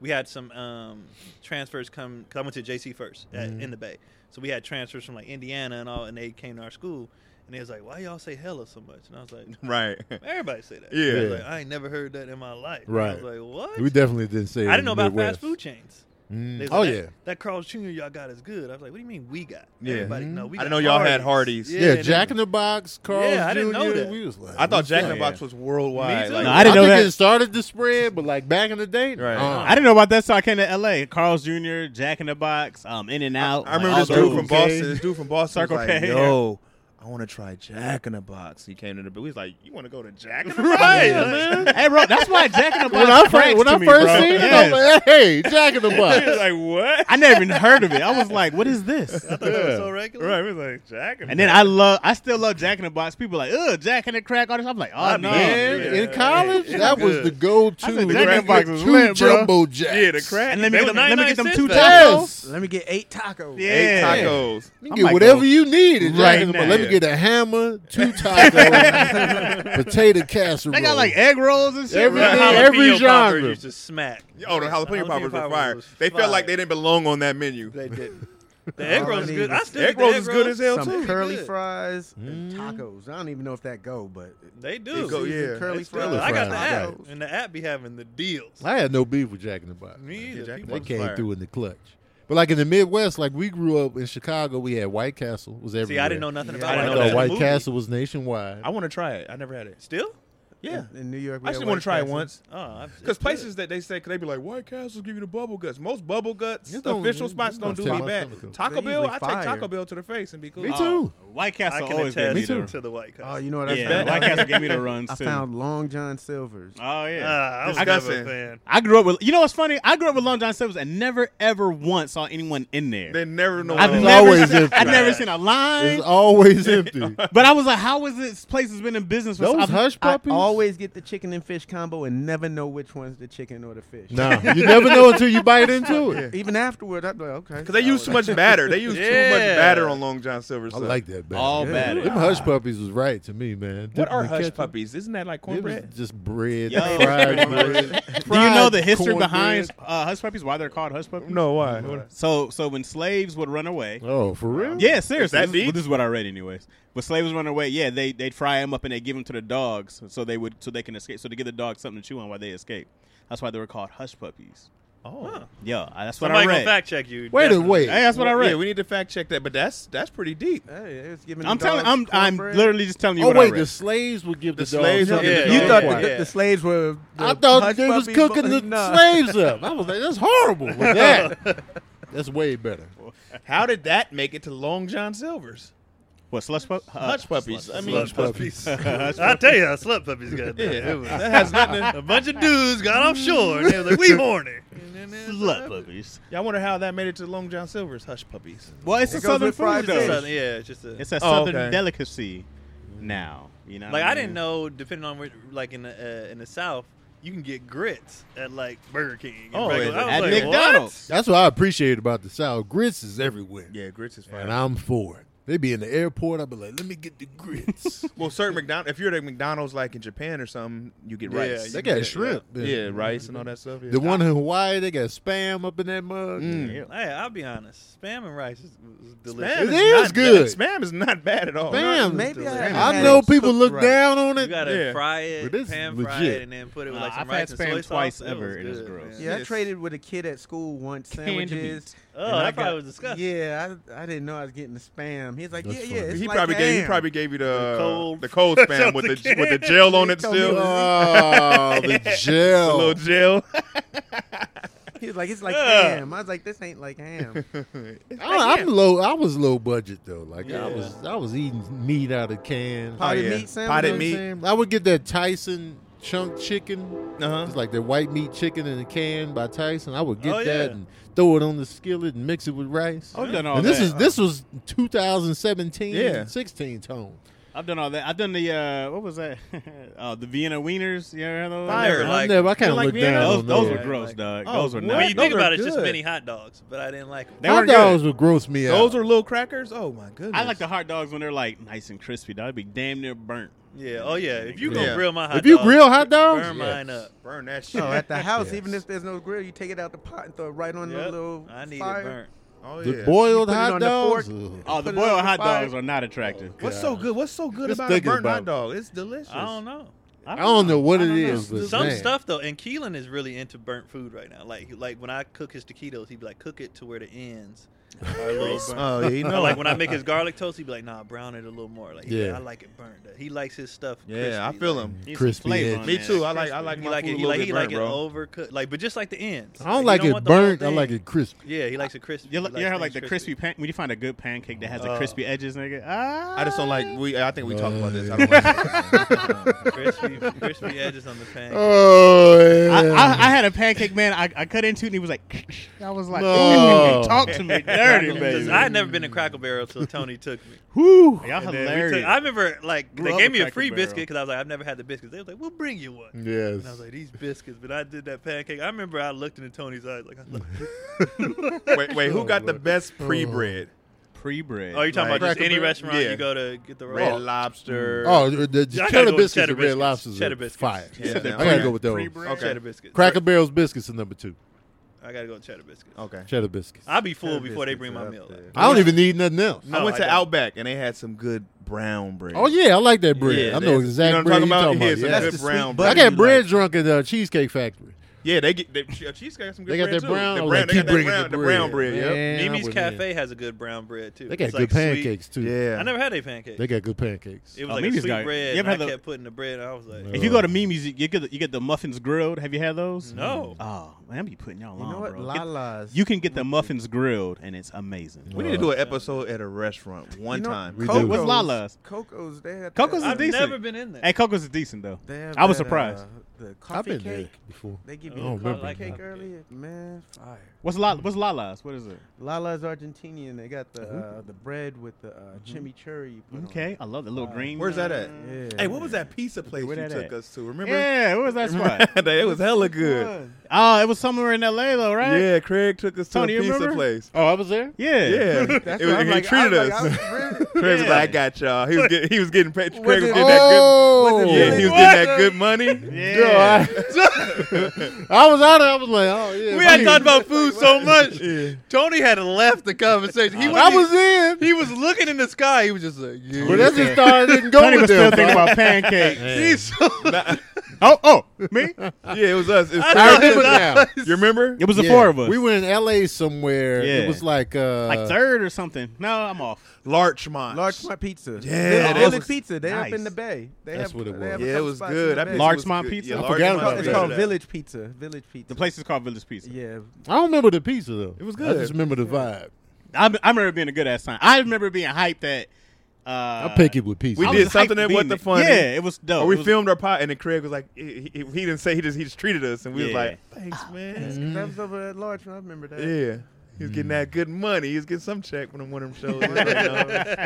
S4: we had some um, transfers come. Cause I went to JC first at, in the Bay, so we had transfers from like Indiana and all, and they came to our school, and they was like, "Why y'all say hella so much?" And I was like,
S3: Right.
S4: [LAUGHS] "Everybody say that."
S3: Yeah.
S4: I, was like, I ain't never heard that in my life. And I was
S5: Right.
S4: like, "What?"
S5: We definitely didn't say.
S4: I didn't know about
S5: Midwest.
S4: fast food chains.
S5: Mm.
S4: They was
S5: Oh
S4: like,
S5: yeah,
S4: that, that Carl's Jr. y'all got is good. I was like, what do you mean we got?
S3: Yeah. Mm-hmm.
S4: Everybody know we.
S3: I
S4: got
S3: didn't know y'all had Hardee's.
S5: yeah.
S4: and
S5: Jack in
S4: then-
S5: the Box, Carl
S4: Yeah, I
S5: Jr.
S4: didn't know that.
S5: We was like,
S3: I thought
S5: what's
S3: Jack in the
S5: that?
S3: Box was worldwide.
S4: Me too.
S3: Like,
S1: No, I didn't know
S5: think
S1: that.
S5: it started to spread, but like back in the day,
S3: Right.
S5: uh,
S1: I didn't know about that, so I came to L.A. Carl's Jr., Jack in the Box, um, In and Out.
S3: I remember this
S5: all
S3: dude
S5: those.
S3: from
S5: Okay.
S3: Boston. This dude from Boston
S1: Circle
S3: was like,
S1: K.
S4: [LAUGHS]
S3: "Yo, I want to try Jack in the Box." He came to the, but we was like, "You want to go to
S4: [LAUGHS]
S3: Jack in the Box?"
S1: Right, [LAUGHS] Hey, bro, that's why Jack in the Box.
S5: When I first,
S1: cracks
S5: when
S1: to
S5: I
S1: me,
S5: first
S1: bro.
S5: seen it,
S1: Yes.
S5: I was like, hey, Jack in the
S3: He was
S5: Box.
S3: like, "What?"
S1: I never even heard of it. I was like, what is this?
S4: That was so regular.
S3: Right, we was like Jack. In the
S1: And then I love, I still love Jack in the Box. People are like, ugh, Jack in the Crack. All this. I'm like, oh no,
S5: Man,
S3: yeah.
S5: in college,
S3: Yeah.
S5: that was the go-to.
S1: I said Jack in the Box was
S5: two
S1: lit, bro.
S5: jumbo jacks.
S3: yeah, the crack.
S1: And let me
S4: They
S1: get them,
S4: were
S1: let me get them
S4: 99
S1: two
S4: cents
S1: tacos.
S2: Let me get eight tacos.
S1: Yeah.
S3: Eight tacos.
S5: You
S1: I
S5: can get
S1: might
S5: whatever
S1: go
S5: you need. at Jack
S1: right
S5: in the Box.
S1: now.
S5: Let me get a hammer, two tacos, potato casserole.
S1: They got like egg rolls and shit.
S5: Every-
S1: right?
S5: Yeah.
S1: [LAUGHS]
S5: every
S4: Jalapeno poppers
S5: genre.
S4: used to smack.
S3: Oh, the jalapeno poppers were
S4: poppers
S3: fire.
S4: was
S3: They felt like they
S4: fire.
S3: didn't belong on that menu.
S4: They didn't. The egg
S2: All
S4: rolls
S2: I
S4: is
S2: need
S4: good. I
S2: is
S4: still
S3: Egg
S4: eat the
S3: rolls is good as hell
S2: Some
S3: too.
S2: curly
S4: Good.
S2: fries and tacos. I don't even know if that go, but
S4: They do.
S3: go-
S2: Seasoned
S3: yeah.
S2: curly
S4: It's still-
S2: fries.
S4: I got the
S5: fries.
S4: app,
S2: tacos.
S4: and the app be having the deals.
S5: I had no beef with Jack in the Box.
S4: Me
S3: Yeah,
S4: either.
S3: Jack in the
S5: They
S4: People-
S3: Box.
S5: came
S3: fire.
S5: through in the clutch. But like in the Midwest, like we grew up in Chicago, we had White Castle was everywhere.
S4: See, I didn't know nothing
S2: Yeah.
S4: about.
S3: I
S4: it.
S5: I
S3: didn't
S4: It
S5: thought
S4: was
S3: know
S4: in
S5: White
S4: the movie.
S5: Castle was nationwide.
S3: I want to try it. I never had it.
S4: Still?
S3: Yeah,
S2: in New York. we
S3: I
S2: had
S3: actually
S2: White
S3: want to try it
S2: Castle.
S3: once.
S4: Oh, I-
S3: Because
S4: it's good.
S3: places that they say, could they be like, White Castles give you the bubble guts. Most bubble guts,
S5: Just don't-
S3: official
S5: just
S3: spots
S5: don't
S3: don't do
S5: tell
S3: me
S5: my
S3: bad.
S5: stomach.
S3: Taco
S2: They're
S3: Bell, I
S2: usually
S3: take
S2: fire.
S3: Taco Bell to the face and be cool.
S5: Me
S3: Oh,
S5: too.
S1: White
S4: I
S1: Castle
S4: can
S1: always gave
S4: attest
S1: me
S5: too.
S1: the
S4: to the White Castle.
S2: Oh, you know what? I
S1: yeah.
S2: found?
S1: White Castle gave me the runs
S2: I
S1: too.
S2: found Long John Silver's.
S1: Oh yeah.
S4: Ah, I was never a
S3: Disgusting.
S4: fan.
S1: I grew up with you know what's funny? I grew up with Long John Silver's and never ever once saw anyone in there.
S3: They never know.
S1: I've
S5: It's
S1: never
S5: always
S1: seen,
S5: empty.
S1: I've never
S4: Right.
S1: seen a line.
S5: It's always empty.
S1: But I was like, how is this place has been in business for so-
S5: Those
S1: I've-
S5: hush
S2: I
S5: puppies.
S2: always get the chicken and fish combo and never know which one's the chicken or the fish.
S5: Nah, you never know until you bite into
S2: [LAUGHS]
S5: it.
S2: Even afterward, I'm like, okay.
S3: Because they use too
S4: [LAUGHS]
S3: much batter. They use too much
S4: Yeah.
S3: batter on Long John Silver's.
S5: I
S3: [LAUGHS]
S5: like that. Bad.
S1: All bad.
S5: Them hush puppies was right to me, man.
S3: What
S5: Dipping
S3: are
S5: the
S3: hush
S5: ketchup.
S3: puppies? Isn't that like
S5: It was
S3: cornbread?
S5: just bread,
S1: Yo.
S5: fried bread.
S1: Do you know the
S5: Fried
S1: history
S5: cornbread.
S1: behind uh, hush puppies? Why they're called hush puppies?
S3: No, why? What-
S1: So, so when slaves would run away,
S5: Oh, for real?
S1: yeah, seriously,
S3: that
S1: this, is-
S3: deep?
S1: this is what I read, anyways. When slaves would run away, yeah, they they'd fry them up and they give them to the dogs so they would so they can escape. So to give the dogs something to chew on while they escape. That's why they were called hush puppies.
S3: Oh.
S1: Yo, I- that's what
S4: Somebody
S1: I
S4: gonna
S1: read.
S4: fact check you.
S5: Wait a
S4: definitely.
S5: wait.
S1: Hey, that's what I read.
S3: Yeah, we need to fact check that, but that's that's pretty deep.
S2: Hey, it's giving the
S1: I'm telling.
S2: dogs
S1: I'm. I'm
S2: cornbread.
S1: literally just telling you
S5: oh
S1: what
S5: wait,
S1: I read.
S5: the slaves would give the,
S3: The
S5: dogs
S3: slaves
S5: something
S4: would
S5: to
S4: give
S2: You
S4: the
S5: do.
S2: thought
S4: Yeah.
S2: the, the slaves were. The
S5: I thought
S2: hush
S5: they was
S2: puppy
S5: cooking
S2: bu-
S5: the
S2: Nah.
S5: slaves up. I was like, that's horrible. But that, that's way better.
S3: How did that make it to Long John Silver's?
S1: what slush pup? Uh,
S3: Hush puppies. I mean,
S4: Slush
S3: [LAUGHS]
S4: puppies. [LAUGHS]
S1: Hush
S4: I tell you, slut puppies got that.
S3: Yeah,
S4: It was-
S3: that has
S4: [LAUGHS]
S3: nothing.
S4: a bunch of dudes got
S3: Mm-hmm.
S4: offshore and they was like, "We
S3: [LAUGHS]
S4: horny."
S1: slut puppies.
S3: Y'all wonder how that made it to Long John Silver's hush puppies.
S1: Well, it's
S2: It
S1: a
S2: goes
S1: southern
S2: with
S1: food
S2: fried
S1: though.
S2: fish.
S4: Southern, yeah, it's just a.
S1: It's a
S3: Oh,
S1: southern
S3: okay.
S1: delicacy now. You know, what
S4: like
S1: I,
S4: I
S1: mean?
S4: didn't know. Depending on where, like in the uh, in the South, you can get grits at like Burger King. and
S3: Oh,
S4: regular-
S3: yeah.
S4: I
S1: at
S4: was like, what?
S1: McDonald's.
S5: That's what I appreciate about the South. Grits is everywhere,
S3: Yeah, grits is
S5: and I'm for it. They be in the airport. I'd be like, let me get the grits.
S3: Well, certain McDonald's, if you're at a McDonald's like in Japan or something, you get
S4: Yeah,
S3: rice.
S5: they
S4: you
S5: got
S4: Yeah,
S5: shrimp.
S3: yeah, rice and all that stuff. Yeah.
S5: The one in Hawaii, they got spam up in that mug.
S3: Mm.
S1: Yeah.
S4: Hey, I'll be honest. Spam and rice is, is delicious.
S5: It
S3: Spam is,
S5: is
S3: not
S5: good.
S3: Bad. Spam is not bad at all.
S5: Spam.
S2: Maybe I, haven't
S5: I
S2: had
S5: know
S2: it
S5: people
S2: cooked
S5: look
S2: right.
S5: down on
S4: You
S5: it.
S4: gotta
S3: Yeah.
S4: fry it,
S5: But this is
S4: pan fry
S5: legit.
S4: it, and then put it with
S1: Nah,
S4: like some
S1: I've had
S4: rice and
S1: spam
S4: soy sauce.
S1: twice
S4: It was
S1: ever, and it's
S4: good,
S1: gross.
S4: man.
S2: Yeah, I
S3: Yes.
S2: traded with a kid at school once
S1: Canned
S2: sandwiches.
S4: Oh,
S2: and
S4: that
S2: I
S4: probably
S2: got-
S4: was disgusting.
S2: Yeah, I, I didn't know I was getting the spam. He's like,
S5: That's
S2: yeah,
S5: funny.
S2: yeah. It's
S3: he
S2: like
S3: probably gave he
S2: ham.
S3: probably gave you the
S4: The cold-
S3: the
S4: [LAUGHS]
S3: cold spam with the with the gel on it
S2: He told me
S3: still.
S2: it
S3: [LAUGHS]
S2: was-
S5: Oh, the
S3: A
S5: gel.
S3: little
S4: [LAUGHS]
S3: gel.
S2: [LAUGHS] He's like, it's like
S4: Yeah.
S2: ham. I was like, this ain't like
S5: [LAUGHS]
S2: ham.
S3: Uh-huh.
S5: I, am low. I was low budget though. Like
S4: Yeah.
S5: I was, I was eating meat out of cans.
S2: Potted
S3: Potted yeah.
S2: meat sandwich.
S3: Potted
S5: You know what I'm
S3: meat.
S5: saying? I would get that Tyson chunk chicken.
S3: Uh-huh.
S5: It's like the white meat chicken in a can by Tyson. I would get
S4: Oh,
S5: that
S4: yeah.
S5: and throw it on the skillet and mix it with rice.
S1: I've done all
S5: and this
S1: Oh, that.
S5: is this was 2017,
S3: Yeah.
S5: 16 tone.
S1: I've done all that. I've done the uh, what was that? [LAUGHS] oh, the Vienna wieners. You ever had those?
S4: Fire.
S5: I
S4: Like-
S5: never. I kind
S3: they're
S5: of
S3: like
S5: looked
S3: Vienna-
S5: down.
S1: Those,
S5: on
S1: those
S5: that.
S1: were gross, dog.
S3: Oh,
S1: those were
S3: what?
S1: not.
S4: When you
S3: Those
S4: think
S3: are
S4: about it, it's just
S3: good.
S4: mini hot dogs, but I didn't like them.
S1: They
S5: Hot
S1: were
S5: dogs
S1: good.
S5: would gross me out.
S3: Those are little crackers. Oh my goodness.
S1: I like the hot dogs when they're like nice and crispy. That'd be damn near burnt.
S4: Yeah. Oh yeah. If you
S3: Yeah.
S4: gonna grill my hot
S5: if you
S4: dogs,
S5: grill hot dogs,
S4: burn
S5: yeah.
S4: mine up.
S3: burn Oh,
S2: [LAUGHS]
S3: that shit.
S2: No, Oh, at the house, even
S5: Yes.
S2: if there's no grill, you take it out the pot and throw it right on the
S4: Yep.
S2: little
S4: I need
S2: fire.
S4: it burnt.
S3: oh
S5: the
S3: yeah.
S5: boiled
S2: You put it
S5: hot
S2: on the
S5: dogs.
S2: fork.
S5: ugh.
S1: Oh, the
S2: Put it on
S1: boiled
S2: the
S1: hot
S2: fire.
S1: dogs are not attractive.
S3: What's so good? What's so good
S5: Just
S3: about a
S5: thinking
S3: burnt
S5: about
S3: hot
S5: it.
S3: dog? It's delicious.
S4: I don't know.
S5: I don't know what
S2: I
S5: it
S2: don't know.
S5: is, but
S4: Some
S5: man.
S4: stuff though, and Keelan is really into burnt food right now. Like, like when I cook his taquitos, he'd be like, "Cook it to where the
S3: [LAUGHS]
S4: ends are a little burnt."
S3: Oh, yeah, you
S4: Or
S3: know.
S4: like
S5: [LAUGHS]
S4: when [LAUGHS] I make his garlic toast, he'd be like, "Nah, brown it a little more." Like, yeah,
S5: Yeah.
S4: I like it burnt. He likes his stuff.
S3: [LAUGHS] yeah, I
S4: crispy.
S3: feel
S4: like,
S3: him.
S1: Needs some
S5: Crispy
S1: flavor
S5: edges.
S1: on
S3: Me
S1: that.
S3: too. I like I like
S4: He
S3: my
S4: like
S3: food
S4: it.
S3: a
S4: He
S3: little
S4: like
S3: bit
S4: he
S3: burnt,
S4: like it
S3: bro.
S4: overcooked, like but just like the ends.
S5: I don't
S4: you
S5: like it
S4: want the whole
S5: burnt. I
S4: thing.
S5: like it crispy.
S4: Yeah, he likes it crispy.
S1: You
S4: He
S1: like,
S4: likes
S1: you ever like the
S4: things
S1: crispy pan? When you find a good pancake that has the
S4: Uh,
S1: crispy edges, nigga. Ah,
S3: I just don't like. We I think we talked about this. I
S5: Uh,
S3: don't [LAUGHS] like it.
S4: [LAUGHS] crispy, crispy edges on the
S3: [LAUGHS]
S4: pan.
S5: Oh,
S1: I,
S5: yeah.
S1: I, I had a pancake man. I, I cut into it and he was like, [LAUGHS] I was like,
S5: No.
S1: talk to
S4: [LAUGHS]
S1: me dirty,
S4: Because
S1: baby.
S4: I had never been to Crackle Barrel until Tony took me.
S1: Whew. Y'all
S4: And then we took-
S1: hilarious.
S4: I remember like
S1: Grew
S4: they
S1: up
S4: gave
S1: with
S4: me a
S1: Cracker
S4: free
S1: Barrel.
S4: biscuit because I was like I've never had the biscuits. They was like, "We'll bring you one."
S5: yes.
S4: And I was like, "These biscuits," but I did that pancake. I remember I looked into Tony's eyes like, I looked-
S3: wait, wait. Who got the best pre bread?
S1: Pre-bread.
S4: "Oh, you're talking
S3: Like
S4: about just
S3: Cracker
S4: any
S3: Barrel?
S4: restaurant
S3: Yeah.
S4: you go to get the
S3: Red
S4: raw."
S3: Lobster.
S5: oh, the, the
S4: Yeah, I gotta
S5: cheddar
S4: go with
S5: biscuits
S4: cheddar
S5: and red
S4: biscuits.
S5: lobsters
S4: Cheddar
S5: are
S4: biscuits.
S5: fire.
S3: Yeah.
S5: I
S3: Said that
S5: gotta
S3: pre-
S5: go with those.
S1: Pre-bread?
S3: Okay.
S4: cheddar biscuits.
S5: Cracker Barrel's biscuits are number two.
S4: I gotta go with cheddar biscuits.
S3: Okay.
S5: Cheddar biscuits. I,
S4: I'll be full before they bring my
S3: Biscuits
S4: meal.
S3: up
S4: like.
S3: there.
S5: don't even need nothing else.
S4: No,
S3: I went
S4: I
S3: to
S4: don't.
S3: Outback and they had some good brown bread.
S5: Oh yeah, I like that bread.
S3: Yeah,
S5: I know
S3: that's-
S5: exact
S3: you know what
S5: bread
S3: I'm
S5: you
S3: talking
S5: talking
S3: about?
S5: about.
S3: Yeah,
S5: yeah.
S3: some
S2: That's
S3: good
S2: the
S3: brown
S2: sweet
S3: bread.
S5: I
S2: butter.
S5: got bread drunk at uh, Cheesecake Factory.
S3: Yeah, they get they, uh, cheesecake. Some good
S5: They got
S3: bread
S5: that
S3: too.
S5: brown. I
S3: The
S5: was
S3: brown.
S5: like,
S3: they
S5: keep
S3: got that
S5: bringing
S3: brown,
S5: the
S3: the
S5: bread.
S3: brown bread. Yep.
S5: Man, I
S4: Mimi's
S5: was
S4: Cafe has a good brown bread too.
S5: in. They got
S4: It's,
S5: good
S4: like, sweet.
S5: pancakes too.
S3: Yeah.
S4: I never had a pancake.
S5: They got good pancakes.
S4: It was
S1: Oh,
S4: like
S1: Mimi's
S4: a sweet
S1: got-
S4: bread.
S1: you
S4: and
S1: ever
S4: I
S1: had the-
S4: kept putting the bread. And I was like,
S5: No.
S1: If you go to Mimi's, you get the, you get the muffins grilled. Have you had those? [LAUGHS]
S4: no.
S1: Oh man, I be putting y'all
S2: You
S1: on,
S2: know what?
S1: bro. Get-
S2: Lala's.
S1: you can get the muffins grilled, and it's amazing.
S3: We need to do an episode at a restaurant one
S2: You know,
S3: time.
S5: We
S2: Coco's,
S5: do. What's
S1: Lala's?
S2: Coco's. They had
S1: Coco's
S2: that,
S1: is
S4: I've
S1: decent.
S4: never been in there.
S1: Hey, Coco's is decent though.
S2: They have
S1: I was
S2: that,
S1: surprised.
S2: Uh, the coffee
S5: I've been
S2: cake.
S5: there before.
S2: They give
S5: I
S2: you
S5: don't
S2: the coffee
S5: remember.
S2: cake
S5: I've been-
S2: earlier. Man, fire.
S1: What's Lala? What's Lala's? What is it?
S2: Lala's Argentinian. They got the uh, the bread with the uh, chimichurri. You put on
S1: Okay, I love the little green. uh,
S3: Where's that
S2: it.
S3: at?
S2: Yeah.
S3: Hey, what was that pizza place
S1: Where
S3: you
S1: that
S3: took
S1: at?
S3: us to? Remember?
S1: Yeah, where was that
S3: [LAUGHS]
S1: spot?
S3: it was hella good.
S2: Fun.
S1: oh, it was somewhere in L.A. though, right?
S3: Yeah, Craig took us to
S1: Tony,
S3: a
S1: you
S3: pizza
S1: remember?
S5: [LAUGHS]
S3: place.
S5: Oh, I was there.
S1: Yeah.
S3: Yeah,
S2: That's
S3: It
S2: what
S3: was-
S2: I'm
S3: he
S2: like,
S3: treated
S2: I was like, I
S3: us.
S2: was ready.
S3: [LAUGHS] Craig was like, "I got y'all." He was getting, he was getting paid. Craig was
S2: it-
S3: getting that
S5: oh,
S2: Was
S3: good.
S2: it
S3: Yeah, he was getting [LAUGHS]
S2: really-
S3: that good money.
S1: Yeah.
S5: I was out there. I was like, oh yeah.
S4: We had
S5: man.
S4: talked about food so much. Tony had left the conversation. He
S5: I
S4: wasn't-
S5: was in.
S4: He was looking in the sky. He was just like, yeah.
S5: But that's just thought I didn't go
S1: Tony
S5: with
S1: was still
S5: them.
S1: thinking
S5: bro.
S1: about pancakes.
S5: Yeah.
S4: He's so-
S1: oh, oh, me?
S3: Yeah, it was us. It was
S5: I
S3: third-
S5: remember now.
S3: You remember?
S1: It was the
S5: Yeah.
S1: four of us.
S5: We were in L.A. somewhere. It
S1: Yeah.
S5: was like uh,
S1: like third or something. No, I'm off.
S3: Larchmont.
S2: Larchmont Pizza.
S3: Yeah,
S2: They-
S3: that
S2: Village
S3: was
S2: Pizza. They up
S1: nice.
S2: in the bay. They
S5: That's
S2: have,
S5: what it
S2: they have a
S5: was.
S3: Yeah, it
S2: couple
S3: was
S2: spots
S3: good.
S2: in
S3: I
S2: the
S3: pizza
S2: bay.
S1: Larch-
S3: was
S1: Larchmont
S3: good.
S1: Pizza?
S3: Yeah,
S5: I forgot
S3: Larchmont
S5: about
S2: It's
S3: Pizza.
S5: that.
S2: called Village Pizza. Village Pizza.
S1: The place is called Village Pizza.
S2: Yeah.
S5: I don't remember the pizza though. It
S3: was
S5: I
S3: good.
S5: just remember the vibe.
S1: I, I remember it being a good ass time. I remember being hyped that. Uh,
S5: I pick it with pizza.
S3: We
S1: I
S3: did
S1: was
S3: something
S1: hyped
S3: at What
S1: being
S3: the
S1: there.
S3: Funny.
S1: Yeah, it was dope.
S3: Or we
S1: It was-
S3: filmed our pot, and then Craig was like, he, he, he didn't say he just he just treated us, and we was
S1: Yeah.
S3: like, thanks, man.
S2: That was over at Larchmont. I remember that.
S3: Yeah. He was
S5: Mm.
S3: getting that good money. He was getting some check from one of them shows. Like, you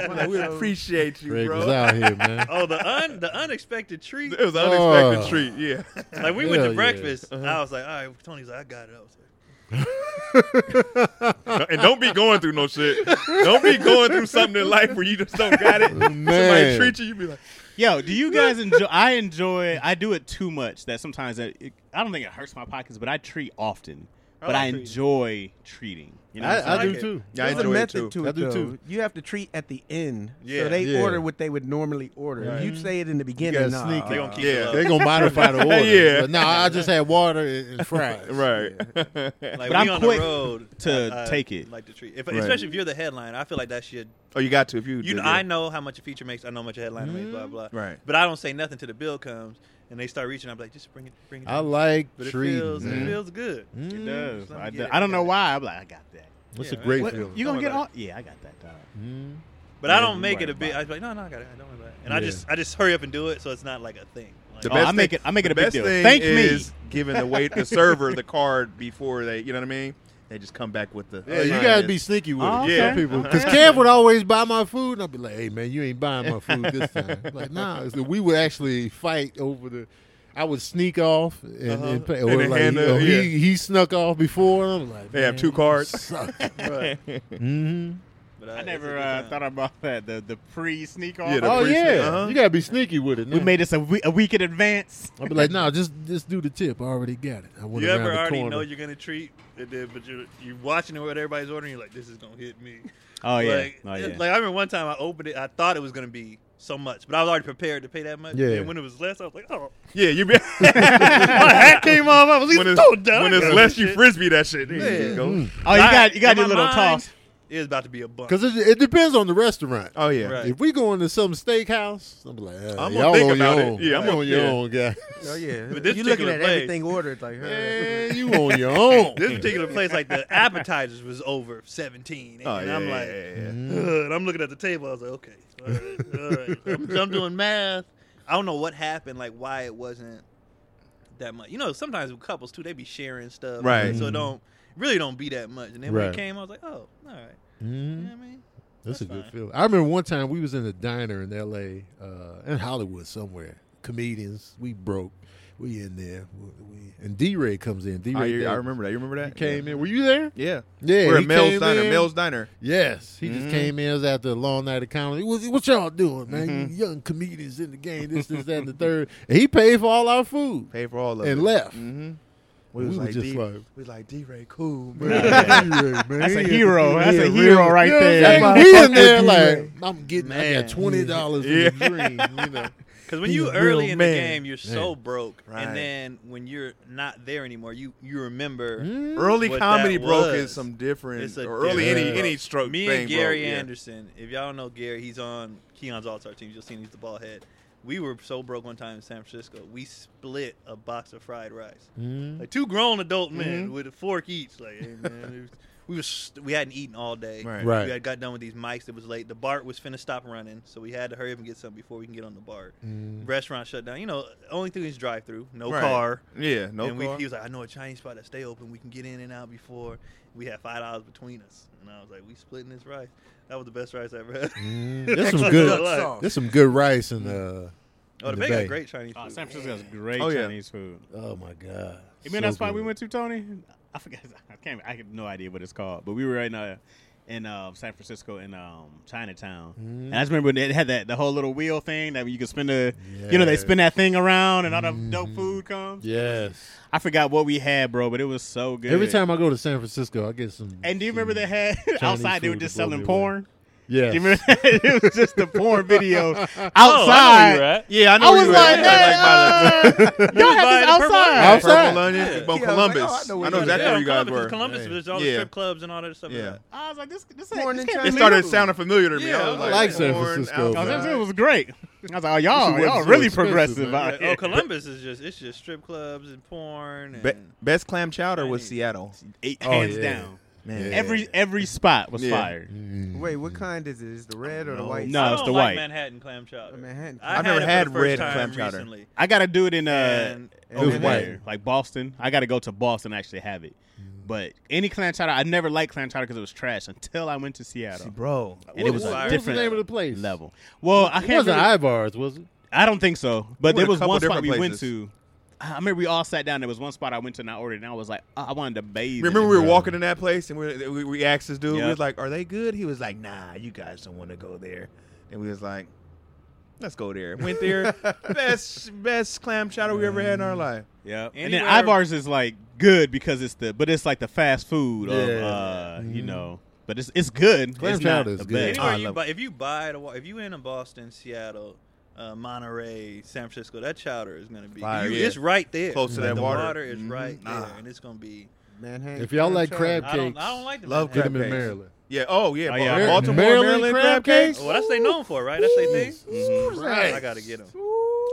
S3: know, like, we appreciate you,
S5: Greg
S3: bro.
S5: was out here, man.
S4: [LAUGHS] Oh, the un the unexpected treat.
S3: It was an unexpected
S5: Oh.
S3: treat. Yeah.
S4: Like we went
S5: Hell
S4: to
S5: yeah.
S4: breakfast. I was like, all right, Tony's like, I got it. I was like,
S3: and don't be going through no shit. Don't be going through something in life where you just don't got
S4: [LAUGHS]
S3: it. Somebody
S5: Man.
S3: treat you, you be like,
S1: Yo, do you guys enjoy? I enjoy. I do it too much that sometimes it, it, I don't think it hurts my pockets, but I treat often. But
S4: like
S1: I
S4: treating.
S1: enjoy treating. You know, what I'm
S5: I, I
S1: saying?
S5: do
S4: it.
S5: too.
S3: Yeah, I
S2: There's a
S3: enjoy it
S2: method
S3: too.
S2: to it,
S5: I do
S2: though.
S5: too.
S2: You have to treat at the end,
S4: Yeah.
S2: so they
S5: Yeah.
S2: order what they would normally order.
S3: Right.
S2: If you say it in the beginning,
S5: gotta
S2: nah, Oh,
S5: sneak it.
S4: they gonna keep
S3: yeah,
S4: it
S5: They're
S4: up.
S5: gonna modify the order.
S3: Yeah.
S5: But no, I just had water and, and fries.
S3: right.
S4: Like
S1: But
S4: we
S1: I'm
S4: on
S1: quick
S4: the road
S1: to
S4: I- I
S1: take it.
S4: Like the treat, if, especially if you're the headline. I feel like that shit.
S3: [LAUGHS] oh, you got to if you.
S4: You
S3: did
S4: know,
S3: it.
S4: I know how much a feature makes. I know how much a headline makes. Blah blah.
S3: Right.
S4: But I don't say nothing till the bill comes and they start reaching. I'm like, just bring it, bring it.
S5: I
S4: in.
S5: like
S4: but it
S5: treating.
S4: feels,
S5: man.
S4: it feels good.
S1: It
S5: Mm,
S1: does.
S4: Let me
S1: I,
S4: get
S1: do.
S4: it.
S1: I don't know why. I'm like, I got that.
S5: That's
S4: Yeah,
S5: a great
S4: right.
S5: feeling.
S1: You gonna
S4: Oh,
S1: get
S4: that-
S1: all? Yeah, I got that. Dog.
S5: Mm.
S4: But I
S1: you
S4: don't make
S1: right
S4: it a bit.
S1: about
S4: I was like, no, no, I got it. I don't worry about it. And I
S5: Yeah.
S4: just, I just hurry up and do it, so it's not like a thing. Like,
S3: The
S1: Oh,
S3: best
S1: I make
S3: thing-
S1: it. I make it
S3: the
S1: a big
S3: best
S1: deal.
S3: thing
S1: Thank me.
S3: is giving the wait the server the card before they. You know what I mean? They just come back with the.
S5: Yeah, you gotta be sneaky with
S1: Oh,
S5: it.
S1: okay.
S5: Yeah,
S3: Yeah.
S5: people.
S4: [LAUGHS]
S5: Because Kev would always buy my food, and I'd be like, "Hey, man, you ain't buying my food
S4: [LAUGHS]
S5: this time." like, nah. So we would actually fight over the. I would sneak off and,
S4: Uh-huh.
S5: and pay. Or
S3: And
S5: like,
S3: hand
S5: you know,
S3: the-
S5: he
S3: yeah.
S5: he snuck off before, and I'm like,
S3: They have
S5: "Man,
S3: two
S5: you
S3: cards."
S4: [LAUGHS]
S5: suck." [LAUGHS]
S3: Right.
S5: Mhm.
S4: but
S1: I never uh, thought about that. The the pre sneak off.
S3: Yeah, the-
S5: Oh
S3: free
S5: yeah,
S3: sneak- uh-huh.
S5: you gotta be sneaky with it.
S1: we
S5: now.
S1: made this a, we- a week in advance.
S5: I'd be like, "Nah, just just do the tip. I already got it." I went
S4: You
S5: around
S4: ever
S5: the
S4: already
S5: corner.
S4: know you're gonna treat, and then, but you're you watching what everybody's ordering. You're like, this is gonna hit me.
S1: Oh yeah.
S4: Like,
S1: oh yeah.
S4: like I remember one time I opened it. I thought it was gonna be so much, but I was already prepared to pay that much.
S5: Yeah.
S4: And when it was less, I was like, oh,
S3: [LAUGHS] Yeah, you be.
S4: my hat came off. I was like,
S3: when it's,
S4: so done.
S3: when it's less, you frisbee that shit. There you go.
S1: oh, you got you got your little toss.
S4: It's about to be a bump.
S5: Because it, it depends on the restaurant.
S3: Oh yeah.
S4: Right.
S5: If we go into some steakhouse, I'm like, uh,
S3: gonna
S5: y'all
S3: think
S5: on
S3: about
S5: your
S3: it.
S5: own.
S3: Yeah, I'm
S5: Y'all
S3: gonna-
S5: on your
S3: yeah.
S5: own, guy. [LAUGHS]
S2: Oh yeah.
S4: But this
S2: You're looking
S4: particular
S2: at
S4: place-
S2: everything ordered like her.
S5: Man,
S3: [LAUGHS]
S5: you on your own.
S4: this particular place, like the appetizers was over seventeen,
S3: Oh
S4: and
S3: yeah.
S4: I'm
S3: yeah,
S4: like, mm-hmm.
S3: yeah, yeah.
S5: Mm.
S4: Ugh, and I'm looking at the table. I was like, okay, all right, all right. I'm, I'm doing math. I don't know what happened, like why it wasn't that much. You know, sometimes with couples too, they be sharing stuff,
S3: Right.
S4: So it don't really don't be that much. And then when
S5: Right.
S4: it came, I was like, oh, all right. You
S5: Mhm.
S4: know what I mean?
S5: That's, a
S4: That's
S5: good
S4: fine.
S5: feeling. I remember one time we was in a diner in L.A. Uh, in Hollywood somewhere. Comedians, we broke. We in there, We- we- and D Ray comes in. D
S3: Oh, I,
S5: Ray,
S3: I remember that. You remember that?
S5: He came in. Were you there?
S3: Yeah.
S5: Yeah,
S3: We're
S5: he
S3: at Mel's
S5: came
S3: Diner.
S5: in.
S3: Mel's Diner.
S5: Yes, he just
S3: Mhm.
S5: came in. It was after a long night of comedy. What, what y'all doing, man?
S3: Mm-hmm.
S5: You young comedians in the game. This, this, that, and the third. And he paid for all our food.
S3: Pay for all of it.
S5: and left.
S3: Mm-hmm.
S5: We, was
S3: was like,
S5: just
S3: D-
S5: like,
S3: We like D Ray, cool
S1: That's
S5: That's
S1: a hero. That's a
S5: Yeah,
S1: hero right there.
S2: why I
S5: He
S2: fuck
S5: in there
S2: with
S5: like
S2: D-Ray.
S5: I'm getting. I
S4: Man.
S5: got twenty dollars
S3: Yeah.
S5: in the dream. You know.
S4: Because when
S5: He's
S4: you
S5: a
S4: early
S5: real
S4: in
S5: man.
S4: the game, you're so broke,
S3: Right.
S4: and then when you're not there anymore, you you remember.
S3: [LAUGHS] Early
S4: What
S3: comedy
S4: that
S3: broke
S4: was.
S3: is some different.
S4: It's a
S3: or early any
S5: different-
S3: any stroke.
S4: Me
S3: thing
S4: and Gary
S3: broke, yeah.
S4: Anderson, if y'all don't know Gary, he's on Keon's All Star team. You'll see him, he's the ball head. We were so broke one time in San Francisco. We split a box of fried rice.
S3: Mm-hmm.
S5: Mm.
S4: Like two grown adult men with a fork each. Like, hey man, it was- we was we hadn't eaten all day.
S3: Right.
S5: Right.
S4: We had got done with these mics. It was late. The BART was finna stop running, so we had to hurry up and get something before we can get on the BART. Restaurant shut down. You know, only thing is drive through, no
S3: Mm-hmm. Right.
S4: car.
S3: Yeah, no
S4: and
S3: car.
S4: We, he was like, I know a Chinese spot that stay open. We can get in and out before. We had five dollars between us, and I was like, we splitting this rice. That was the best rice I ever had.
S5: Mm. There's some
S4: Like,
S5: good.
S4: like-
S5: There's some good rice uh, in the.
S4: Oh, the
S5: in
S4: Bay
S5: Bay.
S4: got great Chinese food.
S1: Oh, San Francisco's great
S3: Oh, yeah.
S1: Chinese food.
S5: Oh my god.
S1: You mean that spot we went to, Tony? I forgot. I can't. I have no idea what it's called. But we were in uh, in uh, San Francisco in um, Chinatown, and I just remember they had that the whole little wheel thing that you could spin the. You know, they
S5: Yes.
S1: spin that thing around, and all the dope food comes.
S5: Yes.
S1: I forgot what we had, bro, but it was so good.
S5: Every time I go to San Francisco, I get some.
S1: And do you remember
S5: some-
S1: they had [LAUGHS]
S5: Chinese
S1: outside? They were
S5: food
S1: just
S5: blow me
S1: selling
S5: away.
S1: porn.
S5: Yes.
S1: Do you
S5: [LAUGHS]
S1: remember? [LAUGHS] it was just a porn video outside.
S3: Oh,
S4: I know Oh, where you were at.
S3: Yeah, I know
S1: I
S3: where
S1: was
S3: you were at.
S1: like,
S3: It was like
S1: hey,
S3: by the-
S1: uh,
S4: You
S1: y'all
S4: was
S1: have
S4: buying
S1: this
S4: the purple
S1: outside.
S5: onion? Outside.
S3: Purple Onion,
S2: Yeah,
S3: Bon
S4: Yeah.
S2: I was like, oh,
S3: Columbus.
S2: I know
S3: I,
S2: where
S3: know
S2: you
S3: exactly
S4: yeah,
S3: where you guys
S4: Columbus,
S3: were.
S4: Columbus, there's all
S3: Yeah.
S4: the strip clubs and all that stuff.
S3: Yeah.
S1: I was like, this, this,
S2: Born
S1: this
S2: in
S3: It
S1: can't
S2: China.
S1: be
S3: started
S1: real.
S3: sounding familiar to me.
S4: Yeah,
S3: I was
S4: I
S3: like,
S5: like San
S3: porn
S5: Francisco,
S3: outside.
S1: Oh, this,
S5: man.
S1: it was great. I was like, oh, y'all,
S5: This is
S1: y'all
S5: so
S1: really
S5: expensive,
S1: progressive
S5: man.
S1: out
S4: Oh, [LAUGHS]
S1: here.
S4: Columbus is just it's just strip clubs and porn and
S3: Be- best clam chowder was
S4: Chinese.
S3: Seattle.
S1: Eight
S5: Oh,
S1: hands
S5: yeah.
S1: down.
S5: Man.
S1: Every every spot was
S3: Yeah.
S1: fired.
S5: Mm.
S2: Wait, what kind is it? Is it the red or the
S3: No.
S2: white?
S1: No,
S4: I
S1: it's
S4: don't
S1: the
S4: like
S1: white.
S4: Manhattan clam chowder.
S2: The Manhattan.
S4: I
S3: I've never
S4: had it for the
S3: had red
S4: first
S3: clam
S4: time
S3: chowder.
S4: recently.
S1: I gotta do it in uh
S4: And
S1: over
S5: It was
S1: there, like Boston. I gotta go to Boston to actually have it. But any clam chowder, I never liked clam chowder because it was trash until I went to Seattle
S2: bro.
S1: and it was a
S5: What
S4: what was
S5: was the
S1: different
S5: name of the place?
S1: level. Well, Oh, I
S5: It
S1: can't.
S5: wasn't
S1: really-
S5: Ivar's, was it?
S1: I don't think so. But
S3: went
S1: there
S3: a
S1: was
S3: couple
S1: one spot we
S3: different
S1: went
S3: places.
S1: to. I remember we all sat down. There was one spot I went to and I ordered, and I was like, I I wanted to bathe. in
S3: Remember
S1: it.
S3: we were walking in that place and we, we, we asked this dude.
S1: Yeah.
S3: We was like, "Are they good?" He was like, "Nah, you guys don't want to go there." And we was like, "Let's go there." Went [LAUGHS] there. best best clam chowder we ever had in our life.
S1: Yeah, and then
S4: Anywhere-
S1: Ivar's is like good because it's the, but it's like the fast food of,
S5: Yeah.
S1: uh,
S3: Mm-hmm.
S1: you know, but it's it's good.
S5: Clam
S1: it's not
S5: chowder is
S1: the
S5: good.
S1: best.
S4: Anywhere
S3: I
S4: you
S3: love
S4: buy, if you buy it, if you in a Boston, Seattle, uh, Monterey, San Francisco, that chowder is gonna be.
S3: Fire,
S4: you-
S3: yeah.
S4: It's right there,
S3: Close to
S4: Like,
S3: that
S4: the
S3: water.
S4: is
S3: Mhm.
S4: right there,
S3: Ah.
S4: and it's gonna be.
S2: Manhattan.
S5: If y'all
S2: clam
S5: like
S2: chowder.
S5: crab
S4: I don't.
S5: Cakes.
S4: I don't like the
S3: Love
S4: Manhattan.
S5: Get 'em in
S3: cakes.
S5: Maryland.
S3: Yeah. Oh yeah.
S1: Oh, yeah, I
S3: Ba-
S1: heard-
S3: Baltimore
S5: Maryland
S3: Maryland,
S5: crab
S3: crab cakes.
S4: Well, that's they known for, right? That's they thing.
S1: Mhm.
S4: I gotta get them.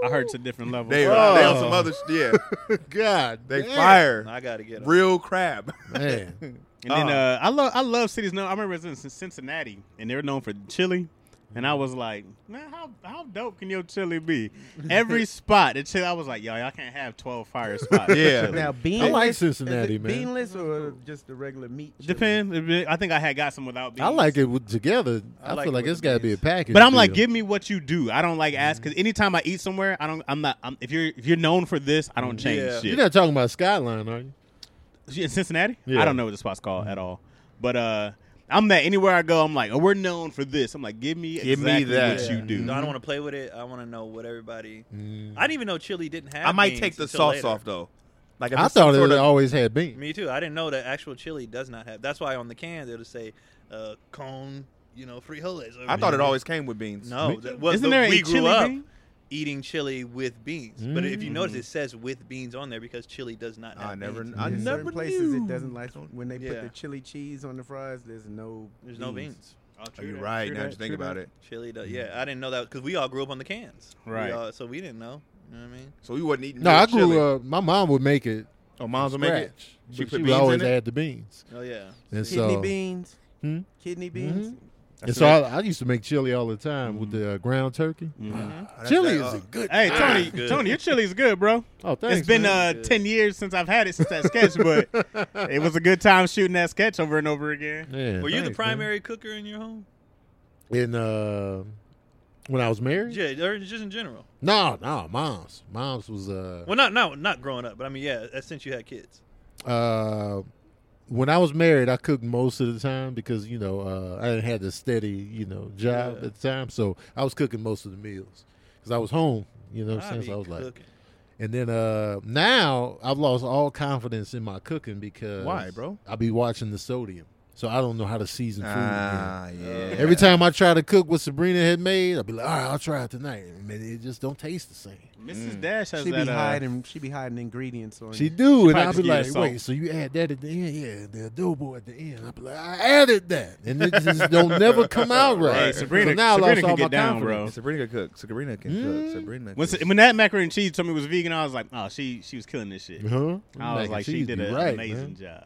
S1: I heard it's a different level. Uh,
S3: They,
S5: Oh.
S3: they on some other. Yeah.
S5: God, [LAUGHS]
S3: They
S5: damn.
S3: fire
S4: I gotta get them.
S3: real crab.
S5: Man,
S1: And then
S3: Uh-uh.
S1: uh, I love I love cities. No, I remember it was in Cincinnati, and they're known for chili. And I was like, man, how how dope can your chili
S3: [LAUGHS]
S1: be? Every spot, the chili, I was like, yo, y'all can't have twelve fire
S3: [LAUGHS]
S1: spots. for
S3: Yeah.
S1: chili.
S2: Now bean.
S5: I like
S2: is it
S5: Cincinnati, man.
S2: Beanless or just the regular meat? chili?
S1: depends. It'd be- I think I had got some without. Beans.
S5: I like it with, together.
S4: I
S5: I,
S4: like
S5: feel
S4: it
S5: like
S4: with
S5: it's
S4: the
S5: got to be a
S4: beans.
S5: package.
S1: But I'm like,
S5: deal.
S1: give me what you do. I don't like ask because anytime I eat somewhere, I don't. I'm not. I'm, if you're if you're known for this, I don't change
S4: Yeah.
S1: shit.
S5: You're not talking about Skyline, are you?
S1: in Cincinnati.
S5: Yeah.
S1: I don't know what the spot's called at all, but uh, I'm that anywhere I go, I'm like, oh, we're known for this. I'm like, give me
S3: Give me
S1: exactly
S3: that.
S1: what you do.
S4: No, I don't
S3: Mm-hmm.
S4: want to play with it. I want to know what everybody. I didn't even know Chili didn't have.
S3: Mm. I might
S4: beans
S3: take the
S4: until
S3: sauce
S4: later.
S3: off though. Like if
S5: I
S3: it's
S5: thought it
S3: sort of-
S5: always had beans.
S4: Me too. I didn't know that actual chili does not have. That's why on the cans it'll say uh, cone, you know, frijoles.
S3: I thought it always came with beans.
S4: No,
S5: Me
S4: that,
S5: too.
S4: well,
S1: Isn't
S4: the-
S1: there a
S4: we grew
S1: chili
S4: up
S1: bean?
S4: eating chili with beans, but if you notice, it says with beans on there because chili does not. Have
S3: I never,
S4: beans.
S3: I
S2: In
S3: never
S2: certain places
S3: knew.
S2: it doesn't like when they
S4: Yeah.
S2: put the chili cheese on the fries. There's no.
S4: There's no beans.
S3: Oh, you're right. Now that you think about it.
S4: Chili
S3: Mm.
S4: does. Yeah, I didn't know that because we all grew up on the cans. We
S1: Right.
S4: all- so we didn't know. You know what I mean?
S3: So we wasn't eating.
S5: No,
S3: real
S5: I grew
S3: chili.
S5: up. My mom would make it.
S3: Oh, moms will
S5: from
S3: make it.
S5: scratch, but
S3: She
S5: She,
S3: put
S5: would
S3: beans in
S5: always
S3: it?
S5: add the beans,
S4: Oh yeah.
S5: and
S2: Kidney
S5: so
S2: beans.
S5: Hmm?
S2: Kidney beans.
S5: and so I, I used to make chili all the time with the uh, ground turkey.
S3: Oh, Mm-hmm. that's
S5: Chili
S3: that-
S5: is a
S3: oh.
S5: good.
S1: Mm-hmm. Hey
S4: Ah,
S1: Tony,
S4: good.
S1: Tony, your chili's good, bro.
S5: Oh, thanks.
S1: it's been
S5: man.
S1: uh, ten years since I've had it since that sketch, but it was a good time shooting that sketch over and over again.
S5: Yeah,
S4: Were you the
S5: thanks,
S4: primary cooker in your home?
S5: man. in uh, when I was married?
S4: Yeah, or just in general.
S5: No, no, mom's mom's was uh,
S4: Well, not not not growing up, but I mean, yeah, that's since you had kids.
S5: uh, when I was married, I cooked most of the time because you know uh, I didn't have the steady you know job
S4: Yeah.
S5: at the time, so I was cooking most of the meals because I was home. You know, what
S4: I
S5: I'm saying?
S4: be
S5: So I was like,
S4: cooking.
S5: and then uh, now I've lost all confidence in my cooking because
S3: Why, bro?
S5: I be watching the sodium, so I don't know how to season food. anymore.
S3: Ah, yeah.
S5: Every time I try to cook what Sabrina had made, I'll be like, all right, I'll try it tonight. And man, it just don't taste the same.
S1: Mrs. Dash has
S2: She
S1: that.
S2: be
S1: uh,
S2: hiding. She be hiding ingredients on.
S5: [LAUGHS] She
S2: you.
S5: do, and
S1: Oh, probably
S5: I'll be
S1: just get
S5: like,
S1: her
S5: wait,
S1: salt.
S5: so you add that at the end? Yeah, the adobo at the end. I'll be like, I added that, and it just don't never
S1: [LAUGHS]
S5: come out right.
S1: Hey, Sabrina,
S5: so now I
S1: Sabrina
S5: lost
S1: can
S5: all
S1: get
S5: my
S1: down,
S5: confidence.
S1: bro.
S3: Sabrina can cook. Sabrina can
S5: Mm.
S3: cook. Sabrina.
S1: When,
S3: cooks.
S1: when that macaroni and cheese told me it was vegan, I was like, oh, she she was killing this
S5: [LAUGHS]
S1: shit.
S5: Huh?
S1: I was
S5: Mac and
S1: like, she
S5: cheese
S1: did
S5: be
S1: an
S5: right,
S1: amazing
S5: man.
S1: job.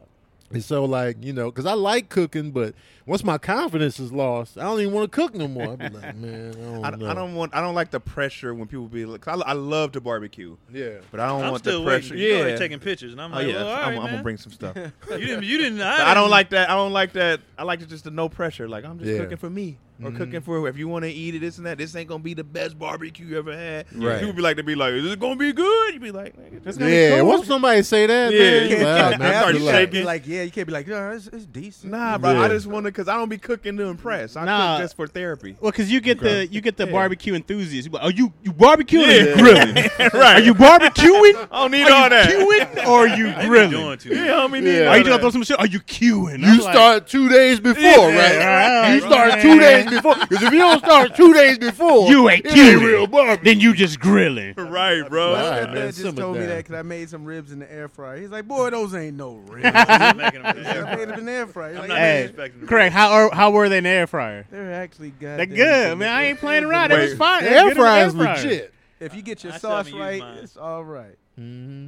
S5: And so, like, you know, because I like cooking, but once my confidence is lost, I don't even want to cook no more. I
S1: [LAUGHS]
S5: be like, man, I don't
S3: I,
S5: know.
S3: don't- I don't want. I don't like the pressure when people be like. 'cause I, lo- I love to barbecue,
S5: Yeah.
S3: but I don't
S4: I'm
S3: want
S4: still
S3: the pressure.
S4: waiting. You're already
S3: yeah.
S4: taking pictures, and I'm
S3: oh
S4: like,
S3: yeah.
S4: well, all
S3: I'm,
S4: right,
S3: I'm gonna
S4: man.
S3: bring some stuff. [LAUGHS] But
S4: You didn't. You didn't. I,
S3: I don't
S4: didn't-
S3: like that. I don't like that. I like it just the no pressure. Like I'm just
S5: Yeah.
S3: cooking for me or cooking for if you want to eat it, this and that. This ain't gonna be the best barbecue you ever had.
S5: Right.
S3: People be like to be like, is it gonna be good? You be like, nigga,
S5: [LAUGHS]
S1: That's gonna be
S5: Yeah,
S1: cool.
S5: once somebody say that,
S3: Yeah,
S5: man,
S3: you
S5: you
S3: can't
S5: loud,
S3: talk
S1: [LAUGHS]
S5: man. I
S3: back.
S5: be
S3: You
S5: like,
S3: can't
S2: Be like, yeah, you can't be like, no, it's, it's decent.
S3: Nah, bro. I
S5: Yeah.
S3: just want to because I don't be cooking to impress. I
S1: Nah.
S3: cook just for therapy. [LAUGHS]
S1: Well, because you get the you get the
S5: Yeah.
S1: barbecue enthusiast. You- Are you you barbecuing or you
S3: Yeah. [LAUGHS]
S1: grilling?
S3: right.
S1: Are you barbecuing?
S3: I don't need all
S1: Are you
S3: that.
S1: queuing or are
S4: [LAUGHS]
S1: you
S4: They be
S1: grilling?
S4: doing too much.
S3: Yeah, I mean, need
S5: Yeah.
S3: all
S1: Are you gonna
S3: that.
S1: throw some shit? Are you queuing?
S5: you
S1: I'm like,
S5: start two days before,
S1: Yeah,
S5: right?
S1: right,
S5: You start two days before. Because if you don't start two days before,
S1: You ain't
S5: it ain't
S1: killing.
S5: real barbecue.
S1: Then you just grilling.
S4: right, bro.
S5: Wow.
S2: Stepdad
S5: man,
S2: just
S5: simmer
S2: told me
S5: down.
S2: that because I made some ribs in the air fryer. He's like, boy, those ain't no ribs.
S4: [LAUGHS] I'm making them
S2: I made
S4: mad.
S2: them in the air fryer. He's like,
S4: I'm
S2: "Man,
S4: not
S1: Hey,
S4: disrespecting them.
S1: Correct. How are, how were they in the air fryer?
S2: they're actually good.
S1: They're good, man. I ain't playing around. That was
S3: Wait.
S1: fine.
S5: The
S1: That's
S5: air
S1: good in the
S5: fryer is
S1: fryer.
S5: legit.
S2: If you get your
S4: I still
S2: sauce
S4: haven't used
S2: right,
S4: mine.
S2: it's all right.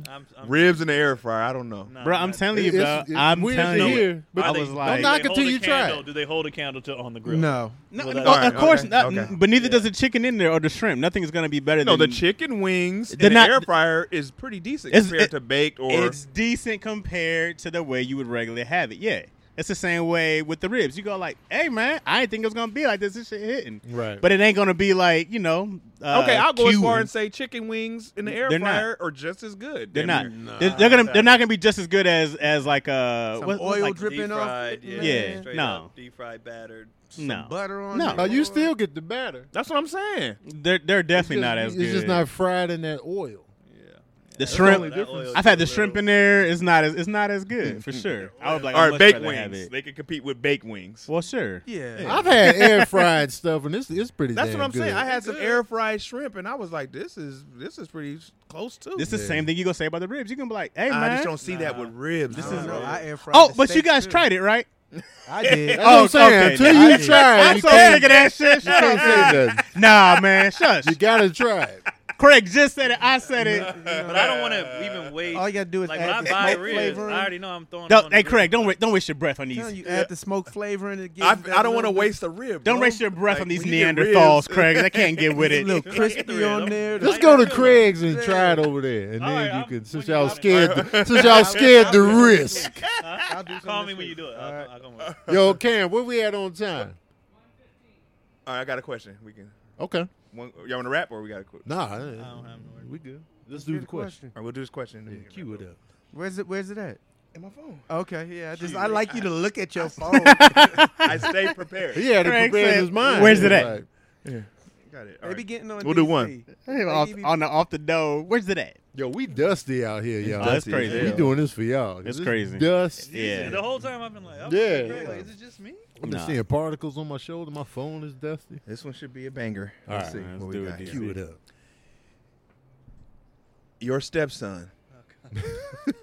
S4: I'm, I'm,
S3: Ribs in the air fryer. I don't know.
S4: nah,
S1: Bro, I'm
S4: not-
S1: telling you,
S5: It's-
S1: bro.
S5: it's
S1: I'm
S5: weird
S1: telling
S5: to
S1: you.
S5: hear, but
S1: I
S4: they-
S1: was
S4: don't
S1: like-
S4: they
S5: Knock it
S4: hold
S5: till
S4: a
S5: you try it.
S4: candle? Do they hold a candle to on the grill?
S2: No,
S1: No,
S4: Well,
S1: no,
S4: that's-
S1: of course
S3: okay,
S1: not.
S3: okay.
S1: But neither does the chicken in there or the shrimp. Nothing is gonna be better
S3: No,
S1: than
S3: the chicken wings in
S1: They're
S3: the
S1: not-
S3: air fryer is pretty decent
S1: It's-
S3: compared
S1: it-
S3: to baked or
S1: It's decent compared to the way you would regularly have it. Yeah, it's the same way with the ribs. You go like, "Hey, man, I didn't think it was gonna be like this. This shit hitting."
S5: Right.
S1: But it ain't gonna be like you know. Uh,
S3: Okay, I'll go as
S1: Cuban.
S3: far and say chicken wings in the air
S1: They're not.
S3: fryer are just as good.
S1: They're not.
S3: Damn near.
S1: They're, they're gonna. They're not gonna be just as good as as like uh.
S2: some
S1: what-
S2: oil
S1: like-
S2: dripping off.
S4: Deep-fried,
S2: it,
S1: Yeah.
S2: man.
S4: straight
S1: no.
S4: up deep-fried battered.
S2: Some
S1: No.
S2: butter on
S1: No.
S2: it.
S5: Now, you
S2: boy.
S5: still get the batter.
S3: That's what I'm saying.
S1: They're they're definitely
S5: It's just-
S1: not as good.
S5: It's just not fried in that oil.
S1: the
S4: Yeah.
S3: only
S1: shrimp.
S3: difference.
S1: I've had the shrimp in there. It's not as it's not as good
S3: [LAUGHS]
S1: for sure. I would like.
S3: All
S1: I'd
S3: right,
S1: much
S3: baked
S1: rather have
S3: wings.
S1: it.
S3: They can compete with baked wings.
S1: Well, sure.
S2: Yeah.
S5: I've had air fried stuff, and it's it's pretty.
S3: That's
S5: damn
S3: what I'm
S5: good.
S3: saying. I had some air fried shrimp, and I was like, "This is this is pretty s- close too."
S1: This is the
S5: Yeah.
S1: same thing you gonna say about the ribs. You gonna be like, "Hey,
S3: I
S1: man."
S3: just don't see that with ribs.
S2: This
S3: though.
S2: is no, I air fried.
S1: oh,
S2: the
S1: but you
S2: steak,
S1: guys
S2: too.
S1: tried it, Oh. right?
S2: I did.
S5: That's what I'm saying.
S1: Okay,
S5: Until
S1: now,
S5: you
S1: I-
S5: try it,
S1: I'm
S5: you
S1: so
S5: can't,
S1: sick of that shit.
S5: you
S1: Shut
S5: can't
S1: up.
S5: say nothing.
S1: Nah, man, shush.
S5: You gotta try it.
S1: Craig just said it. I said it.
S4: But I don't want to even wait.
S2: All you gotta do is
S4: like when
S2: add
S4: I
S2: the
S4: buy
S2: smoke
S4: ribs, I
S2: flavoring.
S4: already know I'm throwing. them
S1: Don't,
S4: on
S1: hey,
S4: the
S1: Craig,
S4: grill.
S1: don't wa- don't waste your breath on
S2: Telling
S1: these.
S2: you, add the smoke flavoring. It gives it
S3: I, I
S2: that
S3: don't want to
S2: little
S3: waste the rib.
S1: Don't
S3: bro.
S1: waste your breath
S3: Like,
S1: on these
S3: when you get
S1: Neanderthals,
S3: ribs-
S1: Craig. They can't get with
S2: little
S1: it.
S2: crispy on there.
S5: Let's
S4: I
S5: go to
S4: ain't doing it.
S5: Craig's and try it over there, and
S4: All
S5: then
S4: right,
S5: you
S4: I'm-
S5: can. Since
S4: when
S5: y'all
S4: you got it.
S5: scared, to, since y'all scared the risk.
S4: Huh?
S2: I'll do some
S4: Call
S2: this
S4: me when you
S2: week.
S4: do it. Uh,
S2: All
S4: I'll,
S2: right.
S4: I'll come over.
S5: Yo, Cam, where we at on time?
S3: All right, I got a question. We can.
S5: Okay.
S3: One, y'all want to rap or we got a question?
S5: Nah,
S4: I don't have no.
S5: we good. Let's
S2: Here's
S5: do the question.
S3: All right, we'll do this question. and then we can
S5: Cue
S3: wrap
S5: it up.
S2: Where's it? Where's it at?
S3: In my phone.
S2: Okay, yeah. I just I
S3: Shoot.
S2: like you to look at your phone.
S3: I [LAUGHS] stay prepared.
S5: He had it
S1: Craig
S5: prepared in
S1: said,
S5: his mind.
S1: "Where's
S5: He
S1: it
S5: was
S1: at?"
S5: like,
S3: Got it. All
S2: They be
S3: right.
S2: getting on.
S3: We'll do
S2: DC.
S3: one.
S1: off, on the off the dough. Where's it at?
S5: Yo, we dusty out here, y'all.
S1: Oh, that's
S3: dusty as
S1: crazy.
S5: We doing this for y'all. 'cause
S1: It's crazy.
S5: Dust.
S1: Yeah.
S4: The whole time I've been like, oh,
S5: Yeah.
S4: Craig, like, is it just me?
S5: I've been
S1: Nah.
S5: seeing particles on my shoulder. My phone is dusty.
S3: This one should be a banger.
S5: All
S3: Let's
S5: right,
S3: see
S1: man,
S3: what
S1: let's
S3: we
S1: do
S3: got
S1: it,
S3: here.
S5: Cue it up.
S3: Your stepson.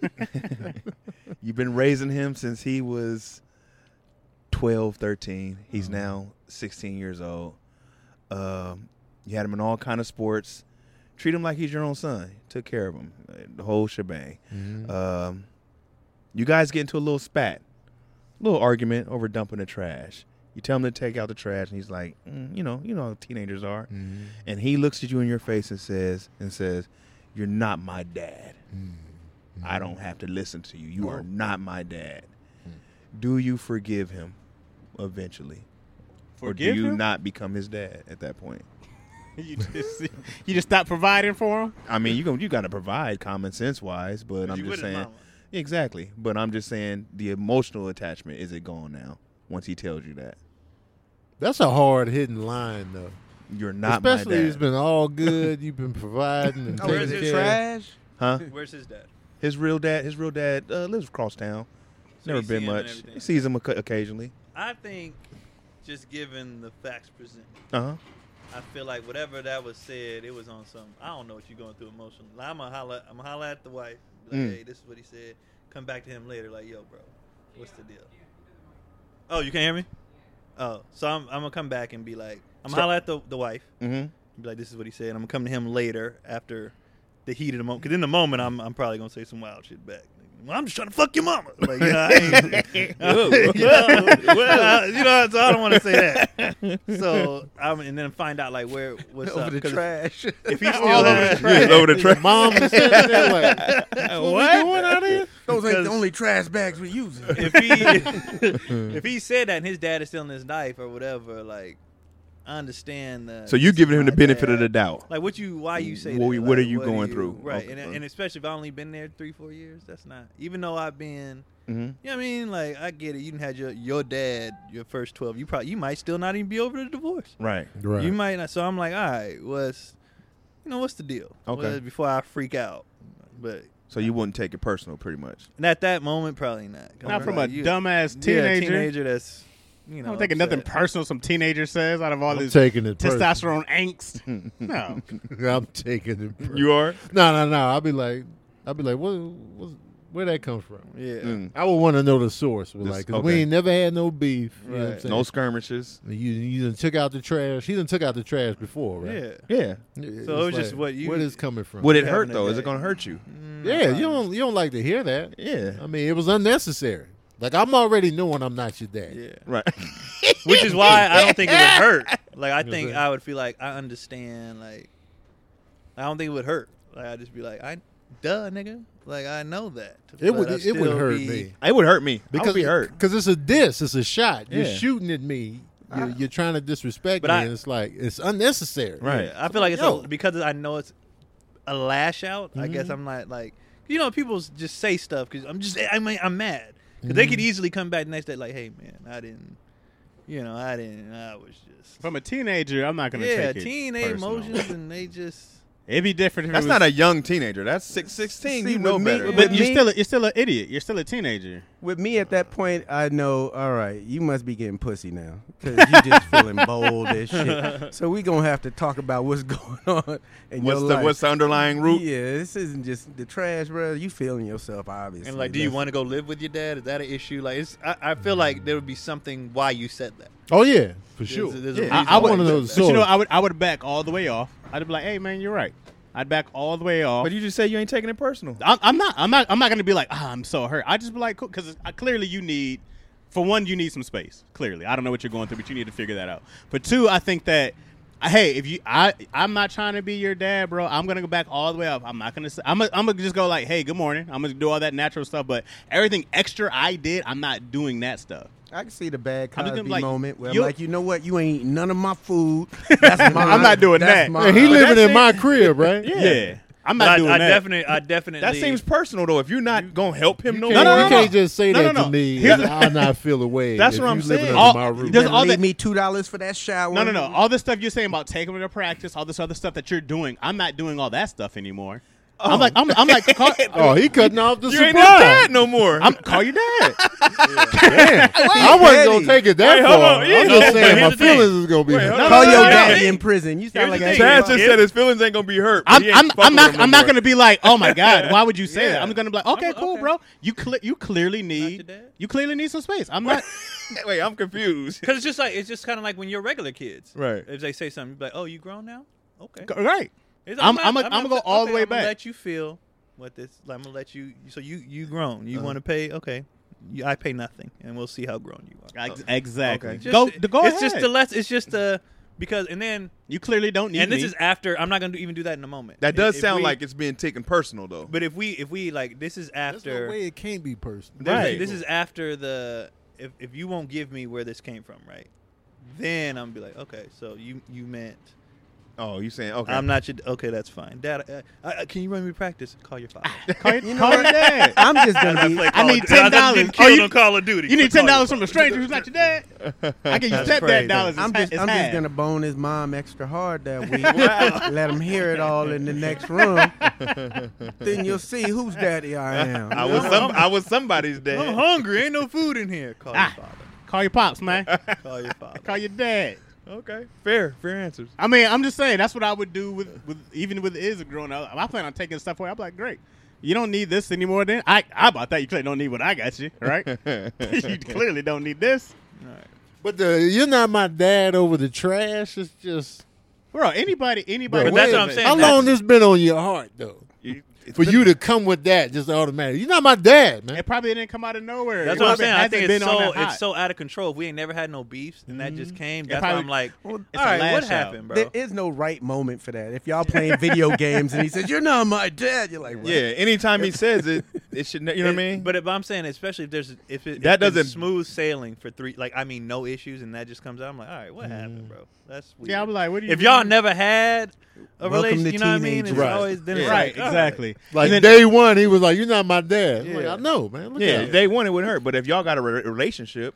S3: [LAUGHS] You've been raising him since he was 12, 13. He's
S1: Uh-huh.
S3: now 16 years old. Um, you had him in all kind of sports. Treat him like he's your own son. Took care of him. uh, The whole shebang.
S2: Mm-hmm.
S1: Mm-hmm.
S3: Um, you guys get into a little spat, little argument over dumping the trash. You tell him to take out the trash, and he's like, "Mm, you know, you know how teenagers are. And he looks at you in your face and says, and says, "You're not my dad.
S5: Mm-hmm.
S3: I don't have to listen to you. You are not my dad."
S5: Mm-hmm.
S3: Do you forgive him eventually, or
S1: Forgive
S3: do you
S1: him?
S3: not become his dad at that point?
S1: you just you just stop providing for him.
S3: I mean, you gon- you got to provide common sense wise, but I'm just
S4: you with his
S3: saying
S4: mama.
S3: exactly. But I'm just saying the emotional attachment is it gone now? Once he tells you that
S5: That's a hard hitting line, though.
S3: you're not
S5: Especially
S3: my
S5: it's
S3: dad,
S5: been all good. You've been providing
S2: [LAUGHS]
S5: and
S2: Oh, is
S5: taking
S4: Where's
S2: it
S4: his
S5: care.
S2: trash?
S3: huh?
S4: Where's his dad?
S3: His real dad, his real dad uh, lives across town.
S4: So
S3: Never
S4: you see
S3: been
S4: him and
S3: much.
S4: everything.
S3: He sees him occ- occasionally.
S4: I think, just given the facts presented,
S3: Uh huh.
S4: I feel like whatever that was said, it was on some. I don't know what you're going through emotionally. I'm gonna holla. I'm gonna holla at the wife. Be like,
S3: Mm.
S4: hey, this is what he said. Come back to him later. Like, yo, bro, what's the deal? Oh, you can't hear me. Oh, so I'm, I'm gonna come back and be like, I'm gonna holla at the, the wife.
S3: Mm-hmm.
S4: Be like, this is what he said. I'm gonna come to him later after the heat of the moment. Cause in the moment, I'm, I'm probably gonna say some wild shit back. Well, I'm just trying to fuck your mama. Like, you know, I [LAUGHS] ain't, you know, well, I- you know, so I don't want to say that. So, I'm, and then find out like where what's
S2: Over
S4: up.
S2: the
S4: 'Cause
S2: trash.
S4: If
S2: [LAUGHS]
S4: he still
S5: All [LAUGHS] over the
S4: has,
S5: trash.
S3: over the trash.
S5: Mom is sitting there like, what, we doing out here?
S2: Those ain't
S4: because-
S2: the only [LAUGHS] trash bags we using.
S4: if he
S2: [LAUGHS]
S4: if he said that and his dad is still in his knife or whatever, like, I understand that.
S3: So you giving him the
S4: my
S3: benefit of
S4: dad-
S3: the doubt.
S4: Like what you? Why you say?
S3: What-
S4: that?
S3: what are
S4: Like,
S3: you
S4: do
S3: going through?
S4: Right,
S3: Okay.
S4: and, and especially if I only been there three, four years, that's not. Even though I've been,
S3: Mhm.
S4: you know what I mean? Like I get it. You didn't had your your dad your first twelve. You probably you might still not even be over the divorce.
S3: Right.
S5: Right.
S4: You might not. So I'm like, all right, what's you know what's the deal?
S3: Okay.
S4: Well, before I freak out, but
S3: So you wouldn't take it [LAUGHS] personal, pretty much.
S4: and at that moment, probably not.
S1: Not
S4: I'm
S1: from
S4: like,
S1: a
S4: you-
S1: dumbass
S4: yeah,
S1: teenager.
S4: teenager that's you know,
S1: I'm taking nothing
S4: upset.
S1: personal some teenager says out of all
S5: I'm
S1: this
S5: taking it personal.
S1: testosterone angst.
S3: Mm-hmm.
S1: No.
S5: [LAUGHS] I'm taking it. personal.
S3: You are?
S5: No, no, no. I'll be like, I'll be like, what, what, where that come from?
S4: Yeah.
S3: Mm. Mm-hmm.
S5: I would want to know the source. But
S3: This-
S5: like, 'cause we
S3: okay.
S5: ain't never had no beef. You know what I'm
S4: Right.
S5: saying?
S3: No skirmishes.
S5: You you done took out the trash. He done took out the trash before, right?
S4: Yeah.
S3: Yeah.
S5: Yeah. So
S4: it was just what you-
S5: Where this coming from?
S3: Would it
S4: Having
S3: hurt
S4: a
S3: though? Is
S4: day. Mm-hmm.
S3: it gonna hurt you?
S4: Mm,
S5: yeah, you don't you don't like to hear that.
S3: Yeah.
S5: I mean, it was unnecessary. Like I'm already knowing I'm not your dad.
S4: Yeah.
S3: [LAUGHS] Right.
S4: Which is why I don't think it would hurt. Like I think I would feel like I understand. Like I don't think it would hurt. Like I'd just be like, I, duh, nigga. Like I know that.
S5: It
S4: But
S5: would e-
S4: I'd
S5: it would
S4: still
S5: hurt
S4: be-
S5: me
S3: It would hurt me. I
S5: because
S3: would be hurt.
S5: because it's a diss, it's a shot. You're
S3: Yeah.
S5: shooting at me. You're, you're trying to disrespect
S4: But
S5: me,
S4: I-
S5: and it's like it's unnecessary.
S3: Right.
S4: I feel like it's
S5: Yo.
S4: a, because I know it's a lash out. I
S5: Mm-hmm.
S4: guess I'm not like you know people just say stuff because I'm just I mean I'm mad because they could
S5: Mm-hmm.
S4: easily come back the next day like hey man I didn't you know I didn't I was just
S1: From a teenager, I'm not gonna
S4: yeah
S1: take it.
S4: teen they
S1: personal.
S4: emotions and they just
S1: It'd be different if
S3: That's
S1: it was,
S3: not a young teenager. That's six sixteen.
S2: See,
S3: You know
S2: with me-
S3: better.
S1: but
S2: with
S1: you're
S2: me-
S1: still a, you're still an idiot. You're still a teenager.
S2: With me at that point, I know. All right, you must be getting pussy now because you just feeling bold as shit. So we gonna have to talk about what's [LAUGHS] going on in your
S3: What's the
S2: life.
S3: what's the underlying root?
S2: Yeah, this isn't just the trash, bro. You feeling yourself, obviously.
S4: and like do you
S2: That's-
S4: want to go live with your dad is that an issue like it's I, I feel
S1: Mm.
S4: like there would be something why you said that
S5: Oh yeah, for sure.
S4: There's- there's a
S5: Yeah.
S4: reason
S5: I, I
S4: why
S5: want to
S4: you
S5: know the
S4: did that.
S1: But
S5: source.
S1: you know, I would I would back all the way off. I'd be like, hey man, you're right. I'd back all the way off.
S3: But you just say you ain't taking it personal.
S1: I'm, I'm not. I'm not. I'm not gonna be like, ah, I'm so hurt. I just be like, cool, because clearly you need, for one, you need some space. Clearly, I don't know what you're going through, but you need to figure that out. For two, I think that, hey, if you, I, I'm not trying to be your dad, bro. I'm gonna go back all the way up. I'm not gonna. Say, I'm. gonna- I'm gonna just go like, hey, good morning. I'm gonna do all that natural stuff, but everything extra I did, I'm not doing that stuff.
S2: I can see the bad
S1: I'm just
S2: Cosby
S1: gonna be like,
S2: moment where I'm
S1: you-
S2: like, you know what? You ain't eat none of my food. That's mine.
S1: I'm not doing
S2: That's
S1: that.
S5: And
S2: Mine.
S5: he living
S3: that
S5: in my crib,
S4: [LAUGHS]
S5: right?
S1: Yeah, I'm
S4: But
S1: not
S4: I,
S1: doing [LAUGHS]
S4: I
S1: that.
S4: definitely I definitely
S3: That seems personal though. If you're not gonna help him, no,
S5: You can't-
S1: no,
S5: you
S1: no, no.
S5: can't just say
S1: No,
S5: that
S1: no, no.
S5: to me
S1: Here's
S5: and I not feel away.
S3: [LAUGHS] That's what I'm saying. Oh,
S1: All-
S5: my roof.
S1: does
S2: Then
S1: all
S2: leave
S1: that-
S2: me two dollars for that shower.
S1: No, no,
S4: Mm-hmm.
S1: no. All this stuff you're saying about taking them to practice, all this other stuff that you're doing, I'm not doing all that stuff anymore.
S4: Oh.
S1: I'm like, I'm, I'm
S4: [LAUGHS]
S1: like, call,
S5: Oh, he cutting off the
S3: You
S5: supply.
S3: ain't his dad no more.
S1: I'm call your dad.
S5: Damn. I wasn't
S2: Daddy.
S5: gonna take it that
S3: Wait, hold
S5: far.
S3: on. Yeah,
S5: I'm
S3: no,
S5: just
S3: but
S5: saying
S3: here's
S5: my
S3: the thing.
S5: feelings is gonna be.
S3: Wait, hold
S5: hurt.
S3: on.
S2: Call
S3: No,
S2: your
S3: no, no,
S2: daddy
S3: no.
S2: in prison. [LAUGHS] You sound
S3: Here's
S2: like
S3: the
S2: an
S3: thing.
S2: Xbox.
S3: Chaz just said his feelings ain't gonna be hurt. but
S1: I'm,
S3: he ain't
S1: I'm,
S3: fucking
S1: I'm
S3: with
S1: not,
S3: him no
S1: I'm not
S3: more.
S1: gonna be like, oh my god, why
S4: [LAUGHS]
S1: would you say that?
S4: Yeah.
S1: I'm gonna be like, okay,
S4: I'm-
S1: cool,
S4: okay.
S1: bro. You cle you clearly
S4: your
S1: need,
S4: dad?
S1: you clearly need some space. I'm not.
S3: Wait, I'm confused.
S4: because it's just like it's just kind of like when you're regular kids
S3: Right.
S4: if they say something you're like oh you grown now okay
S1: [LAUGHS] right.
S4: It's-
S1: I'm- I'm a-
S4: not-
S1: I'm gonna go
S4: upset.
S1: all the way
S4: I'm gonna
S1: back.
S4: Let you feel what this. like, I'm gonna let you. So you you grown.
S1: Uh-huh.
S4: You want to pay? Okay, you, I pay nothing, and we'll see how grown you are.
S1: Ex- Exactly.
S3: Okay.
S4: Oh. Just-
S1: Go, the, go
S4: It's
S1: ahead.
S4: just the less. It's just the because and then
S1: you clearly don't need
S4: and this
S1: me.
S4: is after. I'm not gonna do, even do that in a moment.
S3: [LAUGHS] That does
S4: If
S3: sound
S4: we-
S3: like it's being taken personal though.
S4: But if we if we like this is
S5: There's no
S4: after.
S5: way it can't be personal.
S4: this,
S1: Right.
S4: this is after the if if you won't give me where this came from, right? Then I'm gonna be like, okay, so you you meant
S3: oh, you saying okay?
S4: I'm not your okay. That's fine, Dad. Uh, uh, can you run me practice? Call your father.
S1: call your,
S2: You know
S1: call your
S2: what?
S1: dad.
S2: I'm just gonna be.
S1: I need ten dollars.
S4: Oh, you
S1: you,
S4: on Call of Duty.
S1: you need
S4: Call
S1: ten dollars
S4: your
S1: from a stranger who's not your dad. I can use
S4: [LAUGHS] That's
S1: that bad
S4: crazy.
S1: dollars.
S2: I'm just, I'm just gonna bone his mom extra
S1: [LAUGHS]
S2: hard that week. Let him hear it all in the next room. then you'll see whose daddy I am.
S3: I was some, I was somebody's dad.
S4: I'm hungry. Ain't no food in here. Call
S1: Ah. [LAUGHS]
S4: your father.
S1: call your pops,
S4: [LAUGHS]
S1: man.
S4: Call your father.
S1: call your dad.
S3: Okay, fair, fair answers.
S1: I mean, I'm just saying that's what I would do with, with even with Iz growing up. I plan on taking stuff away. I'm like, great. You don't need this anymore. Then I, I bought that. You clearly don't need what I got you,
S5: [LAUGHS]
S1: right? [LAUGHS] you clearly don't need this,
S5: But the you're not my dad over the trash. It's just.
S1: bro. Anybody, anybody.
S5: Bro,
S4: But that's
S5: wait a
S4: what I'm
S5: minute.
S4: saying.
S5: How
S4: That's-
S5: long this been on your heart though?
S3: It's
S5: For
S3: been-
S5: you to come with that just automatically. You're not my dad, man.
S1: It probably didn't come out of nowhere.
S4: That's
S1: It
S4: what I'm
S1: probably
S4: saying. I
S1: hasn't
S4: think
S1: been
S4: it's
S1: on
S4: so
S1: that hot.
S4: it's so out of control. If we ain't never had no beefs, and that just came. That's why
S1: probably-
S4: I'm like, all
S1: it's a
S4: right, what
S1: lash out.
S4: happened, bro?
S2: There is no right moment for that. If y'all playing
S1: [LAUGHS]
S2: video games and he says, "You're not my dad," you're like, "What?"
S3: yeah. Anytime he says it, it should. ne- You know what I mean?
S4: But if I'm saying, especially if there's if it
S3: That
S4: that doesn't
S3: doesn't-
S4: smooth sailing for three, like I mean, no issues, and that just comes out. I'm like, all right, what happened, bro? That's weird.
S1: yeah, I'm like, what do you?
S4: if y'all
S1: mean?
S4: never had a
S2: Welcome
S4: relationship,
S2: to
S4: you know what I mean?
S2: teenage
S4: It's
S5: life.
S4: always then it's
S3: Yeah.
S1: right,
S4: like, uh, all
S1: exactly.
S5: Like
S1: And then-
S5: day one, he was like, "You're not my dad." I'm like,
S4: Yeah.
S5: I know, man. Look
S3: yeah,
S5: at
S3: they want it with her. But if y'all got a re- relationship,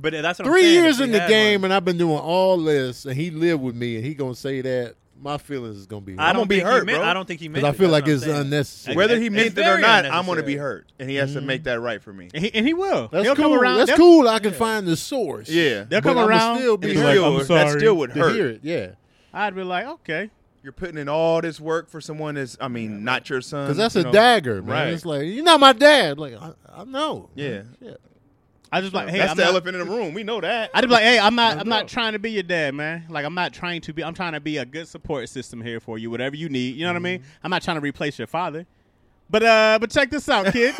S4: But that's what I'm
S5: Three
S4: saying,
S5: years
S4: if we
S5: in the
S4: had
S5: game,
S4: one-
S5: and I've been doing all this, and he lived with me, and he gonna say that my feelings is gonna be.
S4: I
S5: hurt.
S4: don't
S3: gonna be
S4: think he
S3: hurt,
S4: meant-
S3: bro.
S4: I don't think he meant.
S5: Because I
S4: it.
S5: feel
S4: That's
S5: like
S4: what I'm
S5: it's
S4: saying.
S5: unnecessary.
S3: Whether he
S4: It's
S3: meant it or
S4: very
S3: not, I'm going to be
S4: unnecessary.
S3: hurt, and he has to make that right for me.
S1: And he, and he will.
S5: That's
S1: He'll
S5: cool.
S1: come around.
S5: That's
S1: they'll,
S5: cool. I can find the source.
S3: Yeah,
S1: They'll
S5: But
S1: come
S5: I'ma
S1: around.
S5: still be
S1: and
S3: And
S1: be
S5: like,
S3: still,
S1: like, I'm sorry.
S3: that still would
S5: To
S3: hurt.
S5: hear it, yeah.
S1: I'd be like, okay.
S3: You're putting in all this work for someone that's, I mean, not your son.
S5: Because that's
S3: Mm, you
S5: a
S3: know.
S5: dagger, man.
S3: Right.
S5: It's like you're not my dad. Like I, I know.
S3: Yeah.
S5: Shit.
S1: I just like, hey,
S3: that's
S1: I'm
S3: the
S1: not,
S3: elephant in the room. We know that.
S1: I'd be like, hey, I'm not, I'm not trying to be your dad, man. Like, I'm not trying to be. I'm trying to be a good support system here for you, whatever you need. You know what I mean?
S5: Mm-hmm.
S1: I'm not trying to replace your father. But uh, but check this out,
S5: [LAUGHS]
S1: kid.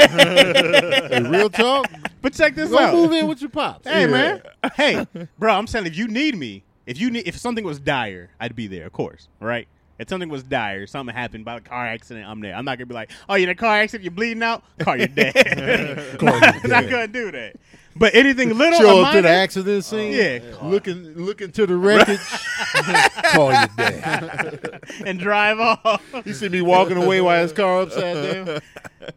S5: Hey, real talk.
S1: but check this
S5: Go
S1: out.
S5: move in with your pops.
S1: Hey man, hey bro, I'm saying if you need me, if you need, if something was dire, I'd be there, of course, right? If something was dire, something happened by a car accident, I'm there. I'm not gonna be like, oh, you're in a car accident, you're bleeding out, call your
S5: [LAUGHS]
S1: dad. [LAUGHS] I'm not gonna do that. But anything little,
S5: Show
S1: or
S5: up to the
S1: minor-
S5: accident scene.
S1: yeah.
S5: Looking, looking to the wreckage. [LAUGHS] Call your dad.
S1: and drive off.
S5: You see me walking away while his car upside down.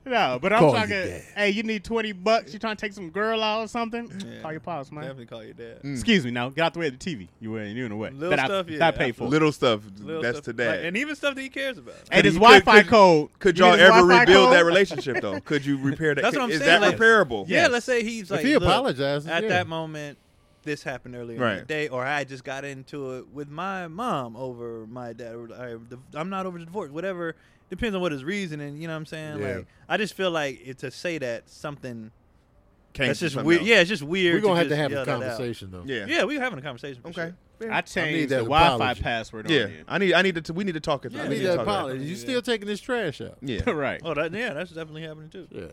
S1: no, but I'm
S5: Call your
S1: talking.
S5: dad.
S1: Hey, you need twenty bucks? You trying to take some girl out or something?
S4: Yeah.
S1: Call your pops, man.
S4: Definitely call your dad.
S1: Excuse me, now get out the way of the TV. You were you in the way
S4: Little
S1: that
S4: stuff,
S1: I,
S4: yeah,
S1: that I paid for.
S3: Little stuff.
S4: Little
S3: that's
S4: stuff-
S3: to dad.
S4: like, and even stuff that he cares about.
S1: Hey, this
S3: Could-
S1: Wi-Fi
S3: could-
S1: code.
S3: Could
S1: You
S3: y'all
S1: need this
S3: ever
S1: Wi-Fi
S3: rebuild
S1: code?
S3: that relationship though? Could you repair that?
S4: That's what I'm
S3: Is
S4: saying,
S3: that
S4: like-
S3: repairable?
S1: Yeah.
S4: Yeah, let's say he's like,
S5: if he
S4: "Look,
S5: apologizes
S4: at
S5: yeah.
S4: that moment, this happened earlier in the
S3: Right.
S4: day, or I just got into it with my mom over my dad, or I, I'm not over the divorce, whatever. Depends on what his reasoning. You know what I'm saying?
S5: Yeah.
S4: Like, I just feel like it, to say that something
S3: Came
S4: that's
S3: from
S4: just
S3: something
S4: weird.
S3: else.
S4: Yeah, it's just weird.
S5: We're gonna have
S4: just
S5: to have a
S4: yell that out.
S5: conversation though.
S3: Yeah.
S4: Yeah, we're having a conversation. for
S3: Okay.
S4: sure.
S1: I changed the
S5: that
S1: Wi-Fi
S5: apology.
S1: password. On
S3: Yeah.
S1: you.
S3: I need. I need to. We need to talk. it-
S4: Yeah,
S5: I
S3: I
S5: need
S3: need
S5: that
S3: to talk about
S5: apology.
S3: it.
S5: You still taking this trash out? [LAUGHS]
S3: Yeah.
S1: right.
S4: Oh, that, yeah, that's definitely happening too.
S5: Yeah.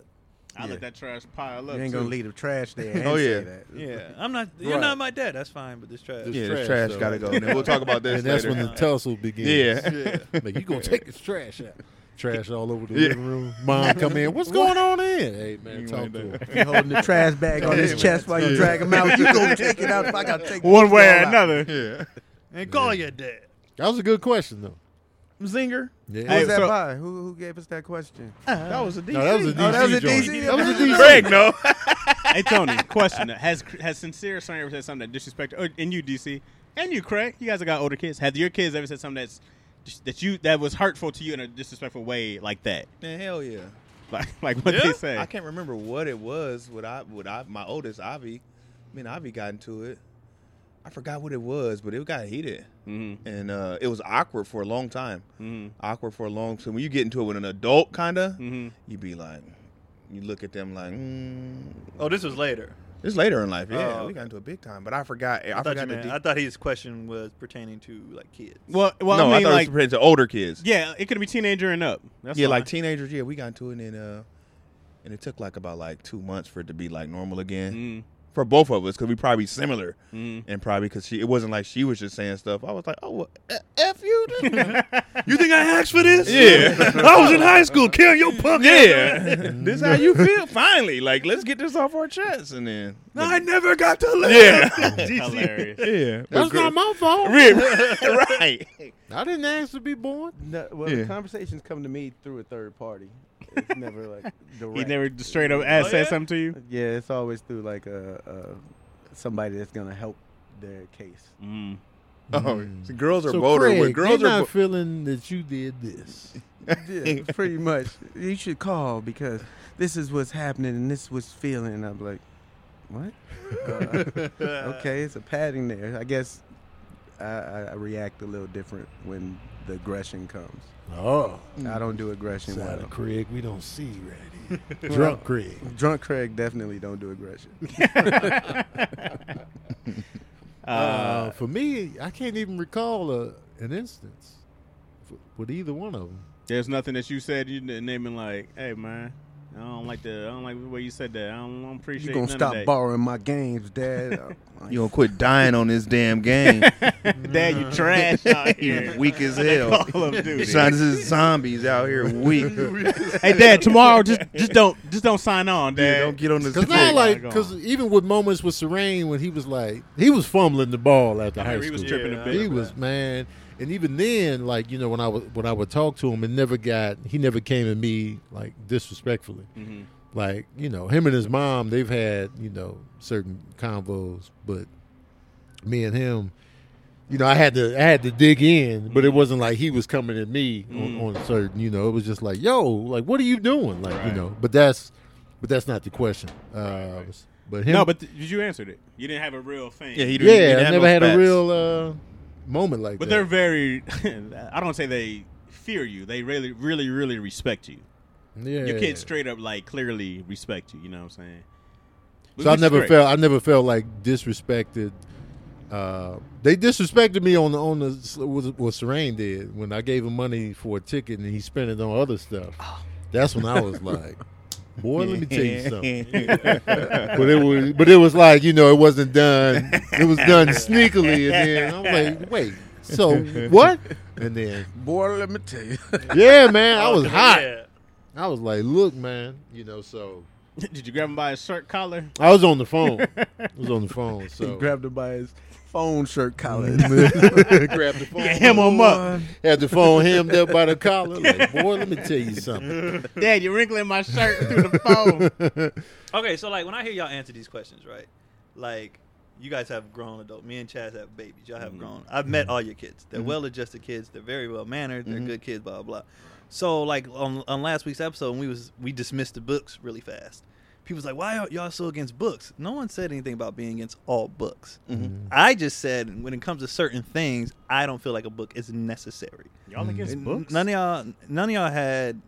S1: I let that trash pile up.
S2: You ain't gonna
S1: too.
S2: leave the trash there. And
S3: Oh,
S2: say
S3: yeah.
S2: that.
S4: Yeah, I'm not. You're
S5: Right.
S4: not my dad. That's fine, but this trash.
S5: This-
S3: Yeah.
S5: trash,
S3: This trash
S5: though.
S3: gotta go. And then we'll talk about this
S5: and that's
S3: later.
S5: when the tussle begins.
S3: Yeah.
S5: [LAUGHS] Like you gonna take this trash out. Trash all over the
S3: Yeah.
S5: living room. Mom come in. What's going on in? Hey man, talk to him.
S2: You holding the trash bag
S1: [LAUGHS]
S2: on his chest while you drag him out. You gonna take it out if I gotta take
S1: One
S2: this
S1: way or
S2: all out.
S1: another.
S3: [LAUGHS] yeah.
S4: and call your dad.
S5: That was a good question though.
S3: Zinger.
S5: Yeah.
S2: Who
S1: Hey,
S2: was that
S1: so-
S2: by? Who, who gave us that question?
S3: That was a DC.
S5: no, that was a DC.
S2: Oh, that was a
S5: joint.
S2: DC?
S5: That was a DC.
S3: Greg, no.
S1: hey Tony, question: Has has sincere son ever said something that disrespectful? Or, and you, DC, and you, Craig, you guys have got older kids. Have your kids ever said something that's that you that was hurtful to you in a disrespectful way like that?
S3: Man, hell yeah.
S1: Like [LAUGHS] like what they
S4: Yeah?
S1: say?
S3: I can't remember what it was. What I, what I, my oldest Avi, I mean Avi got into it. I forgot what it was, but it got heated,
S1: Mhm.
S4: Mm-hmm.
S3: and uh, it was awkward for a long time.
S1: Mhm.
S3: Awkward for a long time. When you get into it with an adult, kinda,
S4: Mm-hmm.
S1: Mhm.
S3: you be like, you look at them like, mm.
S4: Oh, this was later.
S3: this later in life, yeah,
S4: Oh,
S3: we got into it big time. But I forgot. I,
S4: I, thought, you
S3: forgot the.
S4: meant-
S3: de-
S4: I thought his question was pertaining to like kids.
S1: Well, well,
S3: no,
S1: I mean,
S3: thought
S1: like,
S3: it was pertaining to older kids.
S1: yeah, it could be teenager and up. That's
S3: yeah,
S1: fine.
S3: like teenagers. Yeah, we got into it, and uh, and it took like about like two months for it to be like normal again
S1: Mm,
S3: for both of us because we probably similar.
S1: mm.
S3: and probably because she it wasn't like she was just saying stuff. I was like, oh, well, e- f you.
S1: [LAUGHS]
S3: then. you think I asked for this? Yeah, [LAUGHS] I was in high school. Kill your punk. Yeah, [LAUGHS] this how you feel? Finally, like let's get this off our chest, and then I never got to live. [LAUGHS]
S5: [LAUGHS]
S3: Yeah,
S1: Hilarious.
S3: yeah.
S5: That's not my
S3: [LAUGHS]
S5: fault. [LAUGHS]
S3: right.
S5: I didn't ask to be born.
S2: No, well,
S3: Yeah.
S2: the conversations come to me through a third party. It's never like
S1: [LAUGHS]
S2: direct.
S1: He never straight up asked,
S4: Oh,
S1: said
S4: yeah?
S1: something to you.
S2: Yeah, it's always through like a, a somebody that's gonna help their case.
S1: Mm.
S3: Oh, see, girls are
S5: Mm. so
S3: bolder.
S5: Craig,
S3: when girls
S5: they
S3: are,
S5: not
S3: bo-
S5: feeling that you did this.
S2: yeah, [LAUGHS] pretty much. You should call because this is what's happening and this was feeling. And I'm like, what? Uh, okay, it's a padding there. I guess I, I I react a little different when the aggression comes.
S5: Oh,
S2: I don't do aggression
S5: side
S2: well.
S5: of Craig we don't see right here. Drunk Craig.
S2: Drunk Craig definitely don't do aggression.
S1: Uh,
S5: Uh, for me, I can't even recall a, an instance f- with either one of them.
S1: there's nothing that you said you didn't name and like, hey man, I don't like the I don't like the way you said that. I don't, I don't appreciate.
S2: You gonna
S1: none of
S2: stop
S1: that.
S2: borrowing my games, Dad? I'm
S3: [LAUGHS] you gonna quit dying on this damn [LAUGHS] game?
S1: Dad, you trash out
S3: you
S1: here.
S3: weak as hell.
S1: [LAUGHS] Call of Duty.
S3: Son, [LAUGHS] this is zombies out here [LAUGHS] weak.
S1: hey Dad, tomorrow just just don't just don't sign on,
S3: Yeah,
S1: Dad.
S3: don't get
S2: [LAUGHS]
S3: on this.
S5: Because
S1: Yeah, my
S5: now, like,
S1: God.
S5: because even with moments with Serene when he was like, he was fumbling the ball after high
S1: remember
S5: school.
S1: he was
S4: tripping a bit.
S5: He was man, and even then, like you know, when I was when I would talk to him, it never got. He never came at me like disrespectfully.
S4: Mm-hmm.
S1: Mhm.
S5: Like you know, him and his mom, they've had you know certain convos, but me and him, you know, I had to I had to dig in, but it
S1: Mm-hmm.
S5: wasn't like he was coming at me
S1: Mm.
S5: on, on certain. You know, it was just like, yo, like what are you doing? Like you
S1: Right.
S5: know, but that's but that's not the question. Uh, But him,
S1: No, but th- you answered it. You didn't have a real thing.
S4: Yeah, he didn't- he
S5: yeah,
S4: didn't
S5: I
S4: have
S5: never
S4: those
S5: had a
S4: facts.
S5: real uh, moment like
S1: but
S5: that.
S1: they're very. [LAUGHS] I don't say they fear you. They really, really, really respect you.
S5: yeah.
S1: You can't straight up like clearly respect you. You know what I'm saying?
S5: So I
S1: Which is
S5: never
S1: great.
S5: felt I never felt like disrespected. Uh, they disrespected me on the on the what, what Serene did when I gave him money for a ticket and he spent it on other stuff. That's when I was like, boy, let me tell
S4: [LAUGHS]
S5: you
S3: [LAUGHS]
S5: something. but it was but it was like you know it wasn't done. It was done sneakily, and then I'm like, wait, so what? And then
S2: Boy, let me tell you.
S5: yeah, man, I
S4: Oh,
S5: was
S4: yeah.
S5: hot. I was like, look, man, you know, so.
S1: [LAUGHS] Did you grab him by his shirt collar?
S5: I was on the phone. I was on the phone. So
S2: He grabbed her by his phone shirt [LAUGHS] collar.
S5: [LAUGHS] grabbed the phone.
S1: him him up.
S5: Had the phone hemmed up by the collar. [LAUGHS] Like, boy, let me tell you [LAUGHS] something.
S1: [LAUGHS] Dad, you're wrinkling my shirt through the phone.
S4: Okay, so like when I hear y'all answer these questions, right? Like you guys have grown adult. Me and Chaz have babies. Y'all have grown. I've
S5: Mm-hmm.
S4: met all your kids. They're well-adjusted kids. They're very well mannered. They're good kids. Blah blah. blah. So like on, on last week's episode, when we was we dismissed the books really fast. People was like, "Why are y'all so against books?" No one said anything about being against all books.
S5: Mm-hmm.
S4: I just said when it comes to certain things, I don't feel like a book is necessary.
S1: [LAUGHS] Y'all against
S4: N-
S1: books?
S4: None of y'all, none of y'all had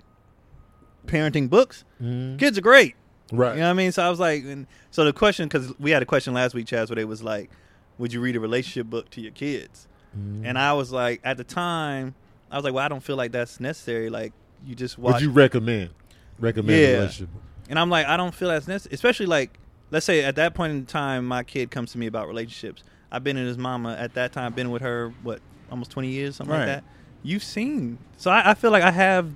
S4: parenting books. Kids are great.
S5: Mm-hmm. Right.
S4: You know what I mean? So I was like, and so the question, because we had a question last week, Chaz, where they was like, would you read a relationship book to your kids?
S5: Mm-hmm.
S4: And I was like, at the time, I was like, well, I don't feel like that's necessary. Like, you just
S5: Would
S4: watch.
S5: you recommend? Recommend
S4: Yeah.
S5: a relationship.
S4: and I'm like, I don't feel that's necessary. Especially like, let's say at that point in time, my kid comes to me about relationships. I've been in his mama at that time, been with her, what, almost 20 years, something
S1: Right.
S4: like that. You've seen. So I, I feel like I have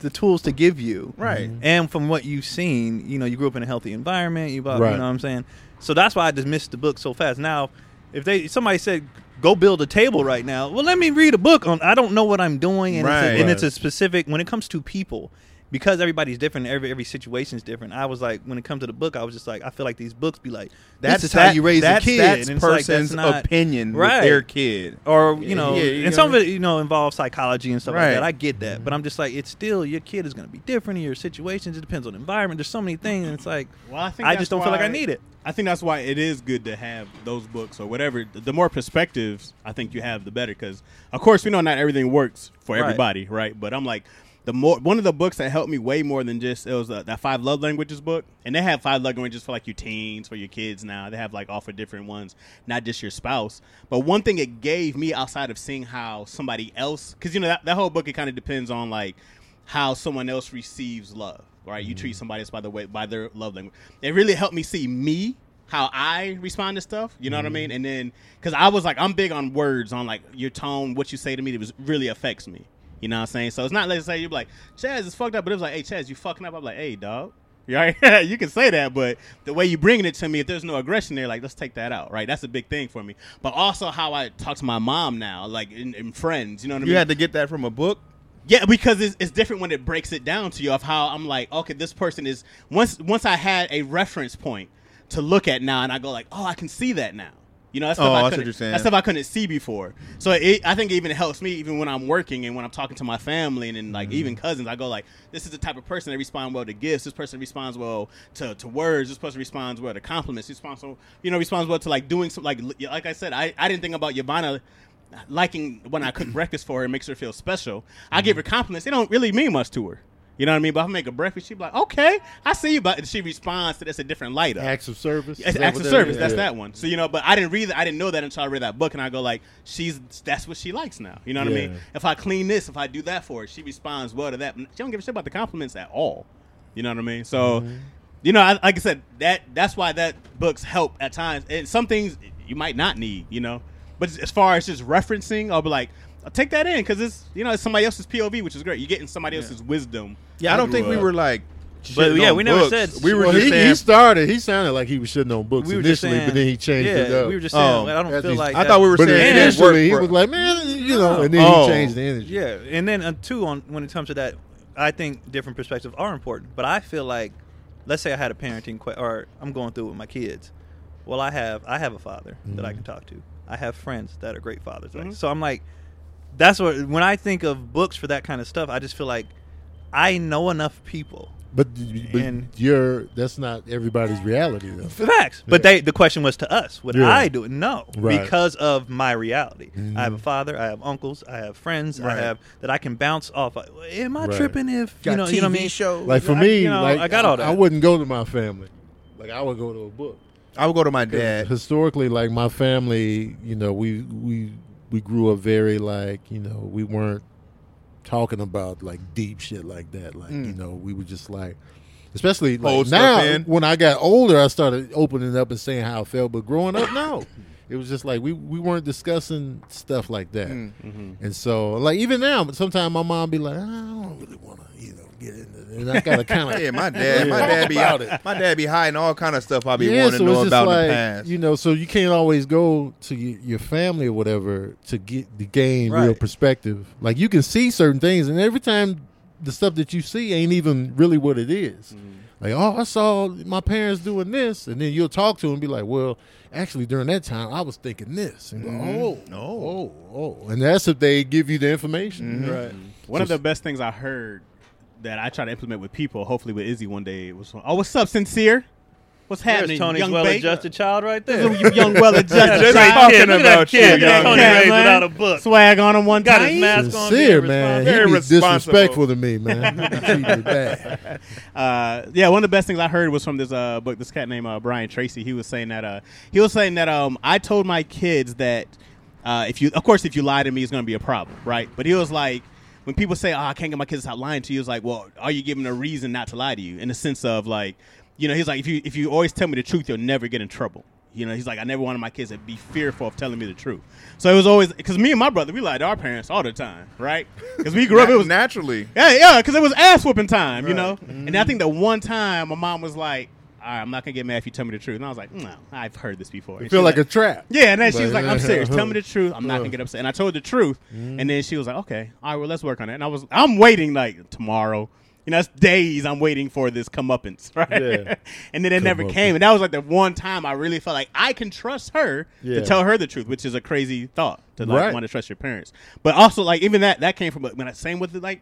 S4: the tools to give you.
S2: right.
S4: And from what you've seen, you know, you grew up in a healthy environment. You, bought,
S5: Right.
S4: you know what I'm saying? So that's why I dismissed the book so fast. Now, if they somebody said go build a table right now, well, let me read a book on. I don't know what I'm doing, and, it's,
S3: Right.
S4: a, and it's a specific. When it comes to people, because everybody's different, every every situation's different. I was like, when it comes to the book, I was just like, I feel like these books be like,
S3: That's
S4: this is
S3: how
S4: that-
S3: you raise
S4: that's
S3: a kid.
S4: That's
S3: That's person's
S4: not,
S3: opinion
S4: Right.
S3: with their kid.
S4: or you know,
S3: yeah, you
S4: and
S3: know
S4: some of it you know involves psychology and stuff
S3: Right.
S4: like that. I get that, but I'm just like, it's still your kid is going to be different in your situations. It depends on the environment. There's so many things, and it's like,
S1: Well, I think
S4: I
S1: that's
S4: just don't feel like I
S1: why-
S4: need it.
S1: I think that's why it is good to have those books or whatever. The more perspectives I think you have, the better. Because of course we know not everything works for
S4: Right.
S1: everybody, right? But I'm like the more one of the books that helped me way more than just it was uh, that five love languages book, and they have five love languages for like your teens, for your kids now. They have like all for different ones, not just your spouse. But one thing it gave me outside of seeing how somebody else, because you know that, that whole book it kind of depends on like how someone else receives love, right? You treat somebody else by the way by their love language. It really helped me see me how I respond to stuff. You know what I mean? And then because I was like, I'm big on words, on like your tone, what you say to me, that was really affects me. You know what I'm saying? So it's not like say you're like Chaz is fucked up, but it was like, hey Chaz, you fucking up. I'm like, hey dog. [LAUGHS] Right? you can say that, but the way you bringing it to me, if there's no aggression there, like let's take that out, right? That's a big thing for me. But also how I talk to my mom now, like in, in friends, you know what I mean?
S3: You had to get that from a book.
S1: Yeah, because it's, it's different when it breaks it down to you of how I'm like, okay, this person is once once I had a reference point to look at now, and I go like, oh, I can see that now. You know, that's stuff
S3: Oh, I see
S1: I
S3: what
S1: couldn't.
S3: you're saying.
S1: that's stuff I couldn't see before. So it, I think it even helps me even when I'm working and when I'm talking to my family and, then like even cousins. I go like, this is the type of person that respond well to gifts. This person responds well to, to words. This person responds well to compliments. This responds well- you know responds well to like doing some like like I said, I, I didn't think about Yvonne uh, liking when I cook breakfast for her. It makes her feel special. I give her compliments. They don't really mean much to her. You know what I mean? But if I make a breakfast, she be like, okay, I see you. But she responds to this a different light up.
S5: Acts of service. Is
S1: It's
S5: that
S1: acts
S5: what
S1: of
S5: that
S1: service.
S5: is?
S1: That's
S5: Yeah.
S1: that one. So you know, but I didn't read. that- I didn't know that until I read that book, and I go like, she's that's what she likes now. You know what I
S5: Yeah.
S1: mean? If I clean this, if I do that for her, she responds well to that. She don't give a shit about the compliments at all. You know what I mean? So,
S5: Mm-hmm.
S1: you know, I, like I said, that that's why that books help at times, and some things you might not need. You know, but as far as just referencing, I'll be like, I'll take that in because it's you know it's somebody else's POV, which is great. You're getting somebody else's wisdom.
S3: Yeah, I don't think
S1: through
S3: we
S1: a-
S3: were like. uh,
S4: But,
S3: shitting
S4: yeah,
S3: on
S4: we never
S3: books.
S4: said-
S3: we were
S5: Well,
S3: just
S5: he,
S3: saying.
S5: he started. He sounded like he was shitting on books
S4: We were just
S5: initially,
S4: saying,
S5: but then he changed
S4: yeah,
S5: it up.
S4: we were just saying,
S3: Oh,
S4: like, I don't
S5: that's
S4: feel
S5: easy.
S4: like
S3: I
S4: that-
S3: thought we were
S5: but
S3: saying
S4: And
S3: it didn't work,
S5: initially, he
S3: bro.
S5: was like, man, you know, and then
S3: Oh.
S5: he changed the energy.
S4: Yeah, and then uh, two on when it comes to that, I think different perspectives are important. But I feel like, let's say I had a parenting que- or I'm going through with my kids. Well, I have I have a father that I can talk to. I have friends that are great fathers. Like, So I'm like, that's what when I think of books for that kind of stuff, I just feel like I know enough people.
S5: But, but
S4: And-
S5: you're that's not everybody's reality though.
S4: Facts. But they the question was to us, would
S5: Yeah.
S4: I do it? No.
S5: Right.
S4: Because of my reality. I have a father, I have uncles, I have friends,
S1: Right.
S4: I have that I can bounce off. of. Am I
S5: Right.
S4: tripping if
S2: Got
S4: you know
S2: TV
S4: you know what I mean?
S2: shows.
S5: Like for
S4: I-
S5: me,
S4: you know,
S5: like
S4: I got all that.
S5: I wouldn't go to my family. Like I would go to a book.
S3: I would go to my dad.
S5: Historically, like my family, you know, we we we grew up very like you know we weren't talking about like deep shit like that. Like you know we were just like. Especially like
S3: Hold Hmm. stuff
S5: now,
S3: in.
S5: when I got older, I started opening up and saying how I felt. But growing up, no, it was just like we, we weren't discussing stuff like that.
S3: Hmm.
S5: And so, like even now, sometimes my mom be like, I don't really want to, you know, get into. This. And I gotta kind of
S3: [LAUGHS] Yeah, my dad. My dad be
S5: About
S3: out.
S5: it.
S3: My dad be hiding all kind of stuff I be wanting to know
S5: just
S3: about in the past.
S5: You know, so you can't always go to y- your family or whatever to get to gain real
S4: Right.
S5: perspective. Like you can see certain things, and every time the stuff that you see ain't even really what it is.
S3: Mm-hmm.
S5: Like, oh, I saw my parents doing this, and then you'll talk to them and be like, well, actually, during that time, I was thinking this. And go,
S3: Mm-hmm.
S5: oh, no, oh, oh, and that's if they give you the information,
S3: Mm-hmm.
S5: right?
S1: One of the best things I heard that I try to implement with people, hopefully with Izzy one day, was oh, what's up, sincere? What's happening,
S4: There's Tony's
S1: young
S4: well
S1: babe?
S4: adjusted child right there.
S1: Little you young,
S4: [LAUGHS]
S1: well-adjusted
S3: Just
S1: child.
S3: talking
S4: Look at that
S3: about you,
S4: kid.
S1: Look at
S3: young
S1: that
S4: Tony
S1: cat,
S4: raised
S1: man.
S4: without a book.
S1: Swag on him one
S4: Got
S1: time.
S4: his mask on.
S5: Sincere
S4: being
S5: man,
S4: responsible.
S5: he
S3: Very
S5: be
S3: responsible.
S5: disrespectful to me,
S3: [LAUGHS]
S5: man. He treated me bad.
S1: uh, yeah, one of the best things I heard was from this uh, book. This cat named uh, Brian Tracy. He was saying that uh, he was saying that um, I told my kids that uh, if you, of course, if you lie to me, it's going to be a problem, right? But he was like, when people say, "Oh, I can't get my kids to stop lying to you," it's like, well, are you giving a reason not to lie to you? In the sense of like, you know, he's like, if you if you always tell me the truth, you'll never get in trouble. You know, he's like, I never wanted my kids to be fearful of telling me the truth. So it was always because me and my brother, we lied to our parents all the time, right? Because we grew up, it was
S3: naturally.
S1: yeah, yeah, because it was ass whooping time, you know. And I think the one time my mom was like, "All right, I'm not gonna get mad if you tell me the truth," and I was like, "No, I've heard this before." And
S5: I feel
S1: she's
S5: like a trap.
S1: yeah, and then she
S5: But-
S1: was like, "I'm serious. Tell
S5: [LAUGHS]
S1: me the truth. I'm not gonna get upset." And I told the truth, and then she was like, "Okay, all right, well, let's work on it." And I was, I'm waiting like tomorrow. You know, it's days I'm waiting for this comeuppance, [LAUGHS] right?
S5: Yeah.
S1: and then it never
S5: Comeuppance.
S1: came, and that was like the one time I really felt like I can trust her
S5: Yeah.
S1: to tell her the truth, which is a crazy thought to like
S5: Right.
S1: want to trust your parents. But also, like even that that came from when I same with like.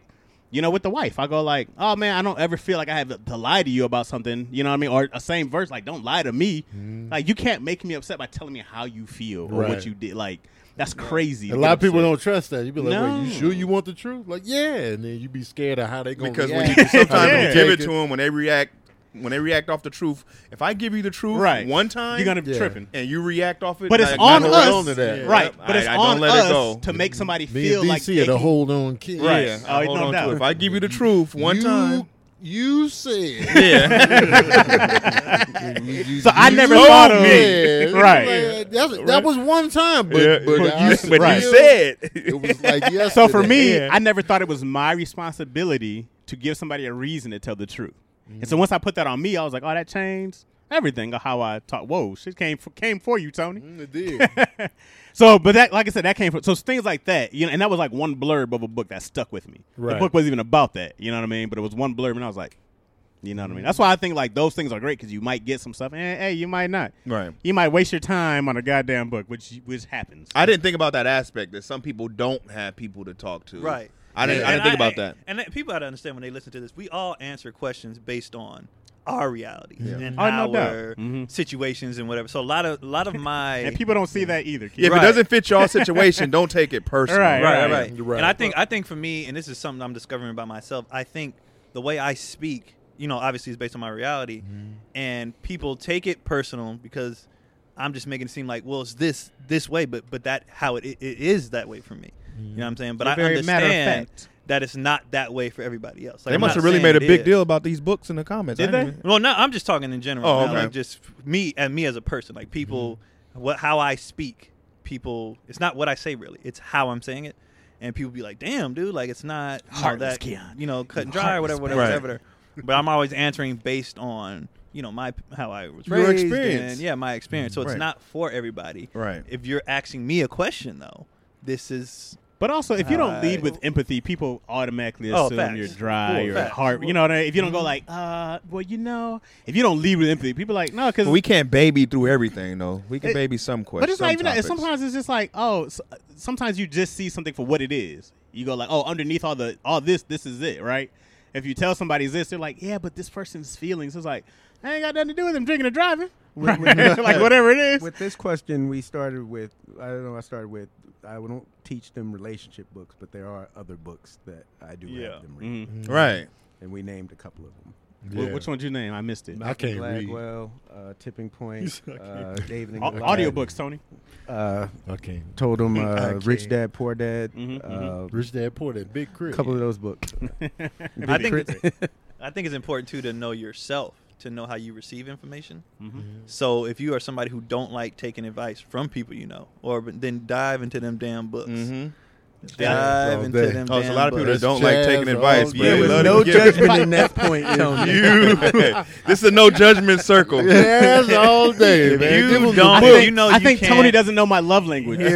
S1: You know, with the wife, I go like, "Oh man, I don't ever feel like I have to, to lie to you about something." You know what I mean? Or a same verse, like, "Don't lie to me." Like, you can't make me upset by telling me how you feel or
S5: Mm-hmm. Right.
S1: what you did. Like, that's crazy.
S5: A lot of people don't trust that. You be like,
S1: No.
S5: "Wait, you sure you want the truth?" Like, yeah, and then you be scared of how they gonna
S3: because when
S5: react.
S3: you sometimes
S5: Yeah.
S3: when you give it
S5: Take
S3: to them when they react when they react off the truth if i give you the truth
S1: right
S3: one time
S1: You're gonna be
S5: Yeah.
S1: tripping,
S3: and you react off it
S1: but it's
S3: like,
S1: on
S3: I
S5: hold
S1: us,
S5: on to that.
S1: right?
S3: Yeah.
S1: But it's
S3: I- I don't
S1: on
S3: let it go.
S1: us to make somebody
S5: Me
S1: feel
S5: and
S1: like
S5: DC
S1: they
S5: are the
S1: can-
S5: hold on kid.
S1: Right.
S3: yeah,
S1: Oh,
S3: I
S1: no
S3: hold on
S1: doubt.
S3: to it. if i give you the truth one time
S5: you
S3: [LAUGHS]
S5: said.
S3: yeah
S1: So I never thought of
S5: it.
S1: Right.
S5: that was one time, but,
S3: Yeah,
S5: but,
S3: but
S5: I
S3: you-
S5: still-
S3: but you said
S5: it was like
S3: [LAUGHS]
S5: yes.
S1: So for me, I never thought it was my responsibility to give somebody a reason to tell the truth. And so
S5: Mm-hmm.
S1: once I put that on me, I was like, "Oh, that changed everything of how I talk." Whoa, shit came for, came for you, Tony.
S5: [LAUGHS] it did.
S1: So, but that, like I said, that came from so things like that, you know, and that was like one blurb of a book that stuck with me.
S5: Right.
S1: The book wasn't even about that, you know what I mean? But it was one blurb, and I was like, you know what I mean? That's why I think like those things are great because you might get some stuff, and hey, you might not.
S3: Right.
S1: You might waste your time on a goddamn book, which which happens.
S3: i didn't think about that aspect that some people don't have people to talk to
S4: Right.
S3: i didn't, I
S4: And
S3: didn't think about that
S4: And that people have to understand when they listen to this, we all answer questions based on our realities and
S1: Oh, no
S4: our
S1: doubt. Mhm.
S4: situations and whatever. So a lot of a lot of my
S1: and people don't see that either.
S3: if
S1: Keith.
S3: it
S4: Right.
S3: doesn't fit y'all situation don't take it personal
S1: Right,
S4: right, right,
S1: Right.
S4: right.
S5: Right.
S4: And I think I think for me, and this is something I'm discovering about myself. I think the way I speak, you know, obviously is based on my reality,
S3: Mm-hmm.
S4: and people take it personal because I'm just making it seem like, well, it's this this way, but but that how it, it is that way for me. You know what I'm saying? But
S1: You're
S4: I
S1: very matter of
S4: understand
S1: fact.
S4: that it's not that way for everybody else. Like,
S3: they
S4: I'm
S3: must
S4: not
S3: have really
S4: saying
S3: made a
S4: it
S3: big
S4: is.
S3: deal about these books in the comments
S1: Did
S3: I didn't
S1: they?
S3: even-
S4: Well, no, I'm just talking in general.
S3: Oh,
S4: now,
S3: okay. Mm-hmm.
S4: like just me and me as a person, like people, what how I speak. People, it's not what I say really; it's how I'm saying it. And people be like, "Damn, dude, like it's not you know,
S6: Heartless,
S4: that
S6: Keon.
S4: you know cut and dry or whatever, whatever,
S3: Right.
S4: whatever." But I'm always answering based on you know my how I was
S3: Your
S4: raised
S3: experience.
S4: and, yeah, my experience. So it's
S3: Right.
S4: not for everybody.
S3: Right.
S4: If you're asking me a question though, this is
S1: But also, if you don't lead
S2: Alright.
S1: with empathy, people automatically
S4: Uh, Oh,
S1: assume
S4: facts.
S1: you're dry
S4: Cool,
S1: or
S4: facts.
S1: hard. You know what I mean? If you don't go like, uh, well, you know, if you don't lead with empathy, people are like, no, because
S3: But we can't baby through everything, though. We can
S1: It-
S3: baby some questions.
S1: But it's not
S3: some
S1: even that. It's
S3: topics.
S1: Sometimes it's just like, oh, s sometimes you just see something for what it is. You go like, oh, underneath all the all this, this is it, right? If you tell somebody this, they're like, yeah, but this person's feelings. It's like, I ain't got nothing to do with them drinking and driving. [LAUGHS]
S2: With-
S1: like whatever it is.
S2: with this question we started with i don't know i started with i don't teach them relationship books but there are other books that i do
S4: Yeah.
S2: have them read
S1: Mhm.
S3: [LAUGHS]
S5: Mm-hmm.
S3: Right.
S2: and we named a couple of them
S1: Wh-
S5: Yeah.
S1: Which one's your name? I missed it.
S5: I can't read.
S2: Gladwell, uh, Tipping Point, uh, David and
S1: Au-
S2: Goliath,
S1: audiobooks, Tony.
S2: Uh,
S5: I can't.
S2: told him
S5: I
S2: uh, Rich
S5: can't.
S2: Dad Poor Dad,
S1: Mhm, mhm.
S2: uh,
S5: Rich Dad Poor Dad Big
S2: a
S5: Crib.
S2: couple of those books.
S4: I think I think it's important too to know yourself to know how you receive information.
S3: Mm-hmm.
S4: So if you are somebody who don't like taking advice from people you know, or then dive into them damn books. Dive
S5: All
S4: into
S5: day.
S4: them.
S3: Mm-hmm. Oh, it's a
S4: damn
S3: lot of people
S4: books.
S3: that
S5: That's
S3: don't like
S5: jazz
S3: taking
S5: all
S3: advice.
S5: day.
S3: But
S5: Yeah,
S2: there
S3: they
S5: with
S2: was
S3: love
S2: no
S3: to give
S2: judgment in that point, Tony.
S3: You. [LAUGHS] this is a no judgment circle.
S5: Yes, all day,
S4: If
S5: man.
S4: you
S5: Give 'em the
S4: don't-
S5: book.
S4: think- you know
S1: I
S4: you
S1: think
S4: can't-
S1: Tony doesn't know my love language.
S4: if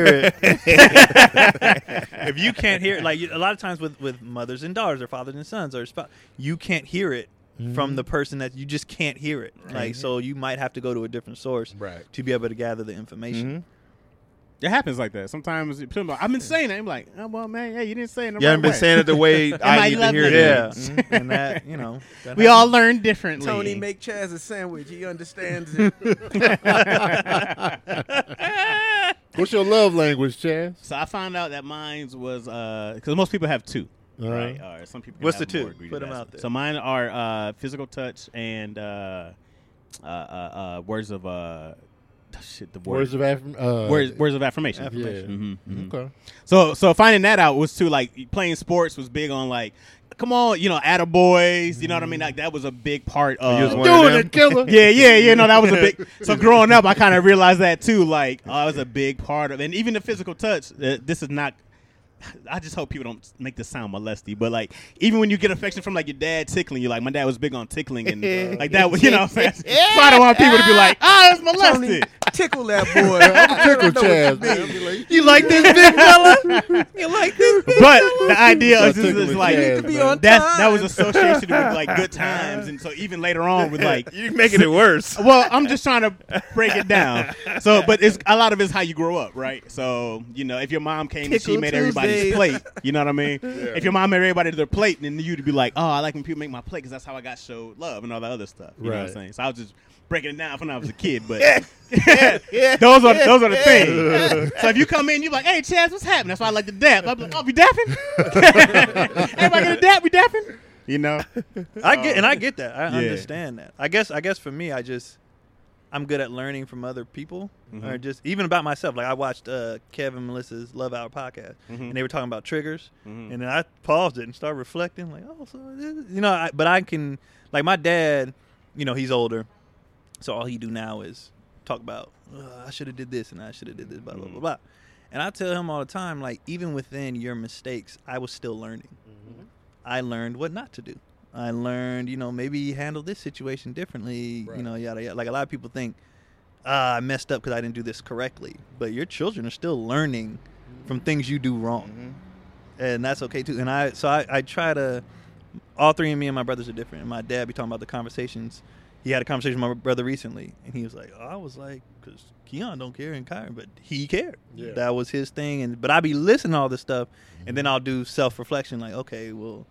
S4: you can't hear it, like you- a lot of times with with mothers and daughters or fathers and sons or spouse, you can't hear it from the person that you just can't hear it. Like so, you might have to go to a different source
S5: Right.
S4: to be able to gather the information.
S1: It happens like that. Sometimes it- people are like, I've been saying it. I'm like, oh, well, man, yeah, you didn't say it. in the
S3: You haven't
S1: right
S3: been
S1: way.
S3: saying it the [LAUGHS] way
S1: I
S3: I need to
S1: love
S3: hear it.
S1: it?
S4: Yeah,
S3: Mhm.
S4: Mm-hmm. and that you know, that
S6: We all learn differently.
S2: Tony, make Chaz a sandwich. He understands it.
S5: What's your love language, Chaz?
S1: So I found out that mine was because most people have 2
S5: Uh-huh.
S1: right? Or some people. can
S4: What's
S1: have
S4: the
S1: more
S4: two?
S1: agreed
S4: Put
S1: to
S4: 'em
S1: that.
S4: out there.
S1: So mine are uh, physical touch and uh, uh, uh, uh, words of uh, shit. The word.
S5: Words of affirmation. Uh,
S1: Words, words of affirmation.
S5: Affirmation.
S1: Mhm, mhm.
S5: Okay.
S1: So, so finding that out was too like playing sports was big on like, come on, you know, atta boys, you know what I mean? Like that was a big part of
S3: You was one of
S5: Doing
S3: them.
S5: it, killer.
S1: yeah, yeah, yeah. No, that was a
S2: [LAUGHS]
S1: big. So growing up, I kind of realized that too. Like, oh, I was a big part of, and even the physical touch. Uh, this is not. I just hope people don't make this sound molesty, but like, even when you get affection from like your dad tickling you, like my dad was big on tickling
S2: [LAUGHS]
S1: and like that was, you know, what I'm saying? so I don't want people to be like, ah, it's
S2: Tony,
S1: molested.
S2: tickle that boy. I'm
S5: [LAUGHS] Tickle Chaz. man. Be like,
S1: You like this big fella? You like this? But the idea is,
S5: Start
S1: is,
S5: tickling
S1: like
S5: Chaz,
S1: that
S2: to be on
S1: that was
S2: time.
S1: associated with like good times, and so even later on with
S2: [LAUGHS]
S1: like
S3: You're making it worse.
S1: well, I'm just trying to break it down. So, but it's a lot of it's how you grow up, right? So, you know, if your mom came and she
S2: Tickle
S1: made everybody's
S2: Tuesdays.
S1: plate, you know what I mean? If your mom made everybody their plate, then you'd be like, oh, I like when people make my plate because that's how I got showed love and all that other stuff. You know what I'm
S5: Right.
S1: saying? So I was just breaking it down from when I was a kid, but [LAUGHS] those are those are the things. so if you come in, you're like, hey, Chaz, what's happening? That's why I like to dap. I'm like, oh, we dapping? [LAUGHS] Everybody gonna dap? We dapping? You know?
S4: I get and I get that. I
S1: Yeah.
S4: understand that. I guess I guess for me, I just I'm good at learning from other people or just even about myself. Like I watched uh, Kevin and Melissa's Love Hour podcast, and they were talking about triggers, and then I paused it and started reflecting. Like, oh, so this is-" you know, I, but I can like my dad. You know, he's older, so all he do now is talk about "Ugh, I should have did this and I should have did this, blah blah blah blah. And I tell him all the time, like even within your mistakes, I was still learning. I learned what not to do. I learned, you know, maybe handle this situation differently.
S5: Right.
S4: You know, yada yada. Like a lot of people think, ah, I messed up because I didn't do this correctly. But your children are still learning from things you do wrong, and that's okay too. And I, so I, I try to. All three of me and my brothers are different. And my dad be talking about the conversations. He had a conversation with my brother recently, and he was like, oh, "I was like, because Keon don't care and Kyron, but he cared.
S5: Yeah.
S4: That was his thing." And but I be listening to all this stuff, and then I'll do self reflection, like, "Okay, well,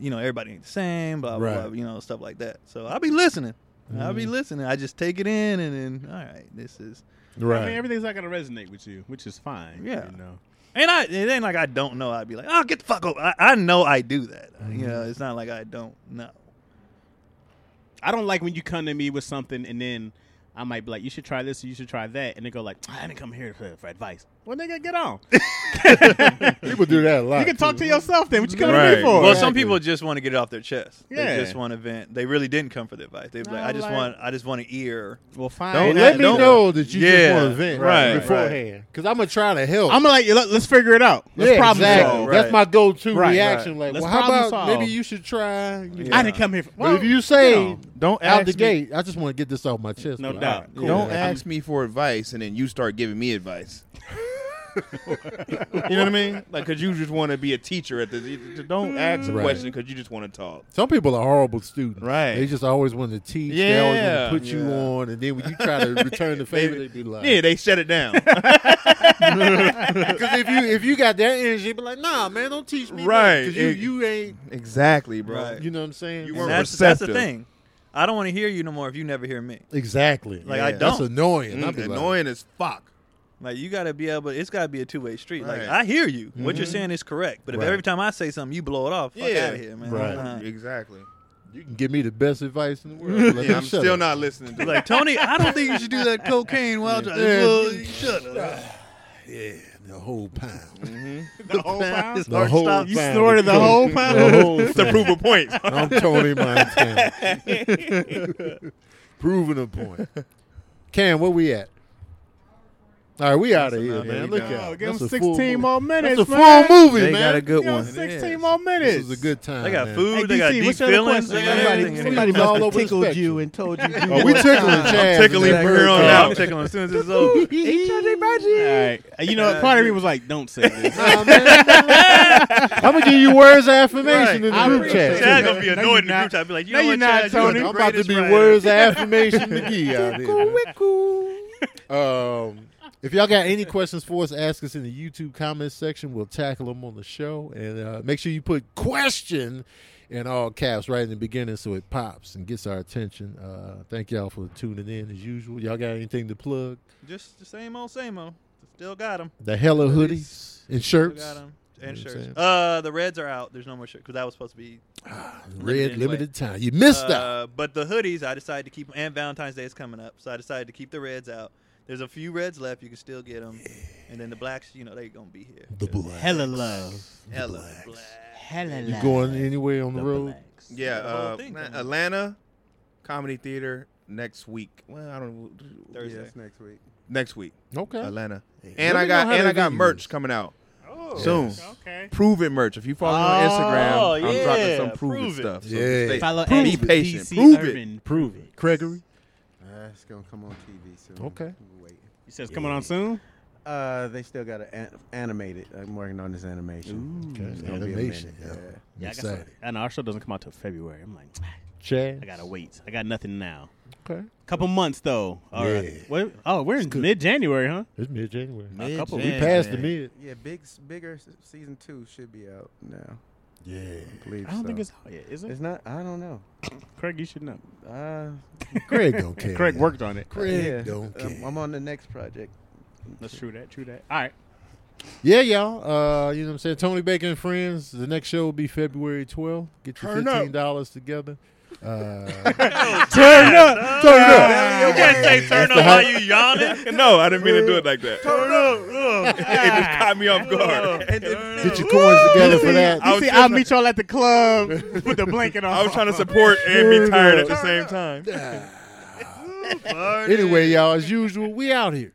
S4: you know, everybody ain't the same, blah, blah,
S5: Right.
S4: blah, you know, stuff like that. So I'll be listening. I'll be listening. I just take it in and then, all right, this is.
S1: I mean,
S5: Right.
S1: everything's not gonna resonate with you, which is fine.
S4: Yeah.
S1: You know?
S4: And I, it ain't like I don't know. I'd be like, oh, get the fuck over. I, I know I do that. You know, it's not like I don't know.
S1: I don't like when you come to me with something and then I might be like, you should try this, you should try that, and they go like, "Ah, I didn't come here for, for advice. Well, nigga, get on.
S5: People do that a lot.
S1: You can talk
S5: too.
S1: to yourself then. What you coming to me
S3: Right.
S5: Oh,
S1: for?
S4: Well, some people just want to get it off their chest.
S1: Yeah.
S4: They just want to vent. They really didn't come for the advice. They was like,
S1: No,
S4: I just
S1: like-
S4: want, I just want to ear.
S1: well, fine.
S3: Don't
S5: Let me
S3: Don't-
S5: know that you just
S3: Yeah,
S5: want to vent
S3: right, right.
S5: beforehand, because I'm gonna try to help.
S1: I'm gonna like, let, let's figure it out. Let's
S5: yeah,
S1: problem
S5: exactly.
S1: solve.
S5: That's my go-to
S1: Right.
S5: reaction. Like,
S1: Let's
S5: well, how
S1: problem
S5: about
S1: solve.
S5: maybe you should try? you know.
S1: I didn't come here. For,
S5: But
S1: well,
S5: if you say
S1: know,
S3: Don't
S5: out the
S3: ask me-
S5: gate, I just want to get this off my chest.
S1: No
S5: Like,
S1: doubt.
S5: all right, cool.
S3: Don't
S5: Like,
S3: [LAUGHS] ask me for advice, and then you start giving me advice. You know what I mean? Like, cause you just want to be a teacher at the. you- Don't ask a
S5: Right.
S3: question because you just want to talk.
S5: Some people are horrible students.
S3: Right.
S5: They just always want to teach. They always want
S3: Yeah.
S5: to put you
S3: Yeah.
S5: on. And then when you try to return the favor, they be like, [LAUGHS]
S3: Yeah, they shut it down.
S5: Because if you if you got that energy, be like, nah, man, don't teach me.
S3: Right.
S5: Because you,
S3: It-
S5: you ain't.
S3: [LAUGHS] exactly, bro.
S4: Right.
S5: You know what I'm saying?
S3: You
S4: And
S3: weren't
S4: that's, that's the
S3: receptive.
S4: thing. I don't want to hear you no more if you never hear me.
S5: exactly.
S4: Like, I
S5: That's
S4: don't.
S5: annoying.
S3: Mm,
S5: I'd be like,
S3: annoying as fuck.
S4: Like you gotta be able. It's gotta be a two way street. Like
S3: Right.
S4: I hear you. What you're saying is correct. But if
S5: Mm-hmm. Right.
S4: every time I say something, you blow it off. Fuck
S3: Yeah.
S4: out of here, man. Uh-huh.
S5: Right.
S3: Uh-huh.
S4: Nah.
S3: Exactly.
S5: You can give me the best advice in the world. Like,
S3: [LAUGHS] Yeah, I'm
S5: shut
S3: still
S5: up.
S3: not listening to
S4: Like Tony, I don't think you should do that cocaine while driving. Well, shut up.
S5: Yeah, the whole pound.
S1: The [LAUGHS] whole pound?
S5: The whole pound.
S1: You snorted the whole pound? [LAUGHS]
S5: The whole
S3: to prove a point.
S5: I'm Tony Montana. [LAUGHS] Proving a point. Cam, where we at? All right, we out of here,
S3: another
S5: man.
S3: big
S5: Look
S3: guy.
S5: out.
S1: Give
S5: That's
S1: him
S5: a full
S1: 16
S5: movie.
S1: more minutes,
S5: That's a full
S1: man.
S5: movie,
S2: They
S5: man.
S2: got a good
S1: Give him
S2: one.
S1: 16 more minutes.
S5: This was a good time.
S4: They got
S5: man.
S4: food.
S1: Hey,
S4: they got
S1: DC,
S4: deep
S1: what's your other
S4: feelings. They
S1: question?
S4: got
S1: Somebody-
S4: everything. in
S1: somebody
S4: there.
S5: It's all over the
S2: tickled
S5: spectrum.
S2: you and told you. you
S5: Oh, we
S2: were-
S5: tickling
S3: I'm
S5: Chaz.
S3: tickling
S2: Exactly.
S3: her on
S1: [LAUGHS]
S4: Yeah, I'm
S3: out.
S4: tickling as soon as it's over.
S1: All right. Uh, You know, what? part of me was like, don't say this.
S5: [LAUGHS] I'm gonna give you words of affirmation in
S1: I
S5: the group
S1: appreciate
S5: chat.
S1: it.
S4: Chad gonna be
S1: No,
S4: annoyed in
S1: you're
S4: the
S1: not.
S4: group chat. I'll Be like, you
S1: No,
S4: know what,
S1: you're not,
S4: Chad,
S1: Tony.
S5: I'm
S4: You're the
S5: about to
S4: greatest
S5: be
S4: writer.
S5: words of affirmation McGee out here. Um, if y'all got any questions for us, ask us in the YouTube comments section. We'll tackle them on the show, and uh, make sure you put question in all caps right in the beginning so it pops and gets our attention. Uh, thank y'all for tuning in as usual. Y'all got anything to plug?
S4: Just the same old, same old. Still got them.
S5: The hella hoodies and
S4: Still
S5: shirts,
S4: got them. And
S5: You know what I'm
S4: shirts.
S5: saying?
S4: Uh, the Reds are out. There's no more shirts because that was supposed to be.
S5: Ah, red
S4: Limited
S5: limited time. You missed out.
S4: Uh, but the hoodies, I decided to keep. And Valentine's Day is coming up, so I decided to keep the Reds out. There's a few Reds left. You can still get them. And then the blacks, you know, they gonna be here.
S5: The black.
S1: Hella love.
S4: Hella
S5: blacks.
S4: black.
S6: Hella
S5: You going anywhere on the, road?
S3: [LAUGHS] Yeah,
S4: The whole
S3: uh,
S4: thing
S3: man,
S4: coming.
S3: Atlanta Comedy Theater next week. Well, I don't know.
S4: Thursday.
S2: Yes, next week.
S3: Next week,
S5: Okay.
S3: Atlanta.
S5: Hey,
S3: And
S5: let me
S3: I
S5: know
S3: got
S5: how
S3: and
S5: they
S3: I got
S5: view
S3: merch
S5: you.
S3: coming out
S1: Oh,
S3: soon.
S1: okay.
S3: Prove it merch. If you follow me on
S1: Oh,
S3: Instagram, I'm dropping
S4: yeah,
S3: some prove, it
S4: prove it.
S3: stuff. So
S5: Yeah.
S3: stay-
S1: Follow
S3: prove
S1: at
S3: it. be patient.
S1: DC
S3: Prove it.
S1: Urban. Prove it.
S5: Gregory.
S2: That's gonna come on TV soon.
S5: Okay.
S2: We're waiting.
S1: He says coming on soon.
S2: Uh, they still got to an- animate it. I'm working on this animation.
S5: Okay,
S2: It's gonna be a
S5: animation.
S2: minute,
S5: yeah.
S2: yeah.
S1: Yeah, I got
S5: Excited.
S1: some- And our show doesn't come out till February. I'm like,
S5: Chad.
S1: I gotta wait. I got nothing now.
S5: Okay.
S1: Couple months though. All right.
S5: Yeah.
S1: What- oh, we're in mid January, huh?
S5: It's mid January.
S1: A couple
S5: We
S1: weeks.
S5: passed the mid.
S2: Yeah, big, bigger s- season two should be out now.
S5: Yeah.
S2: I believe.
S1: I don't
S2: so.
S1: think it's out yet, is it?
S2: It's not. I don't know.
S1: Craig, you should know.
S2: Uh,
S5: Craig don't care.
S1: Craig worked on it.
S5: Craig
S2: yeah.
S5: don't care.
S2: Um, I'm on the next project.
S1: That's true that, true that. All right.
S5: Yeah, y'all. Uh, you know what I'm saying? Tony Baker and Friends. The next show will be February 12th. Get your
S1: Turn up.
S5: $15 together. [LAUGHS] Uh,
S1: Turn up.
S5: turn up.
S4: You can't say turn up while you yawning.
S3: [LAUGHS] No, I didn't mean to do it like that.
S4: Turn
S3: it just caught me off guard.
S5: Get your coins together for that.
S1: You see, I'll meet y'all at the club with the blanket on.
S3: I was trying to support and be tired at the same time.
S5: Anyway, y'all, as usual, we out here.